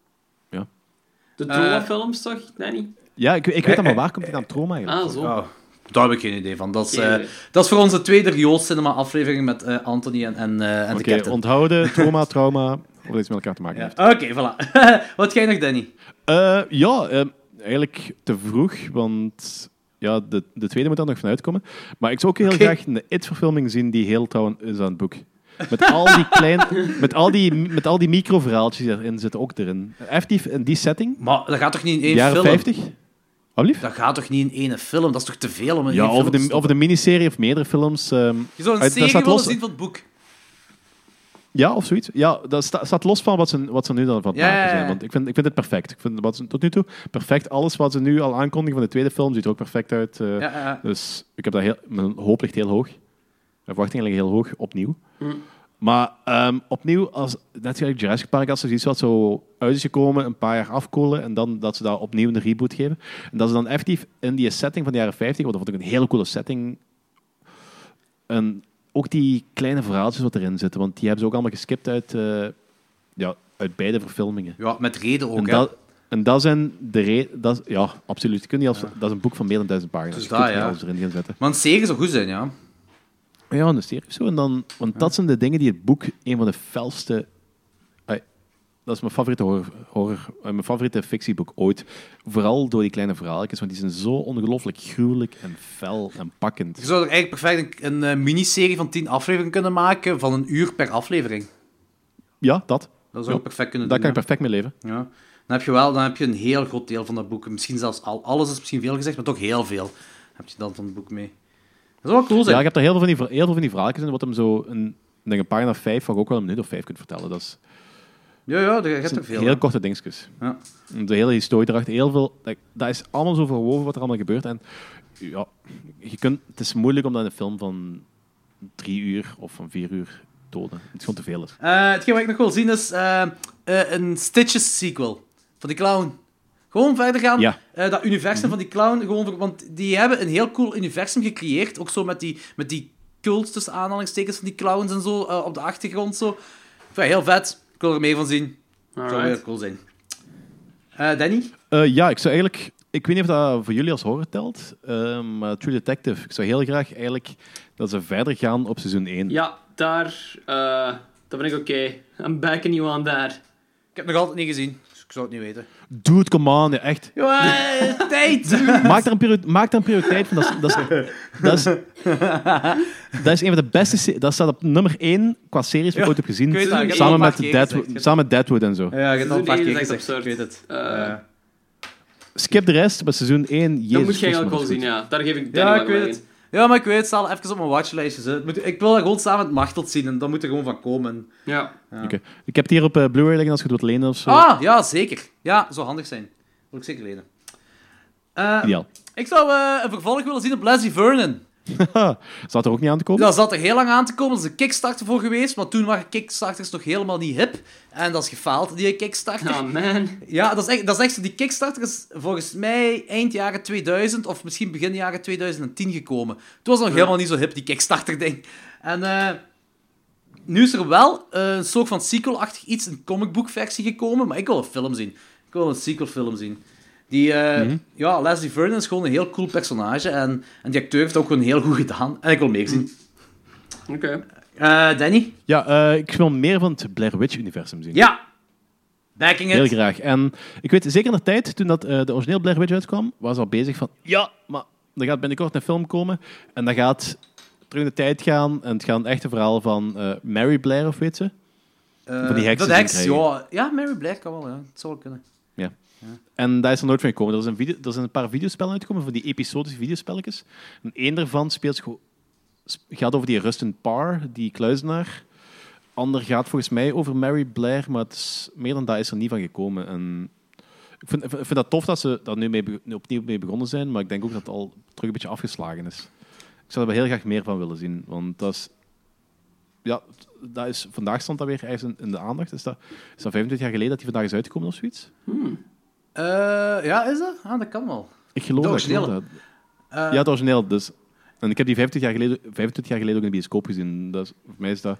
De Eh, Dora-films toch? Nee, niet? ja, ik, ik weet dat, maar waar komt die naam trauma eigenlijk? Eh, Ah, zo. Oh, daar heb ik geen idee van. Dat is, Geen eh, idee. dat is voor onze tweede Riool Cinema aflevering met eh, Anthony en, en, eh, en Oké, de captain. (laughs) onthouden, trauma, trauma, of dat iets met elkaar te maken Ja. Ah, heeft. Oké, voilà. (laughs) Wat jij nog, Danny? Eh, ja, ehm, eigenlijk te vroeg, want ja, de, de tweede moet daar nog van uitkomen. Maar ik zou ook heel Oké. graag een It-verfilming zien die heel trouw is aan het boek. Met al die, klein, (laughs) met al die, met al die microverhaaltjes die erin zitten ook erin. Effectief in die setting, Maar dat gaat toch niet in één jaren film? 50. Wat lief? Dat gaat toch niet in één film? Dat is toch te veel om in Ja, één of film te de, of de miniserie of meerdere films. ehm, Je zou uit- een dat serie staat willen los- zien van het boek. Ja, of zoiets. Ja, dat sta- staat los van wat ze, wat ze nu dan van het Ja, ja, maken ja. zijn. Want ik vind, ik vind het perfect. Ik vind wat ze tot nu toe perfect. Alles wat ze nu al aankondigen van de tweede film ziet er ook perfect uit. eh, Ja, ja, ja. Dus ik heb dat heel, mijn hoop ligt heel hoog. Mijn verwachtingen liggen heel hoog, opnieuw. Maar ehm, opnieuw, als, net zoals Jurassic Park, als er iets wat zo uit is gekomen, een paar jaar afkoelen en dan dat ze daar opnieuw een reboot geven. En dat ze dan effectief in die setting van de jaren 50, want dat vond ik een hele coole setting. En ook die kleine verhaaltjes wat erin zitten, want die hebben ze ook allemaal geskipt uit, eh, ja, uit beide verfilmingen. Ja, met reden ook, en, hè. dat, en dat zijn de re- dat is- Ja, absoluut. Je kunt niet als, Dat is een boek van meer dan duizend pagina's. Dus je dat, kunt niet ja. alles erin gaan zetten. Maar een serie zou goed zijn, ja. Ja, een serie of zo. En dan, want dat zijn de dingen die het boek een van de felste. Ai, dat is mijn favoriete, horror, horror- eh, mijn favoriete fictieboek ooit. Vooral door die kleine verhaaltjes, want die zijn zo ongelooflijk gruwelijk en fel en pakkend. Je zou er eigenlijk perfect een, een eh, miniserie van tien afleveringen kunnen maken van een uur per aflevering. Ja, dat. Dat zou Ja, je perfect kunnen Daar doen, kan ik hè. perfect mee leven. Ja. Dan heb je wel dan heb je een heel groot deel van dat boek. Misschien zelfs al, alles is misschien veel gezegd, maar toch heel veel heb je dan van het boek mee. Dat zou wel cool Ja, zijn. ik heb daar heel veel van die, ver- heel veel van die verhaaltjes in, wat hem zo een, ik denk een pagina vijf, van ook wel een minuut of vijf kunt vertellen. Dat is Ja, ja, daar gaat dat er zijn veel. heel hè. korte dingetjes. Ja. De hele historie erachter, heel veel. Dat, dat is allemaal zo verwoven wat er allemaal gebeurt. En ja, je kunt, het is moeilijk om dat in een film van drie uur of van vier uur te tonen. Het is gewoon te veel. Is. Eh, hetgeen wat ik nog wil zien is eh, eh, een Stitches sequel van die clown. Gewoon verder gaan. Ja. Mhm. Eh, dat universum van die clown. Gewoon ver- want die hebben een heel cool universum gecreëerd. Ook zo met die, met die cult tussen aanhalingstekens van die clowns en zo eh, op de achtergrond. Zo. Enfin, heel vet. Ik wil er meer van zien. zou Alright. heel cool zijn. Eh, Danny? Eh, ja, ik zou eigenlijk. Ik weet niet of dat voor jullie als horror telt, eh, maar True Detective. Ik zou heel graag eigenlijk dat ze verder gaan op seizoen 1. Ja, daar... eh dat vind ik oké. I'm backing you on that. Ik heb nog altijd niet gezien. Dus ik zou het niet weten. Dude, come on, ja, eh, echt. (laughs) Jongen, tijd! Maak daar een, priori- maak daar een prioriteit van. Dat is, dat, is, dat, is, dat is een van de beste. se- Dat staat op nummer 1 qua series die ik ooit heb gezien. ik weet dat, ik heb samen, het al met een paar keer Deadwood, gezegd, ja. samen met Deadwood en zo. Ja, ik heb het al een paar keer Seizoen één is echt gezegd. absurd. Ik weet het. Eh, Ja. Skip de rest, maar seizoen 1. Jezus, dat moet je eigenlijk Christus, wel zien, maar ja. Daar geef ik Danny Ja, wel ik weet in. het. Ja, maar ik weet het, staat al even op mijn watchlijstje. hè. Het moet- Ik wil dat gewoon samen met Machteld zien en dat moet er gewoon van komen. Ja. dat is goed. Oké. Ik heb het hier op eh, Blu-ray liggen als je het wilt lenen of zo. Ah, ja, zeker. Ja, zou handig zijn. Wil ik zeker lenen. Eh, Ideaal. (laughs) ik zou eh, een vervolg willen zien op Leslie Vernon. Zat er ook niet aan te komen? Dat zat er heel lang aan te komen. Er is een kickstarter voor geweest, maar toen waren kickstarters nog helemaal niet hip. En dat is gefaald, die kickstarter. Oh, man. Ja, dat is echt, dat is echt zo- die Kickstarter is volgens mij eind jaren 2000 of misschien begin jaren 2010 gekomen. Toen was het nog helemaal niet zo hip, die Kickstarter-ding. En eh, Nu is er wel eh, een soort van sequel-achtig iets, een comicboekversie gekomen, maar ik wil een film zien. Ik wil een sequel-film zien. Die, eh, Mhm. ja, Leslie Vernon is gewoon een heel cool personage en, en die acteur heeft het ook gewoon heel goed gedaan. En ik wil meer zien. Mhm. Oké. Eh, Danny? Ja, eh, ik wil meer van het Blair Witch-universum zien. Ja! Backing it. Heel graag. En ik weet zeker in de tijd, toen dat, eh, de origineel Blair Witch uitkwam, was al bezig van, ja, maar er gaat binnenkort een film komen en dat gaat terug in de tijd gaan en het gaat een echte verhaal van eh, Mary Blair, of weet ze? Eh, van die heksen dat zien heks, krijgen. ja. Ja, Mary Blair kan wel, ja. Het zou wel kunnen. En daar is er nooit van gekomen. Er, is een video, er zijn een paar videospellen uitgekomen van die episodische videospelletjes. En één daarvan speelt, zich- sp- gaat over die Rustin Parr, die kluizenaar. Ander gaat volgens mij over Mary Blair, maar het is, meer dan dat is er niet van gekomen. En ik, vind, ik vind dat tof dat ze daar nu mee, be- nu opnieuw mee begonnen zijn, maar ik denk ook dat het al terug een beetje afgeslagen is. Ik zou er wel heel graag meer van willen zien, want dat is... Ja, t- dat is, vandaag stond dat weer ergens in, in de aandacht. Is dat, is dat 25 jaar geleden dat die vandaag is uitgekomen of zoiets? Eh, ja, is dat? Ah, dat kan wel. Ik geloof De dat. ik geloof dat. originele. Eh, Ja, het origineel. Dus. En ik heb die 50 jaar geleden, 25 jaar geleden ook in de bioscoop gezien. Dus voor mij is dat...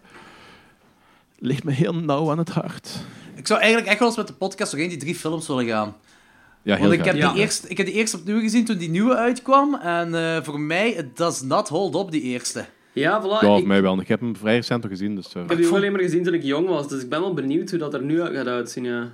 Ligt me heel nauw aan het hart. Ik zou eigenlijk echt wel eens met de podcast nog één die drie films willen gaan. Ja, heel Want ik heb, graag. die eerst, ik heb die eerst opnieuw gezien toen die nieuwe uitkwam. En eh, voor mij, it does not hold up, die eerste. Ja, voilà. Ja, ik, voor mij wel. Ik heb hem vrij recent nog gezien, dus... eh, ik heb die ook alleen maar gezien toen ik jong was, dus ik ben wel benieuwd hoe dat er nu uit gaat uitzien, ja.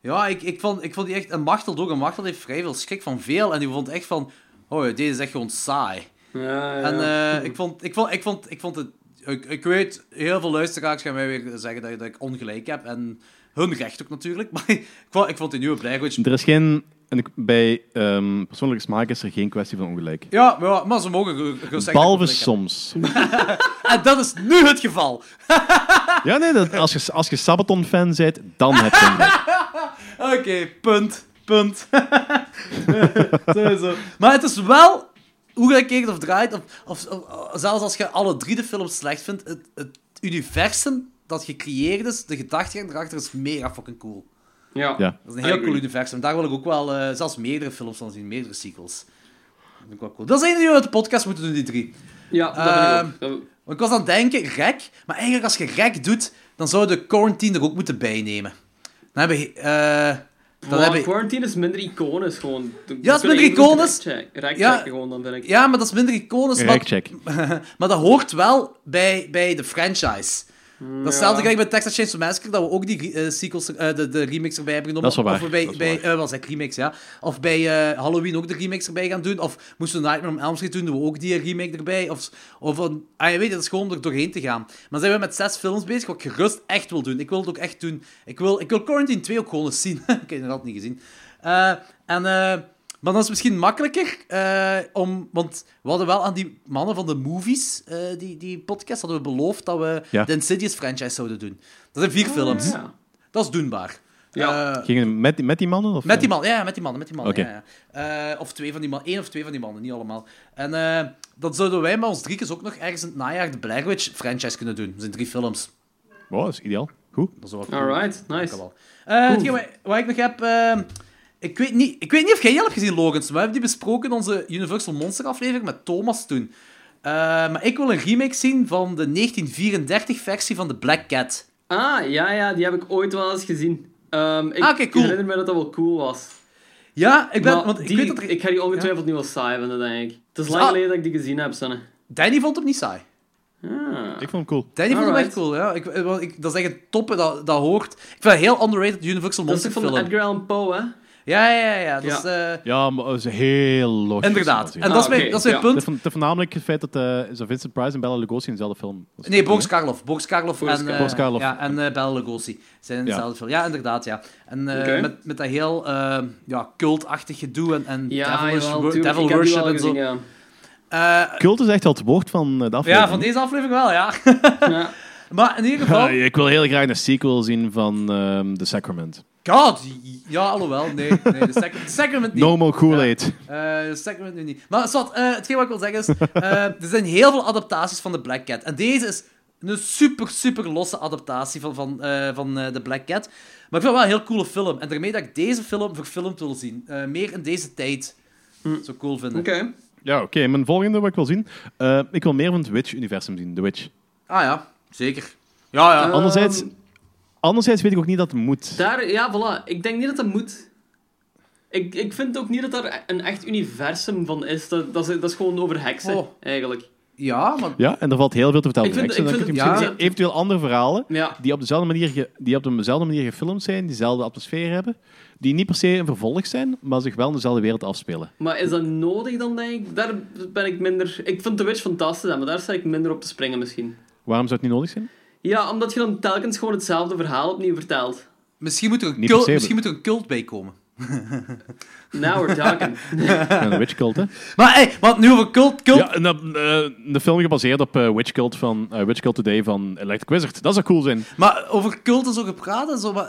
Ja, ik, ik, vond, ik vond die echt... En Machtel ook. En Machtel heeft vrij veel schrik van veel. En die vond echt van... Oh, ja, deze is echt gewoon saai. Ja, ja. En eh, ik, vond, ik, vond, ik, vond, ik vond het... Ik, ik weet, heel veel luisteraars gaan mij weer zeggen dat, dat ik ongelijk heb. En hun recht ook natuurlijk. (laughs) Maar ik vond, ik vond die nieuwe Blair Witch... Er is geen... En ik- bij ehm, persoonlijke smaak is er geen kwestie van ongelijk. Ja, maar, ja, maar ze mogen gerust zeggen dat ik Behalve ongelijk heb. soms. En dat is nu het geval. Ja, nee, dat, als je, als je Sabaton-fan bent, dan heb je ongelijk. Oké, punt. Punt. (laughs) Sowieso. Maar het is wel, hoe gekeken of draait, of, of, of- zelfs als je alle drie de films slecht vindt, het, het universum dat gecreëerd is, de gedachtegang erachter is mega fucking cool. ja. Ja. Dat is een heel I cool agree. universum. Daar wil ik ook wel eh, zelfs meerdere films van zien, meerdere sequels. Dat vind ik wel cool. Dat is één die we uit de podcast moeten doen, die drie. Ja, dat ben ik ook. Dat- Want ik was aan het denken, rek. Maar eigenlijk, als je rek doet, dan zou je de quarantine er ook moeten bijnemen. Dan heb je... eh, dan Maar heb je Quarantine is minder iconisch, gewoon. is minder iconisch. Rack Ja. gewoon, dan vind ik. Ja, maar dat is minder iconisch. Maar, Rijkcheck. maar dat hoort wel bij, bij de franchise. Dat is hetzelfde gelijk bij Texas Chainsaw Massacre, dat we ook die eh, sequels, eh, de, de remix erbij hebben genomen. Dat is wel waar, Of we bij, dat is bij waar. eh, was het remix, ja. Of bij eh, Halloween ook de remix erbij gaan doen. Of moesten we Nightmare on Elm Street doen, doen we ook die remake erbij. Of, of een- ah, je weet, dat is gewoon om er doorheen te gaan. Maar zijn we met zes films bezig, wat ik gerust echt wil doen. Ik wil het ook echt doen. Ik wil, ik wil Quarantine 2 ook gewoon eens zien. (laughs) ik heb het nog altijd niet gezien. Eh, en... eh, maar dat is misschien makkelijker, eh, om, want we hadden wel aan die mannen van de movies, eh, die, die podcast, hadden we beloofd dat we Ja. de Insidious franchise zouden doen. Dat zijn vier films. Ja. Dat is doenbaar. Ja. Eh, Gingen met, met die mannen? Of met die mannen, ja, met die mannen, met die mannen. Oké. ja, ja. Eh, of twee van die mannen, één of twee van die mannen, niet allemaal. En eh, dan zouden wij met ons driekes ook nog ergens in het najaar de Blair Witch franchise kunnen doen. Dat zijn drie films. Wow, Oh, dat is ideaal. Goed. Dat is wel cool. Alright, Dat nice. kan wel. Eh, hetgeen wat, wat ik nog heb... eh, ik, weet niet, ik weet niet of jij die al hebt gezien, Logans. We hebben die besproken in onze Universal Monster aflevering met Thomas toen. Eh, maar ik wil een remake zien van de 1934-versie van The Black Cat. Ah, ja, ja, die heb ik ooit wel eens gezien. Ehm, ik Ah, oké, cool. herinner me dat dat wel cool was. Ja, ik ben... Maar want ik Nou, die- weet dat er- ik ga die ongetwijfeld niet wel saai vinden, denk ik. Het is lang Ah. geleden dat ik die gezien heb, Sanne. Danny vond hem niet saai. Ah. Ik vond hem cool. Danny vond hem Alright. echt cool, ja. Ik, eh, wel, ik, dat is echt het toppen, dat, dat hoort. Ik vind het een heel underrated Universal Dat is Monster toch film. van Edgar Allan Poe, hè? Ja, ja, ja. ja, dat Ja. Is, eh, Ja, maar dat is heel logisch. inderdaad. En Dat dat is Ah, mijn, oké, dat is mijn ja. punt. is voorn- dat is voornamelijk het feit dat eh, zo Vincent Price en Bella Lugosi in dezelfde film... dat is Nee, goed, hè? Boris Karloff. Boris Karloff en, Boris Karloff. eh, Boris Karloff. Ja, en eh Bela Lugosi zijn in Ja. hetzelfde film. Ja, inderdaad, ja. En eh, Oké. met, met dat heel eh, ja, cultachtig gedoe en, en Ja, devilish jawel, wor- tuurlijk. devil ik heb die worship wel en zo. gezien, ja. Eh, Cult is echt wel het woord van eh, de ja, aflevering. van deze aflevering wel, ja. ja. (laughs) maar in ieder (laughs) geval... Ja, ik wil heel graag een sequel zien van ehm The Sacrament. God, ja, alhoewel, nee. nee de second, de (laughs) second niet. No more Kool-Aid. Eh, de second nu niet. Maar zwart, eh, hetgeen wat ik wil zeggen is... (laughs) eh, er zijn heel veel adaptaties van de Black Cat. En deze is een super, super losse adaptatie van, van, eh, van eh, de Black Cat. Maar ik vind het wel een heel coole film. En daarmee dat ik deze film verfilmd wil zien. Eh, meer in deze tijd. Zo cool vinden. Oké. Ja, oké. Mijn volgende wat ik wil zien. eh, ik wil meer van het Witch-universum zien. The Witch. Ah ja, zeker. Ja, ja. Anderzijds, Ehm, anderzijds weet ik ook niet dat het moet. Daar, ja, voilà. Ik denk niet dat dat moet. Ik, ik vind ook niet dat daar een echt universum van is. Dat, dat, is, dat is gewoon over heksen, Oh. eigenlijk. Ja, maar... Ja, en er valt heel veel te vertellen. Ik vind- over heksen. ik dan kun vind je het- misschien eventueel andere verhalen Ja, die op dezelfde manier, ge- die op dezelfde manier gefilmd zijn, diezelfde atmosfeer hebben, die niet per se een vervolg zijn, maar zich wel in dezelfde wereld afspelen. maar is dat nodig dan, denk ik? Daar ben ik minder... Ik vind The Witch fantastisch, hè, maar daar sta ik minder op te springen, misschien. Waarom zou het niet nodig zijn? Ja, omdat je dan telkens gewoon hetzelfde verhaal opnieuw vertelt. Misschien moet er een, Niet cult, per se, misschien moet er een cult bij komen. Now we're (laughs) talking. Ja, Een witchcult, Eh, hè? Maar hey, wat nu over cult, (laughs) cult... Ja, een, eh, een film gebaseerd op eh, Witchcult van eh, Witchcult Today van Electric Wizard. Dat zou cool zijn. Maar over cult is ook gepraat en zo, maar...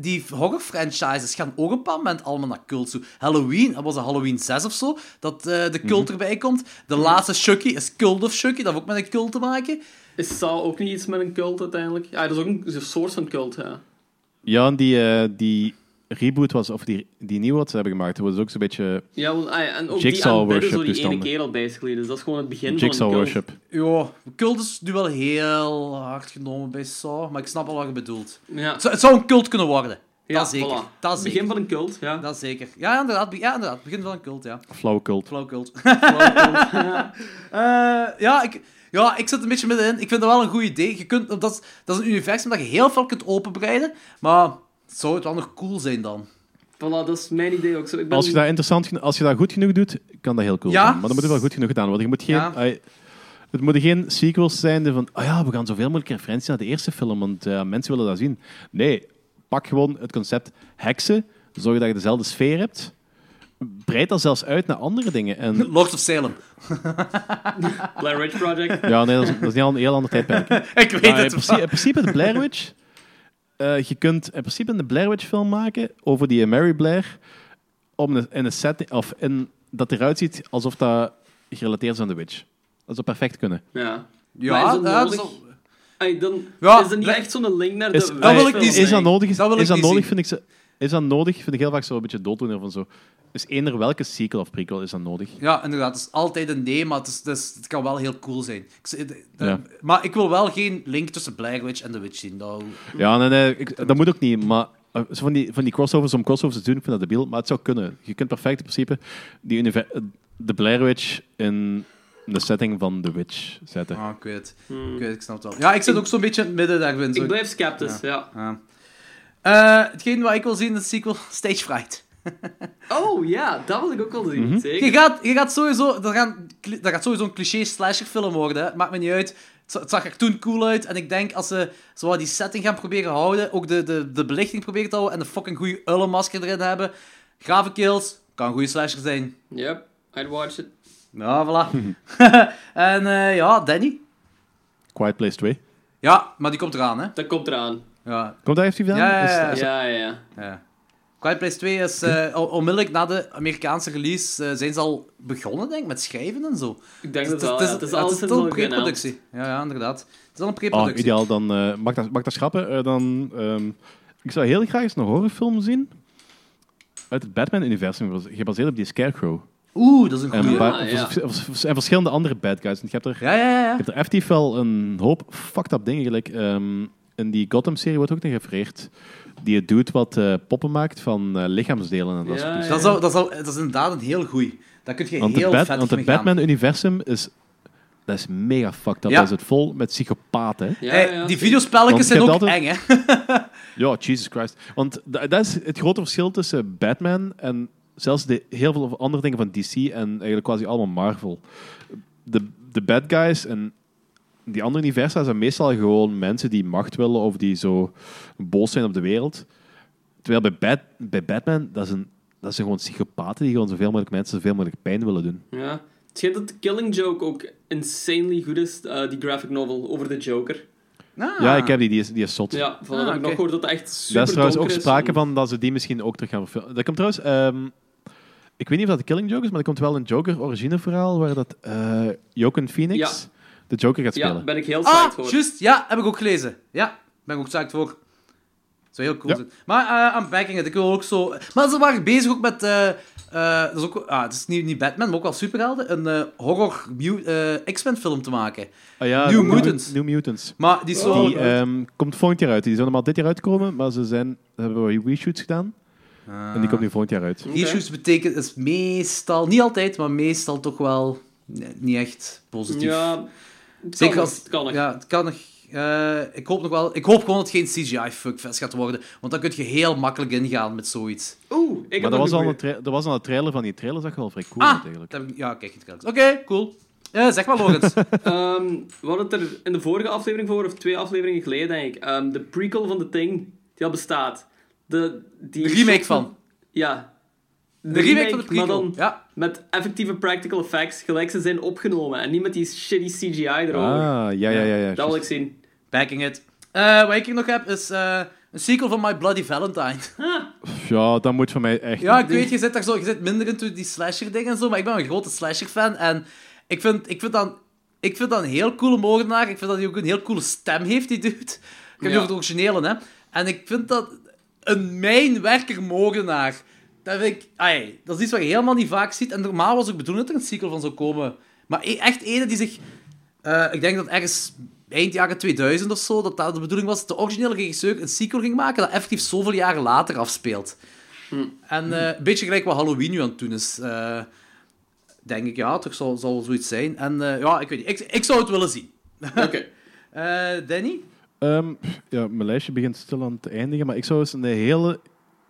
Die horror-franchises gaan ook op een bepaald moment allemaal naar cult toe. Halloween, dat was een Halloween 6 of zo, dat eh, de Mhm. cult erbij komt. De laatste Chucky is Cult of Chucky, dat heeft ook met een cult te maken. Is Saw ook niet iets met een cult, uiteindelijk? Ja, dat is ook een, is een soort van cult, ja. Ja, en die, eh, die reboot was, of die, die nieuwe wat ze hebben gemaakt, was ook zo'n beetje Ja, want, ah ja, en ook Jigsaw die aanbidden worship zo die ene toestanden. kerel, basically. Dus dat is gewoon het begin van Jigsaw een cult. Worship. Ja, cult is nu wel heel hard genomen bij Saw, maar ik snap al wat je bedoelt. Ja. Het zou, het zou een cult kunnen worden. Ja, dat zeker. voilà. Dat zeker. Begin van een cult, ja. Dat zeker. Ja, inderdaad. Be- Ja, inderdaad. Begin van een cult, ja. Flauw cult. Flauw cult. (laughs) Flauw cult, ja. Eh, ja, ik, ja, ik zit een beetje middenin. Ik vind dat wel een goed idee. Je kunt, dat, is, dat is een universum dat je heel veel kunt openbreiden. Maar zou het wel nog cool zijn dan? Voilà, dat is mijn idee ook. Zo, Ik ben... Als je dat interessant, geno- als je dat goed genoeg doet, kan dat heel cool Ja. zijn. Maar dan moet het wel goed genoeg gedaan worden. Je moet geen, Ja. ai, het moeten geen sequels zijn die van, ah ja, we gaan zoveel mogelijk referentie naar de eerste film, want eh, mensen willen dat zien. Nee, pak gewoon het concept heksen, zorg dat je dezelfde sfeer hebt, breid dat zelfs uit naar andere dingen. En (laughs) Lord of Salem. Blair Witch (laughs) Project. Ja, nee, dat is, dat is niet al een heel ander tijdperk. Maar Ik weet in, het principe, in principe de (laughs) Blair Witch... eh, je kunt in principe een Blair Witch film maken over die Mary Blair om een, in een setting... Of in, dat eruit ziet alsof dat gerelateerd is aan de Witch. Dat zou perfect kunnen. Ja. Ja, Maar is dat ja, dus- dat is nodig? al- Ai, dan Ja, is dat niet le- echt zo'n link naar de... Is, wil ik eh, niet film, zien. Is dat denk ik. nodig? Is Dat wil dat, ik niet nodig? zien. Vind ik ze, is dat nodig? Vind ik heel vaak zo een beetje dooddoener van zo. Is eender welke sequel of prequel is dat nodig? ja, inderdaad. Het is altijd een nee, maar het, is, het, is- het kan wel heel cool zijn. Ik, z- de- de- Ja. Maar ik wil wel geen link tussen Blair Witch en The Witch zien. Nou, Ja, nee, nee, ik- dat moet ook niet. Maar eh, zo van die, van die crossovers om crossovers te doen, ik vind dat debiel. Maar het zou kunnen. Je kunt perfect in principe die univer- eh, de Blair Witch in de setting van The Witch zetten. ah, ik weet het. Ik weet het, ik snap het wel. Ja, ik zit ook zo'n beetje in het midden daarin. Zo. Ik blijf sceptisch, ja. Ja. Eh, hetgeen wat ik wil zien in de sequel, (laughs) Stage Fright. Oh, ja, dat wil ik ook wel zien, Mhm. (laughs) Je zeker. gaat, je gaat sowieso... Dat, gaan, dat gaat sowieso een cliché slasherfilm worden. hè. Maakt me niet uit. Het, za- het zag er toen cool uit. En ik denk, als ze zo wat die setting gaan proberen houden, ook de, de, de belichting proberen te houden, en de fucking goede uilenmasker erin hebben, grave kills, kan een goede slasher zijn. Yep, I'd watch it. Ja, voilà. (laughs) en eh, ja, Danny. Quiet Place 2. Ja, maar die komt eraan, hè. Dat komt eraan. Ja, Komt daar heeft hij gedaan? Ja, ja, ja. Is- is- Ja, ja, ja. ja. Quiet Place 2 is eh, on- onmiddellijk na de Amerikaanse release eh, zijn ze al begonnen, denk ik, met schrijven en zo. Ik denk dat Het is- wel, het ja. is- Het is het alles is in wel een zo'n pre-productie. Ja, ja, inderdaad. Het is al een Ah, pre-productie. ideaal. Dan, eh, mag, dat, mag dat schrappen. Eh, dan, ehm, ik zou heel graag eens een horrorfilm zien. Uit het Batman-universum, gebaseerd op die Scarecrow. Oeh, dat is een En, goede. een Ja, paar- ja. vers- vers- vers- en verschillende andere bad guys. Want je hebt er Ja, ja, ja. ja. Je hebt er effectief wel een hoop fucked up dingen gelijk. ehm, in die Gotham-serie wordt ook nog gerefereerd. Die het doet wat eh, poppen maakt van eh, lichaamsdelen en dat Ja, soort dingen. Dat, zou, dat, zou, dat is inderdaad een heel goeie. Daar kun je Want heel het Bat- vet want mee het Batman-universum is, dat is mega fucked up. Ja. Dat is het vol met psychopaten. hè. gaan. Ja, Hey, ja. die Want videospelletjes je zijn ook hebt altijd- eng, hè. Ja, Jesus Christ. Want da- dat is het grote verschil tussen Batman en zelfs de, heel veel andere dingen van DC en eigenlijk quasi allemaal Marvel. De, de bad guys en die andere universa zijn meestal gewoon mensen die macht willen of die zo boos zijn op de wereld. Terwijl bij, Bat- bij Batman, dat zijn, dat zijn gewoon psychopaten die gewoon zoveel mogelijk mensen zoveel mogelijk pijn willen doen. Ja. Het schijnt dat The Killing Joke ook insanely goed is, eh, die graphic novel over de Joker. Ah. Ja, ik heb die, die is, die is zot. Ja, van Ah, dat heb ik oké. nog gehoord dat het echt super Daar is trouwens ook donker is. sprake van dat ze die misschien ook terug gaan verfilmen. Dat komt trouwens... ehm, ik weet niet of dat de Killing Joke is, maar er komt wel een Joker-origineverhaal waar dat eh Joken Phoenix de Joker gaat Ja, spelen. ben ik heel Ah, psyched voor. juist. Ja, heb ik ook gelezen. Ja, ben ik ook zaakt voor. Is zou heel cool zijn. Maar eh, I'm backing it. Ik wil ook zo... Maar ze waren bezig ook met... eh, eh, dat is ook, ah, het is niet, niet Batman, maar ook wel superhelden. Een eh, horror mu- eh, X-Men film te maken. Ah ja, New Mutants. New Mutants. Maar Oh, die is zo... Die ehm, komt volgend jaar uit. Die zou normaal dit jaar uitkomen, maar ze zijn, ze hebben we reshoots gedaan. En Ah. die komt nu volgend jaar uit. Issues betekent is meestal, niet altijd, maar meestal toch wel ne- niet echt positief. Ja, het Zeker kan als- nog, het kan nog. Ja, het kan nog. eh, ik hoop nog wel. Ik hoop gewoon dat het geen CGI fuckfest gaat worden, want dan kun je heel makkelijk ingaan met zoiets. Oeh, ik Maar heb dat nog was, een al een goeie. tra- dat was al een trailer van die trailer, zag je wel vrij cool ah, uit eigenlijk. dat heb ik- ja, kijk, het kan. Oké, cool. Eh, zeg maar, (laughs) Lorenz. Ehm, we hadden het er in de vorige aflevering voor, of twee afleveringen geleden, denk ik. Ehm, de prequel van The Thing, die al bestaat. De, die De remake shot van. Ja. De, De remake van de maar prequel. dan Ja. met effectieve practical effects, gelijk ze zijn opgenomen. En niet met die shitty CGI erover. Ah, ja, ja, ja. ja dat wil ik juist. zien. Backing it. Eh, wat ik nog heb is eh, een sequel van My Bloody Valentine. ja, dat moet voor mij echt... Ja, ik weet, je zit, daar zo, je zit minder into die slasher-dingen en zo, maar ik ben een grote slasher-fan. En ik vind, ik vind dan... Ik vind dat een heel coole moordenaar. Ik vind dat hij ook een heel coole stem heeft, die dude. Ik heb het over het originele, hè. En ik vind dat een mijnwerker-moordenaar... Dat vind ik... ai, dat is iets wat je helemaal niet vaak ziet. En normaal was ook bedoeld dat er een sequel van zou komen. Maar e- echt ene die zich... eh, ik denk dat ergens eind jaren 2000 of zo, dat dat de bedoeling was dat de originele regisseur een sequel ging maken dat effectief zoveel jaren later afspeelt. En eh, een beetje gelijk wat Halloween nu aan het doen is. eh, denk ik, ja, toch zal, zal wel zoiets zijn. En eh, ja, ik weet niet. Ik, ik zou het willen zien. Oké. Eh, Danny? Ehm, ja, mijn lijstje begint stil aan te eindigen, maar ik zou eens een hele...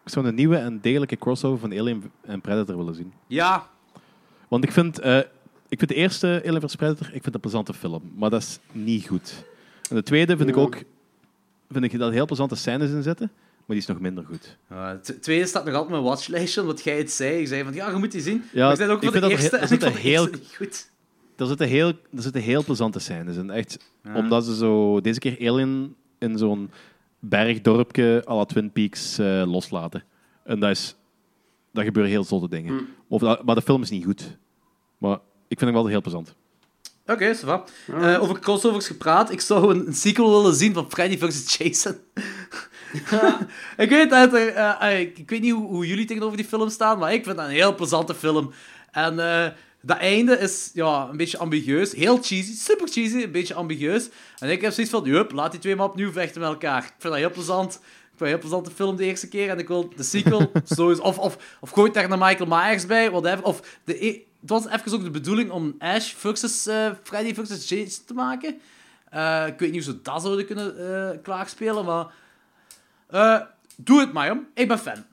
Ik zou een nieuwe en degelijke crossover van Alien en Predator willen zien. Ja. Want ik vind, eh, ik vind de eerste Alien vs Predator ik vind het een plezante film, maar dat is niet goed. En de tweede vind ik Ja. ook vind ik dat heel plezante scènes in zitten, maar die is nog minder goed. Eh, t- tweede staat nog altijd op mijn watchlistje, omdat jij het zei. Ik zei van, ja, je moet die zien. Ja, maar ik zei het ik ook voor vind de dat er eerste heel- en ik er zitten vond de eerste niet goed. Er zitten heel, er zitten heel plezante scènes in. Echt, Omdat ze zo deze keer Alien in zo'n bergdorpje à la Twin Peaks eh, loslaten. En dat, is, dat gebeuren heel zotte dingen. Hmm. Of dat- maar de film is niet goed. Maar ik vind hem wel heel plezant. Oké, ça va. Eh, over crossovers gepraat. Ik zou een, een sequel willen zien van Freddy vs. Jason. ik, weet dat er, eh, eh, ik, ik weet niet hoe, hoe jullie tegenover die film staan, maar ik vind dat een heel plezante film. En eh, dat einde is ja, een beetje ambigueus. Heel cheesy, super cheesy, een beetje ambigueus. En ik heb zoiets van, jup, laat die twee maar opnieuw vechten met elkaar. Ik vind dat heel plezant. Ik vind het een heel plezante film de eerste keer en ik wil de sequel sowieso. Of, of, of gooi daar naar Michael Myers bij, whatever. Of de, e- het was even ook de bedoeling om Ash versus eh, Freddy versus Jason te maken. Eh, ik weet niet hoe ze dat zouden kunnen eh, klaarspelen, maar... eh, doe het maar, jong. Ik ben fan.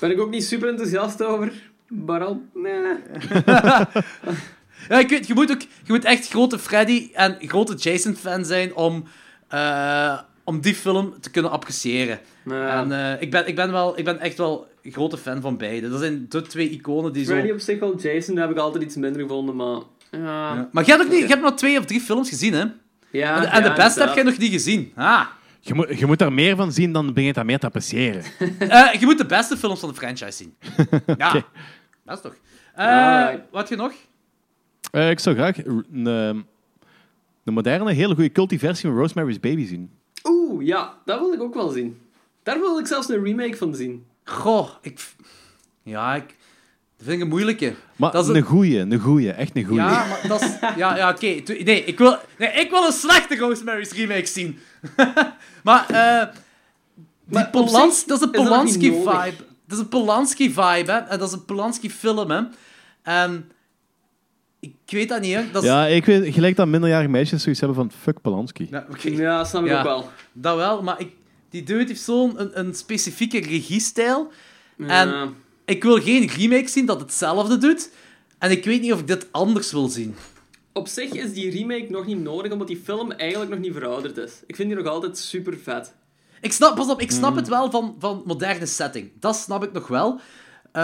Ben ik ook niet super enthousiast over. Maar al, nee. Ehm, Ja, ik weet, je, moet ook, je moet echt grote Freddy en grote Jason-fan zijn om, eh, om die film te kunnen appreciëren. Ehm, En eh, ik, ben, ik, ben wel, ik ben echt wel een grote fan van beide. Dat zijn de twee iconen die zo... Freddy op zich wel, Jason daar heb ik altijd iets minder gevonden, maar... Ja, ja. Maar jij hebt, ook niet, jij hebt maar twee of drie films gezien, hè? En, de- en de ja, beste heb inderdaad. jij nog niet gezien. (laughs) Ah. Je moet, je moet daar meer van zien, dan begin je dat meer te (laughs) appreciëren. Eh, je moet de beste films van de franchise zien. Ja. Dat is toch. Eh, Alright. Wat heb je nog? Eh, ik zou graag een, eh, een moderne, hele goede cultiversie van Rosemary's Baby zien. Oeh, ja, dat wil ik ook wel zien. Daar wil ik zelfs een remake van zien. Goh, ik... Ja, ik... Dat vind ik een moeilijke. Maar Dat is een, een- goeie, een goeie, echt een goeie. Ja, maar dat is... Ja, ja oké. Tu- Nee, ik wil... Nee, ik wil een slechte Rosemary's remake zien. (laughs) maar, eh... Die op Polans... zich Dat is een is dat nog niet nodig. Polanski-vibe. Dat is een Polanski-vibe, hè. En dat is een Polanski-film, hè. En... Ik weet dat niet, hè. Dat is... Ja, ik weet gelijk dat minderjarige meisjes zoiets hebben van fuck Polanski. Ja, oké. Ja, snap ik Ja. ook wel. Dat wel, maar ik, die dude heeft zo'n een, een specifieke regiestijl. Ja. En ik wil geen remake zien dat hetzelfde doet. En ik weet niet of ik dit anders wil zien. Op zich is die remake nog niet nodig, omdat die film eigenlijk nog niet verouderd is. Ik vind die nog altijd super vet. Ik snap, pas op, ik snap het wel van, van moderne setting. Dat snap ik nog wel. Eh,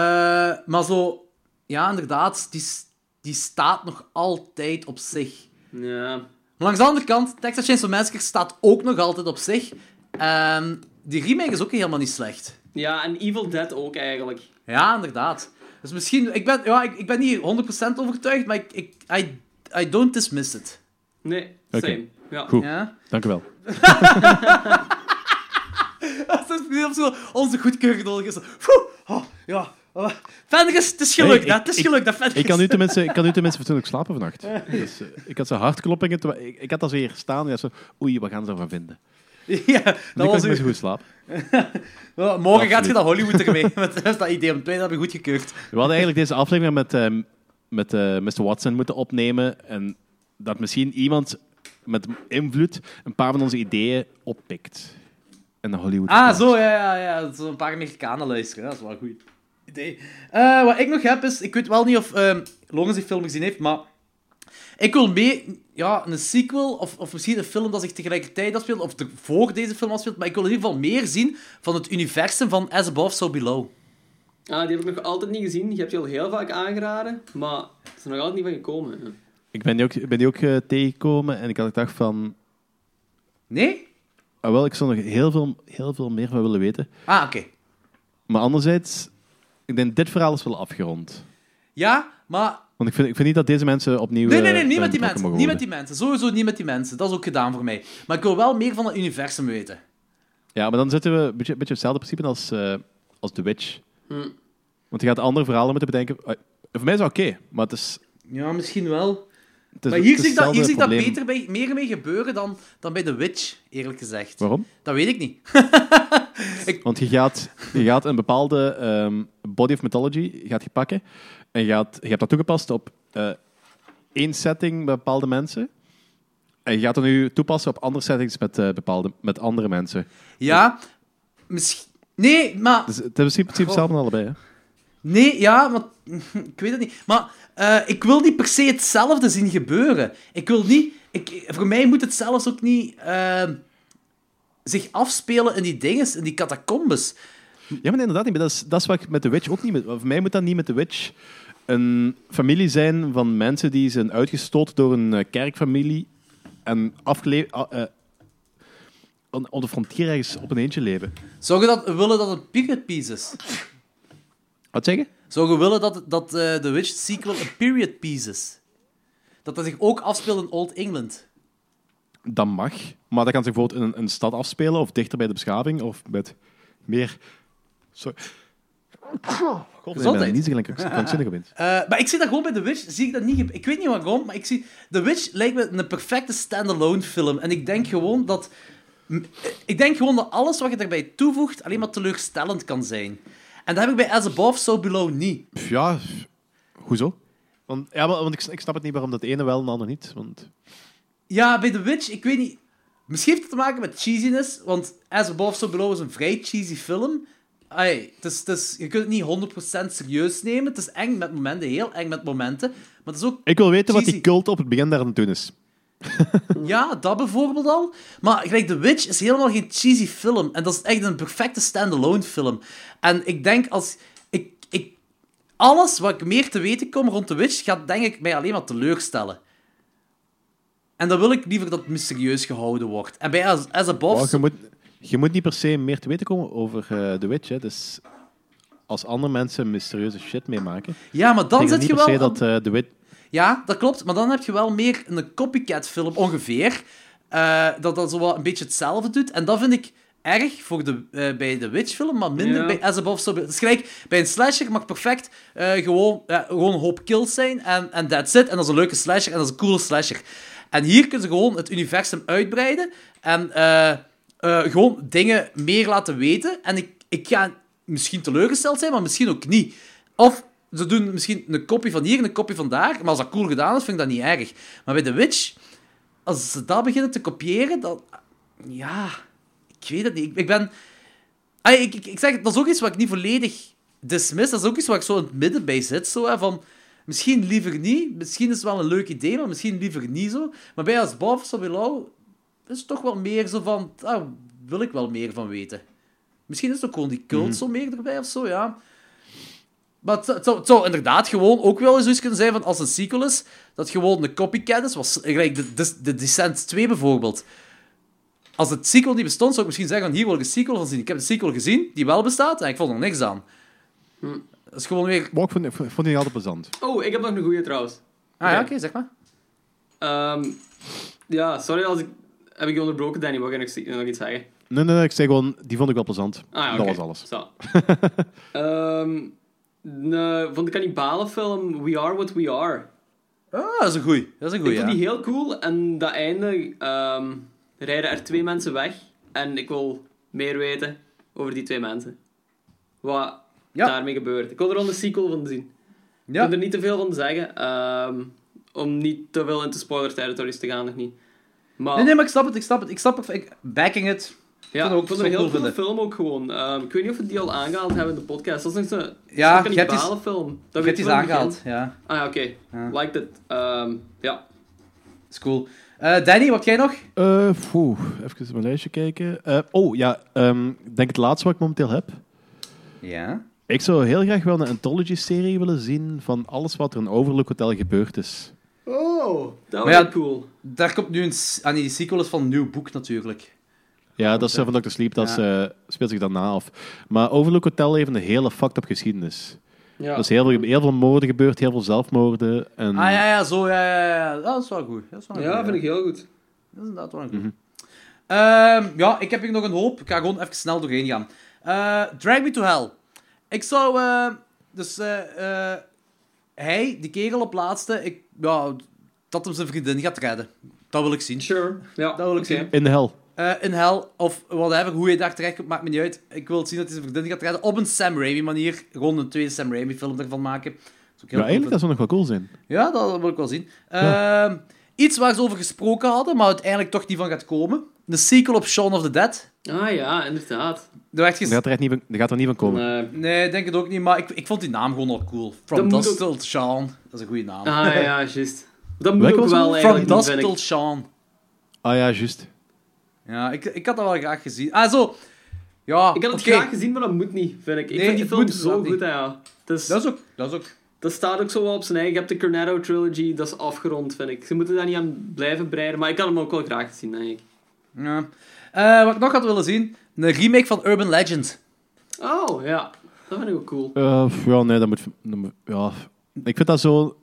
maar zo, ja, inderdaad, die, s- die staat nog altijd op zich. Ja. Maar langs de andere kant, Texas Chainsaw Massacre staat ook nog altijd op zich. En die remake is ook helemaal niet slecht. Ja, en Evil Dead ook eigenlijk. Ja, inderdaad. Dus misschien... Ik ben, ja, ik, ik ben niet 100% overtuigd, maar ik, ik, I, I don't dismiss it. Nee, Oké. (laughs) same. Ja. Goed. Ja? Dank u wel. Als het niet op zo onze goedkeuring nodig is. Phew, oh, ja. Oh. Fenris, het is gelukt, Nee, hè. Het is ik- gelukt, hè, Fenris. Ik kan nu tenminste, ik kan nu tenminste fatsoenlijk slapen vannacht. Dus, eh, ik had zo hartkloppingen. terwijl- Ik, ik had dat zo hier staan. en ik dacht zo, oei, wat gaan ze ervan vinden? (laughs) Ja, Nu dat kan was ik uw... best goed slapen. Ja, morgen gaat je Absoluut. naar Hollywood ermee. (laughs) Met dat idee om twee, dat heb je goedgekeurd. We hadden eigenlijk deze aflevering met, ehm, met eh, Mr. Watson moeten opnemen. En dat misschien iemand met invloed een paar van onze ideeën oppikt. En naar Hollywood. Ah, plaatst. zo, ja, ja, ja. Dat is een paar Amerikanen luisteren, hè. dat is wel een goed idee. Eh, wat ik nog heb is, ik weet wel niet of ehm Lorenz die film gezien heeft, maar ik wil mee, ja, een sequel of, of misschien een film dat zich tegelijkertijd afspeelt, of er voor deze film afspeelt, maar ik wil in ieder geval meer zien van het universum van As Above, So Below. Ah, die heb ik nog altijd niet gezien. Je hebt die al heel vaak aangeraden, maar het is er nog altijd niet van gekomen. hè. Ik ben die ook, ik ben die ook eh, tegengekomen. En ik had gedacht van... Nee? ah, wel, ik zou nog heel veel, heel veel meer van willen weten. Ah, oké. Maar anderzijds... Ik denk, dit verhaal is wel afgerond. Ja, maar... Want ik vind, ik vind niet dat deze mensen opnieuw... Nee, eh, nee, nee, niet daarin met die betrokken mensen. mogen Niet met worden. die mensen. Sowieso niet met die mensen. Dat is ook gedaan voor mij. Maar ik wil wel meer van het universum weten. Ja, maar dan zitten we een beetje, beetje op hetzelfde principe als, eh, als The Witch. Hm. Want je gaat andere verhalen moeten bedenken. Eh, Voor mij is dat oké, maar het is... Ja, misschien wel. het is- Maar het hier is zie ik dat, hetzelfde hier zie ik dat probleem. beter bij, meer mee gebeuren dan, dan bij The Witch, eerlijk gezegd. Waarom? Dat weet ik niet. Want je gaat, je gaat een bepaalde ehm, body of mythology gaat je pakken. En je, gaat, je hebt dat toegepast op eh, één setting met bepaalde mensen. En je gaat dat nu toepassen op andere settings met, eh, bepaalde, met andere mensen. Ja, misschien... Nee, maar... Dus het is in principe- in principe hetzelfde aan allebei. Hè? Nee, ja, maar... (laughs) Ik weet het niet. Maar eh, ik wil niet per se hetzelfde zien gebeuren. Ik wil niet... Ik, voor mij moet het zelfs ook niet... eh, zich afspelen in die dinges, in die catacombes. Ja, maar inderdaad niet. Maar dat, is, dat is wat ik met The Witch ook niet... Met, voor mij moet dat niet met The Witch een familie zijn van mensen die zijn uitgestoten door een eh, kerkfamilie en afgeleefd... op de frontier ergens op een eentje leven. Zou je dat willen dat het period piece is? Wat zeggen? Zou je willen dat, dat eh, The Witch sequel een period piece is? Dat dat zich ook afspeelt in Old England? Dat mag, maar dat kan zich bijvoorbeeld in een, een stad afspelen of dichter bij de beschaving of met meer. Sorry. God, nee, ik ben Gezondheid. niet zo gelijk krankzinnig opeens. Eh, maar ik zie dat gewoon bij The Witch. Zie ik, dat niet, ge- ik weet niet waarom, maar ik zie... The Witch lijkt me een perfecte standalone film. En ik denk gewoon dat... m- Ik denk gewoon dat alles wat je daarbij toevoegt alleen maar teleurstellend kan zijn. En dat heb ik bij As Above, So Below niet. Pff, Ja, pff, hoezo? Want, ja, maar, want ik, ik snap het niet waarom dat ene wel en de ander niet. Want Ja, bij The Witch, ik weet niet... Misschien heeft het te maken met cheesiness, want As Above, So Below is een vrij cheesy film. Ai, het is, het is, je kunt het niet 100% serieus nemen. Het is eng met momenten, heel eng met momenten. Maar het is ook ik wil weten wat die Cheesy. cult op het begin daar aan het doen is. Ja, dat bijvoorbeeld al. Maar gelijk The Witch is helemaal geen cheesy film. En dat is echt een perfecte standalone film. En ik denk als... Ik, ik, alles wat ik meer te weten kom rond The Witch, gaat denk ik mij alleen maar teleurstellen. En dan wil ik liever dat het mysterieus gehouden wordt. En bij As, As Above... Maar Oh, je, moet, je moet niet per se meer te weten komen over eh The Witch. Hè. Dus als andere mensen mysterieuze shit meemaken, ja, maar dan denk ik zit niet je per se wel... dat eh The Witch... Ja, dat klopt. Maar dan heb je wel meer een copycat-film, ongeveer. eh, dat dat zo wel een beetje hetzelfde doet. En dat vind ik erg voor de, eh, bij de Witch-film, maar minder Ja. bij As Above. So Below. Het is gelijk, bij een slasher mag perfect eh, gewoon, ja, gewoon een hoop kills zijn. En, en that's it. En dat is een leuke slasher. En dat is een coole slasher. En hier kunnen ze gewoon het universum uitbreiden. En eh, eh, gewoon dingen meer laten weten. En ik, ik ga misschien teleurgesteld zijn, maar misschien ook niet. Of ze doen misschien een kopje van hier en een kopje van daar. Maar als dat cool gedaan is, vind ik dat niet erg. Maar bij The Witch, als ze dat beginnen te kopiëren, dan... Ja, ik weet het niet. Ik, ik ben... Ah, ik, ik, ik zeg, het, dat is ook iets wat ik niet volledig dismiss. Dat is ook iets waar ik zo in het midden bij zit. Zo, hè, van, misschien liever niet. Misschien is het wel een leuk idee, maar misschien liever niet zo. Maar bij als boven zo below is het toch wel meer zo van... Daar wil ik wel meer van weten. Misschien is het ook gewoon die cult zo meer erbij of zo, ja. Maar het zou, het zou- het zou inderdaad gewoon ook wel eens zoiets kunnen zijn van als een sequel is, dat gewoon een copycat is. Was, gelijk de, de, de Descent 2 bijvoorbeeld. Als het sequel niet bestond, zou ik misschien zeggen van hier wil ik een sequel van zien. Ik heb een sequel gezien die wel bestaat en ik vond er niks aan. Dat is gewoon weer... Maar ik vond, ik vond die niet altijd plezant. Oh, ik heb nog een goeie trouwens. Ah ja, Ja. oké, zeg maar. Ehm, ja, sorry als ik... Heb ik je onderbroken, Danny? Wat kan ik nog iets zeggen? Nee, nee, nee, ik zei gewoon, die vond ik wel plezant. Ah, ja, Dat oké. was alles. (laughs) Zo. Ehm, ne- van de kannibalenfilm We Are What We Are. Ah, dat is een goeie. Dat is een goeie, Ik ja. vond die heel cool. En dat einde ehm, rijden er twee mensen weg. En ik wil meer weten over die twee mensen. Wat Ja. daarmee gebeurt. Ik wil er al een sequel van zien. Ik Ja. kan er niet te veel van zeggen. ehm, om niet te veel into spoiler territories te gaan, nog niet. Maar, Nee, nee, maar ik snap het, ik snap het. Ik snap het. Ik, backing it. ja, vond ik het ook- vond het vond een het heel cool coole vinden. film ook gewoon. Ehm, ik weet niet of we die al aangehaald hebben in de podcast. Dat is nog zo'n Ja, zo'n je hebt iets- kannibalenfilm. Ik Dat heb weet die van het begin. aangehaald, ja. Ah, ja, oké. Ja. Liked it. Ehm, ja. is cool. Eh, Danny, wat jij nog? Eh, poeh, even op mijn lijstje kijken. Eh, oh, ja, ehm, ik denk het laatste wat ik momenteel heb. Ja. Ik zou heel graag wel een anthology-serie willen zien van alles wat er in Overlook Hotel gebeurd is. Oh, dat was Maar ja, cool. Daar komt nu een... s- Ah nee, die sequel is van een nieuw boek natuurlijk. Ja, dat is eh, van Dr. Sleep, dat is, eh, speelt zich daarna af. Maar Overlook Hotel heeft een hele fucked-up geschiedenis. Ja. Er is heel veel, heel veel moorden gebeurd, heel veel zelfmoorden. En Ah ja, ja, zo, ja, ja, ja. Dat is wel goed. Dat is wel een eh, Ja, goeie, vind ik heel Mhm. goed. Dat is inderdaad wel een goed. Ehm, ja, ik heb hier nog een hoop. Ik ga gewoon even snel doorheen gaan. Eh, Drag Me to Hell. Ik zou... eh, dus eh, eh, hij, die kerel op laatste, ik, ja, dat hem zijn vriendin gaat redden. Dat wil ik zien. Sure. Ja, Dat wil ik oké. zien. In de hel. Eh, in hel, of whatever, hoe je daar terecht komt, maakt me niet uit. Ik wil het zien dat hij zijn vriendin gaat redden. Op een Sam Raimi manier. Gewoon een tweede Sam Raimi film ervan maken. Dat is ook heel Ja, eigenlijk, cool. dat zou nog wel cool zijn. Ja, dat wil ik wel zien. Ehm, iets waar ze over gesproken hadden, maar uiteindelijk toch niet van gaat komen. De sequel op Shaun of the Dead. Ah ja, inderdaad. Er werd ges- Daar gaat er echt niet van, daar gaat er niet van komen. Nee. Nee, ik denk het ook niet, maar ik, ik vond die naam gewoon al cool. Dat From moet Dusk ook- Till Shaun. Dat is een goede naam. Ah ja, juist. Dat moet Welke ook was wel het? From eigenlijk, Dusk vind Till ik. Shaun. Ah ja, juist. Ja, ik, ik had dat wel graag gezien. Ah, zo. Ja, Ik had het oké. graag gezien, maar dat moet niet, vind ik. Ik Nee, vind die het film moet zo inderdaad niet. goed, hè, ja. Dat, is, Dat dat, is ook... Dat is ook... staat ook zo wel op zijn eigen. Je hebt de Cornetto Trilogy, dat is afgerond, vind ik. Ze moeten daar niet aan blijven breiden, maar ik had hem ook wel graag gezien, denk ik. Ja. Eh, wat ik nog had willen zien, een remake van Urban Legend. Oh, ja. Dat vind ik ook cool. Eh, pff, ja, nee, dat moet... dat moet- ja. Ik vind dat zo...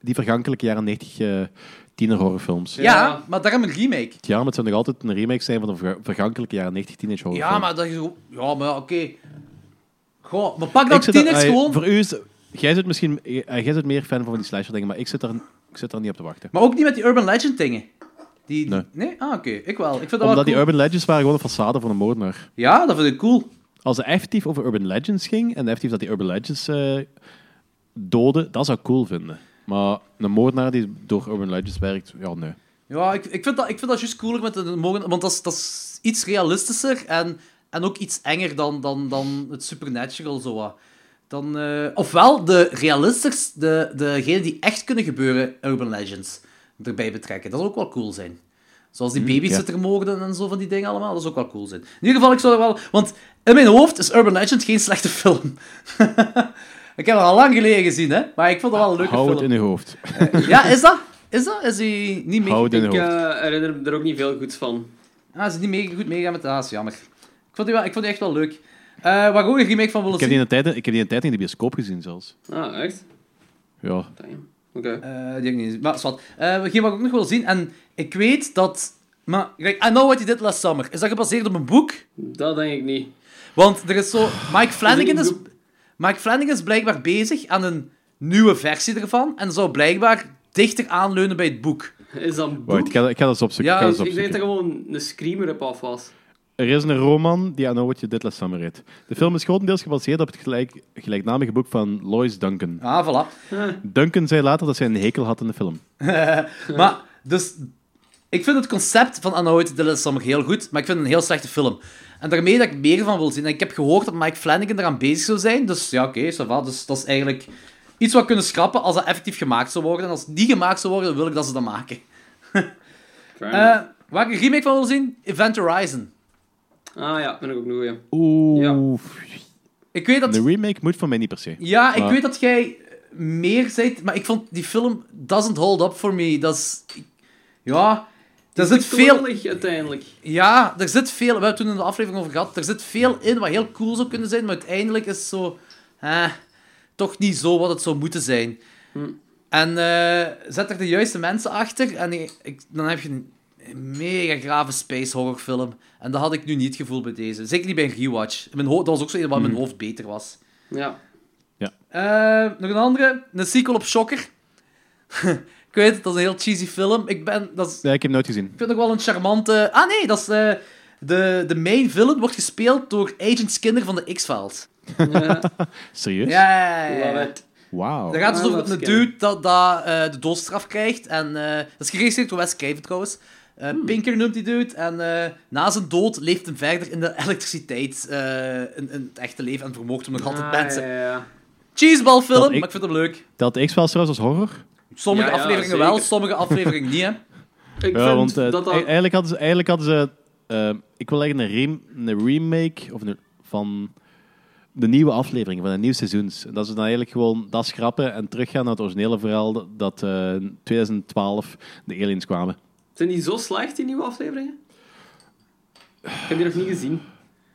Die vergankelijke jaren 90 eh tienerhorrorfilms. Ja, Ja. Ja. maar daarom een remake. ja, maar het zou nog altijd een remake zijn van een verga- vergankelijke jaren 90 teenagehorrorfilm. Ja, maar dat is... ook- Ja, maar ja, oké. Goh, maar pak Ik dan zit daar- 10x ah, gewoon... Voor u is... Jij zit misschien... eh, Jij zit meer fan van die slasher dingen, maar ik zit daar, ik zit daar niet op te wachten. Maar ook niet met die Urban Legend dingen. Die, Nee. Ah, oké. Ik wel. Ik vind dat wel Omdat die cool. Urban Legends waren gewoon een façade van een moordenaar. Ja, dat vind ik cool. Als het effectief over Urban Legends ging, en effectief dat die Urban Legends eh doden, dat zou ik cool vinden. Maar een moordenaar die door Urban Legends werkt, ja, nee. Ja, ik, ik, vind, dat, ik vind dat juist cooler met de morgen... Want dat is, dat is iets realistischer en, en ook iets enger dan, dan, dan het supernatural, zo wat. Dan, eh, ofwel de realistisch, de, degenen die echt kunnen gebeuren, Urban Legends, erbij betrekken. Dat zou ook wel cool zijn. Zoals Mhm, die babysittermoorden en zo van die dingen allemaal, dat zou ook wel cool zijn. In ieder geval, ik zou er wel... Want in mijn hoofd is Urban Legend geen slechte film. (laughs) ik heb het al lang geleden gezien, hè. Maar ik vond het wel een leuke Hou het film. in je hoofd. Ja, is dat? Is dat? Is hij niet mee? Hou het in je Ik hoofd. eh, herinner me er ook niet veel goeds van. Ah, ze is niet mee, goed meegaan met de haas, jammer. Ik vond die, wel, ik vond die echt wel leuk. Eh waar ik ook een remake van willen Ik heb, die zien... in de tijd, ik heb die in de tijd in de bioscoop gezien zelfs. Ah, echt? Ja. Damn. Oké. Eh, die heb ik niet gezien. Maar, zwart. Eh wat ik ook nog wil zien, en ik weet dat... Maar, kijk, I Know What You Did Last Summer. Is dat gebaseerd op een boek? Dat denk ik niet. Want er is zo... Mike Flanagan is, Is het Mike Flanagan is blijkbaar bezig aan een nieuwe versie ervan. En zou blijkbaar dichter aanleunen bij het boek. Is dat een boek? Wacht, ik ga, ik ga dat eens opzoeken. Ja, ik ga dat eens ik weet dat opzoeken. gewoon een screamer op af was. Er is een roman die aan What You Did Last Summer heet. De film is grotendeels gebaseerd op het gelijk, gelijknamige boek van Lois Duncan. Ah, voilà. Duncan zei later dat zij een hekel had in de film. Maar, dus... Ik vind het concept van Annoyed de Last Summer heel goed, maar ik vind het een heel slechte film. En daarmee dat ik meer van wil zien. En ik heb gehoord dat Mike Flanagan eraan bezig zou zijn, dus ja, oké, ça va. Dus dat is eigenlijk iets wat we kunnen schrappen als dat effectief gemaakt zou worden. En als het niet gemaakt zou worden, wil ik dat ze dat maken. Fair Eh, enough. waar ik een remake van wil zien? Event Horizon. ah ja, ben ik ook nog goeie. Oeh. Ja. Ik weet dat... Een remake moet voor mij niet per se. Ja, ik Maar- weet dat jij meer zei, maar ik vond die film doesn't hold up for me. Dat is... Ja... Er zit veel Knullig uiteindelijk. Ja, er zit veel... We hebben het toen in de aflevering over gehad. Er zit veel in wat heel cool zou kunnen zijn, maar uiteindelijk is het zo... Eh, toch niet zo wat het zou moeten zijn. En eh, zet er de juiste mensen achter en ik, ik- dan heb je... een- mega grave space horrorfilm. En dat had ik nu niet gevoeld bij deze. Zeker niet bij een rewatch. Mijn ho- dat was ook zo een waar mijn hoofd beter was. (laughs) Ja. Eh, nog een andere. Een sequel op Shocker. (laughs) ik weet het, dat is een heel cheesy film. Ik ben... Dat is, Ja, ik heb hem nooit gezien. ik vind het nog wel een charmante... Ah nee, dat is... eh, de, de main villain wordt gespeeld door Agent Skinner van de X-Files. ja. Serieus? Ja, ja, ja. Love it. Wauw. Daar gaat het dus Ah, over dat een is scary. dude dat, dat eh, de doodstraf krijgt. En, eh, dat is geregistreerd door Wes Craven trouwens. Eh, Hmm. Pinker noemt die dude. En eh, na zijn dood leeft hem verder in de elektriciteit eh, in, in het echte leven. En vermoogt hem nog altijd Ah, mensen. ja, ja. Cheeseball film, Dat ik- maar ik vind hem leuk. Telt de X-Files trouwens als horror? Sommige Ja, ja, afleveringen zeker. wel, sommige afleveringen niet. Hè. Ik Ja, vind want eh, dat e- dat... eigenlijk, hadden ze, eigenlijk hadden ze... eh, ik wil eigenlijk een, rem- een remake of een- van de nieuwe aflevering, van het nieuwe seizoens. En Dat ze dan eigenlijk gewoon dat schrappen en teruggaan naar het originele verhaal dat- dat eh, in 2012 de aliens kwamen. Zijn die zo slecht, die nieuwe afleveringen? Ik heb die nog niet gezien.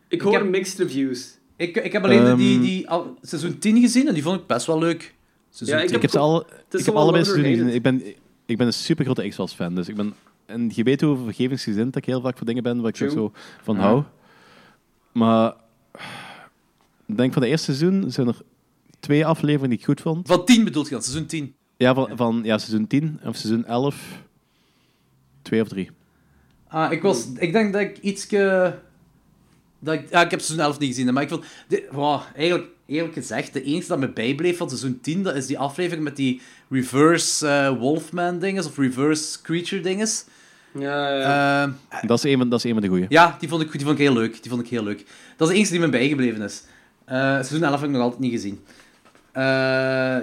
Ik hoor heb- mixed reviews. (laughs) Ik, ik heb alleen de- die, Ehm. die al- seizoen 10 gezien en die vond ik best wel leuk. Seizoen Ja, ik 10. Ik heb, ze alle, is ik heb wel allebei seizoenen gezien. Ik overrated. ben, ik ben een super grote X-Files fan. Dus ik ben, en je weet hoe vergevingsgezind dat ik heel vaak voor dingen ben waar ik True. ook zo van hou. Maar ik denk van het eerste seizoen zijn er twee afleveringen die ik goed vond. Van 10 bedoelt je dan, seizoen 10. Ja, van, van ja, seizoen 10 of seizoen 11. Twee of drie. Ah, ik, was, ik denk dat ik ietske... Dat ik, ja, ik heb seizoen 11 niet gezien, hè, maar ik vond... De, wow, eigenlijk, eerlijk gezegd, de enige dat me bijbleef van seizoen 10, dat is die aflevering met die reverse eh, wolfman dinges, of reverse creature dinges. Ja, ja. Ehm, Dat is een, van- dat is een van de goeie. ja, die vond, ik, die vond ik heel leuk. Die vond ik heel leuk. Dat is de enige die me bijgebleven is. Eh, seizoen 11 heb ik nog altijd niet gezien. Eh,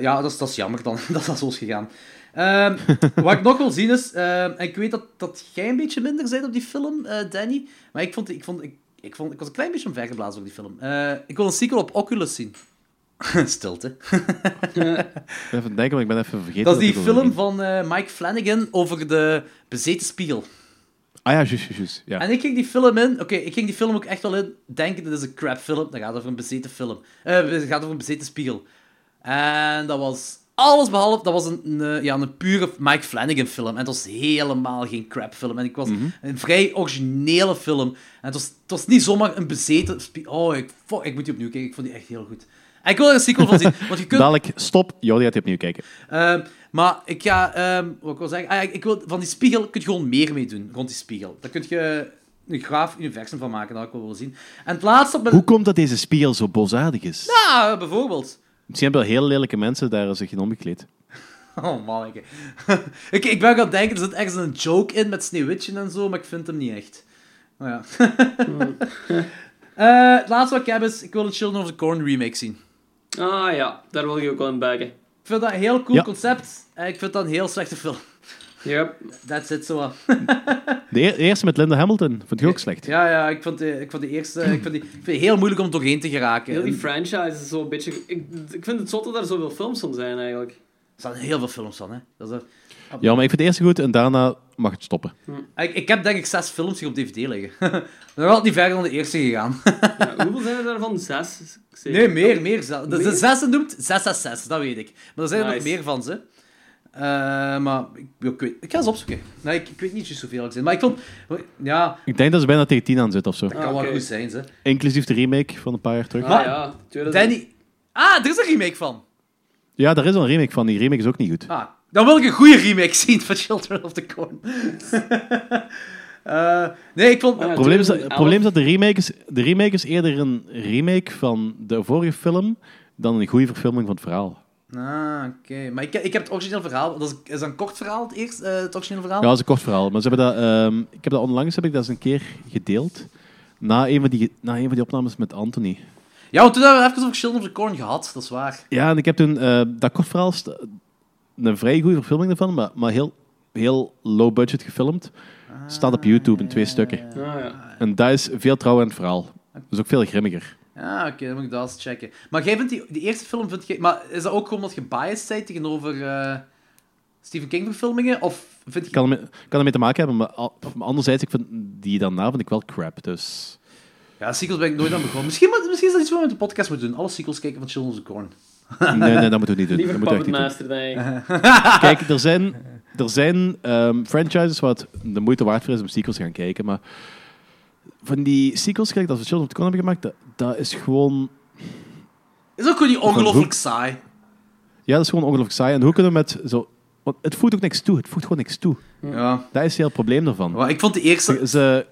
ja, dat is, dat is jammer dan, (laughs) dat dat zo is gegaan. Ehm, wat ik nog wil zien is, eh, en ik weet dat, dat jij een beetje minder bent op die film, eh, Danny, maar ik, vond, ik, vond, ik, ik, vond, ik was een klein beetje omvergeblazen door die film. Eh, ik wil een sequel op Oculus zien. (laughs) Stilte. Ik ben even denken, want ik ben even vergeten. Dat is die ik erover film ging. van eh, Mike Flanagan over de bezeten spiegel. Ah ja, juist, juist, juist. Ja. En ik ging die film in, oké, ik ging die film ook echt wel in, denken dit is een crap film, dat gaat over een bezeten film. Eh, het gaat over een bezeten spiegel. En dat was alles behalve, dat was een, een, eh, ja, een pure Mike Flanagan film. En het was helemaal geen crap film. En ik was een vrij originele film. En het was, het was niet zomaar een bezeten spiegel. Oh, ik, fuck, ik moet die opnieuw kijken, ik vond die echt heel goed. En ik wil er een sequel van zien, want je kunt... Dadelijk, stop. Jody gaat die opnieuw kijken. Ehm, maar ik ga, ehm, wat ik wil zeggen, ah ja, ik wil, van die spiegel kun je gewoon meer mee doen, rond die spiegel. Daar kun je een graaf universum van maken, dat had ik wel willen zien. En het laatste op mijn... Hoe komt dat deze spiegel zo bozadig is? Ah, bijvoorbeeld. (laughs) Misschien hebben wel heel lelijke mensen daar zich in omgekleed. Oh man, ik, (laughs) ik, ik ben ook aan het denken, er zit ergens een joke in met Sneeuwwitje en zo, maar ik vind hem niet echt. Nou (laughs) ja. Eh, het laatste wat ik heb is, ik wil een Children of the Corn remake zien. Eh. Ah ja, daar wil ik ook wel in buiken. Ik vind dat een heel cool Ja. concept, en ik vind dat een heel slechte film. Yep. That's it, zo. De eer- eerste met Linda Hamilton vond ik ook slecht. Ja, ja, ik vond de, ik vond de eerste... Ik vond, die, ik vind het heel moeilijk om doorheen te geraken. Heel die En- franchise is zo'n beetje... Ik, ik vind het zot dat er zoveel films van zijn, eigenlijk. Er staan heel veel films van, hè. Dat is er- Ja, maar ik vind het eerste goed en daarna mag het stoppen. ik, ik heb denk ik zes films hier op DVD liggen. (laughs) Nog altijd niet verder dan de eerste (laughs) gegaan. (laughs) Ja, hoeveel zijn er daarvan? Zes? Zeker. Nee, meer, meer. zelf. De, de Meer? zesde noemt 666, dat weet ik. Maar er zijn er nog Nice. meer van, ze. Eh, maar ik, ik, weet, ik ga ze opzoeken. Nee, ik, ik weet niet precies hoeveel er zijn. Maar ik vond... Ja, Ik denk dat ze bijna tegen tien aan zit of zo. dat kan Ah, oké. wel goed zijn, ze. Inclusief de remake van een paar jaar terug. Ah Maar- ja, 2000. Danny... Ah, er is een remake van. Ja, daar is al een remake van. Die remake is ook niet goed. Ah, dan wil ik een goede remake (laughs) zien van Children of the Corn. (laughs) Eh, nee, ik vond... Ah, ja, Het probleem is, dat- 2011. het probleem is dat de remake is, de remake is eerder een remake van de vorige film dan een goede verfilming van het verhaal. Ah, oké. Maar ik, ik heb het origineel verhaal. Dat is, is dat een kort verhaal, het, eerst, eh, het origineel verhaal? Ja, dat is een kort verhaal. Maar ze hebben dat, ehm, ik heb dat onlangs heb ik dat eens een keer gedeeld. Na een, van die, na een van die opnames met Anthony. Ja, want toen hebben we even over Children of the Corn gehad, dat is waar. Ja, en ik heb toen eh, dat kort verhaal is een vrij goede verfilming ervan, maar, maar heel, heel low budget gefilmd. Staat op YouTube in twee stukken. Ah ja. En dat is veel trouw aan het verhaal. Dus ook veel grimmiger. Ja, Eh, ah, oké, dan moet ik dat eens checken. Maar jij vindt die, die eerste film, vind je, maar is dat ook gewoon omdat je biased bent tegenover eh, Stephen King verfilmingen? Of vind je... Ik kan, ermee- kan ermee te maken hebben, maar, al- maar anderzijds, ik vind die daarna vind ik wel crap. Dus Ja, sequels ben ik nooit aan begonnen. Misschien, moet- misschien is dat iets wat we met de podcast moeten doen. Alle sequels kijken van Children of the Corn. nee, nee, dat moeten we niet doen. Liever Dat moeten we echt (laughs) Puppet niet doen. Master, denk ik. Kijk, er zijn, er zijn ehm, franchises wat de moeite waard voor is om sequels te gaan kijken, maar van die sequels gelijk dat we Children of the Corn hebben gemaakt, dat, dat is gewoon... Is ook gewoon niet ongelooflijk saai. Ja, dat is gewoon ongelooflijk saai. En hoe kunnen we met zo... Want het voegt ook niks toe. Het voegt gewoon niks toe. Ja. Dat is heel het probleem daarvan. Maar ik vond de eerste... Ze,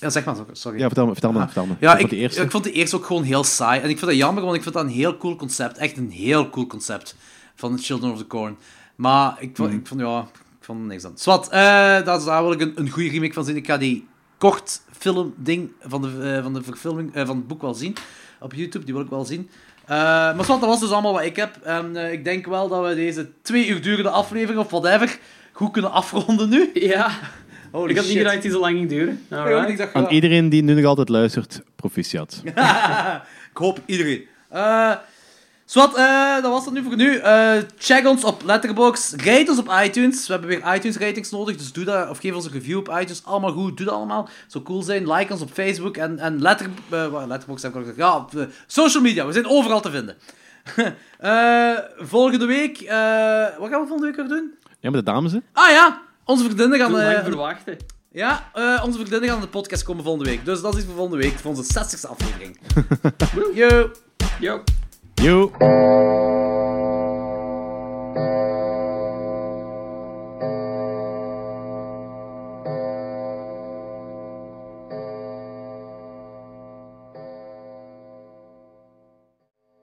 Ja, zeg maar, sorry. ja, vertel me, vertel me, vertel me. Ja, Wat ik, de eerste. ik vond de eerste ook gewoon heel saai. En ik vind dat jammer, want ik vind dat een heel cool concept. Echt een heel cool concept van Children of the Corn. Maar ik Mhm. vond, ik vond ja, ik vond er niks aan. Swat, eh, dat is daar wil ik een, een goede remake van zien. Ik ga die kort film ding van de, eh, van de verfilming eh, van het boek wel zien. Op YouTube, die wil ik wel zien. Eh, maar Swat, dat was dus allemaal wat ik heb. En eh, ik denk wel dat we deze twee uur durende aflevering of whatever goed kunnen afronden nu. Ja, Holy ik had niet shit. gedacht dat die zo lang ging duren. Nee, hoor, Alright. ik dacht, Aan ja. iedereen die nu nog altijd luistert, proficiat. (laughs) ik hoop iedereen. Eh Zwat, eh, dat was het nu voor nu. Eh, check ons op Letterboxd. Rate ons op iTunes. We hebben weer iTunes ratings nodig, dus doe dat. Of geef ons een review op iTunes. Allemaal goed, doe dat allemaal. Zo cool zijn. Like ons op Facebook en, en letter, eh, wat, Letterboxd heb ik al gezegd. Ja, op eh, social media. We zijn overal te vinden. (laughs) Eh, volgende week... eh, wat gaan we volgende week weer doen? Ja, maar de dames, hè? Ah ja, onze vriendinnen Hoe gaan... lang eh, verwachten? ja, eh, onze vriendinnen gaan in de podcast komen volgende week. Dus dat is iets voor volgende week, voor onze 60ste aflevering. Yo! Yo. Yo!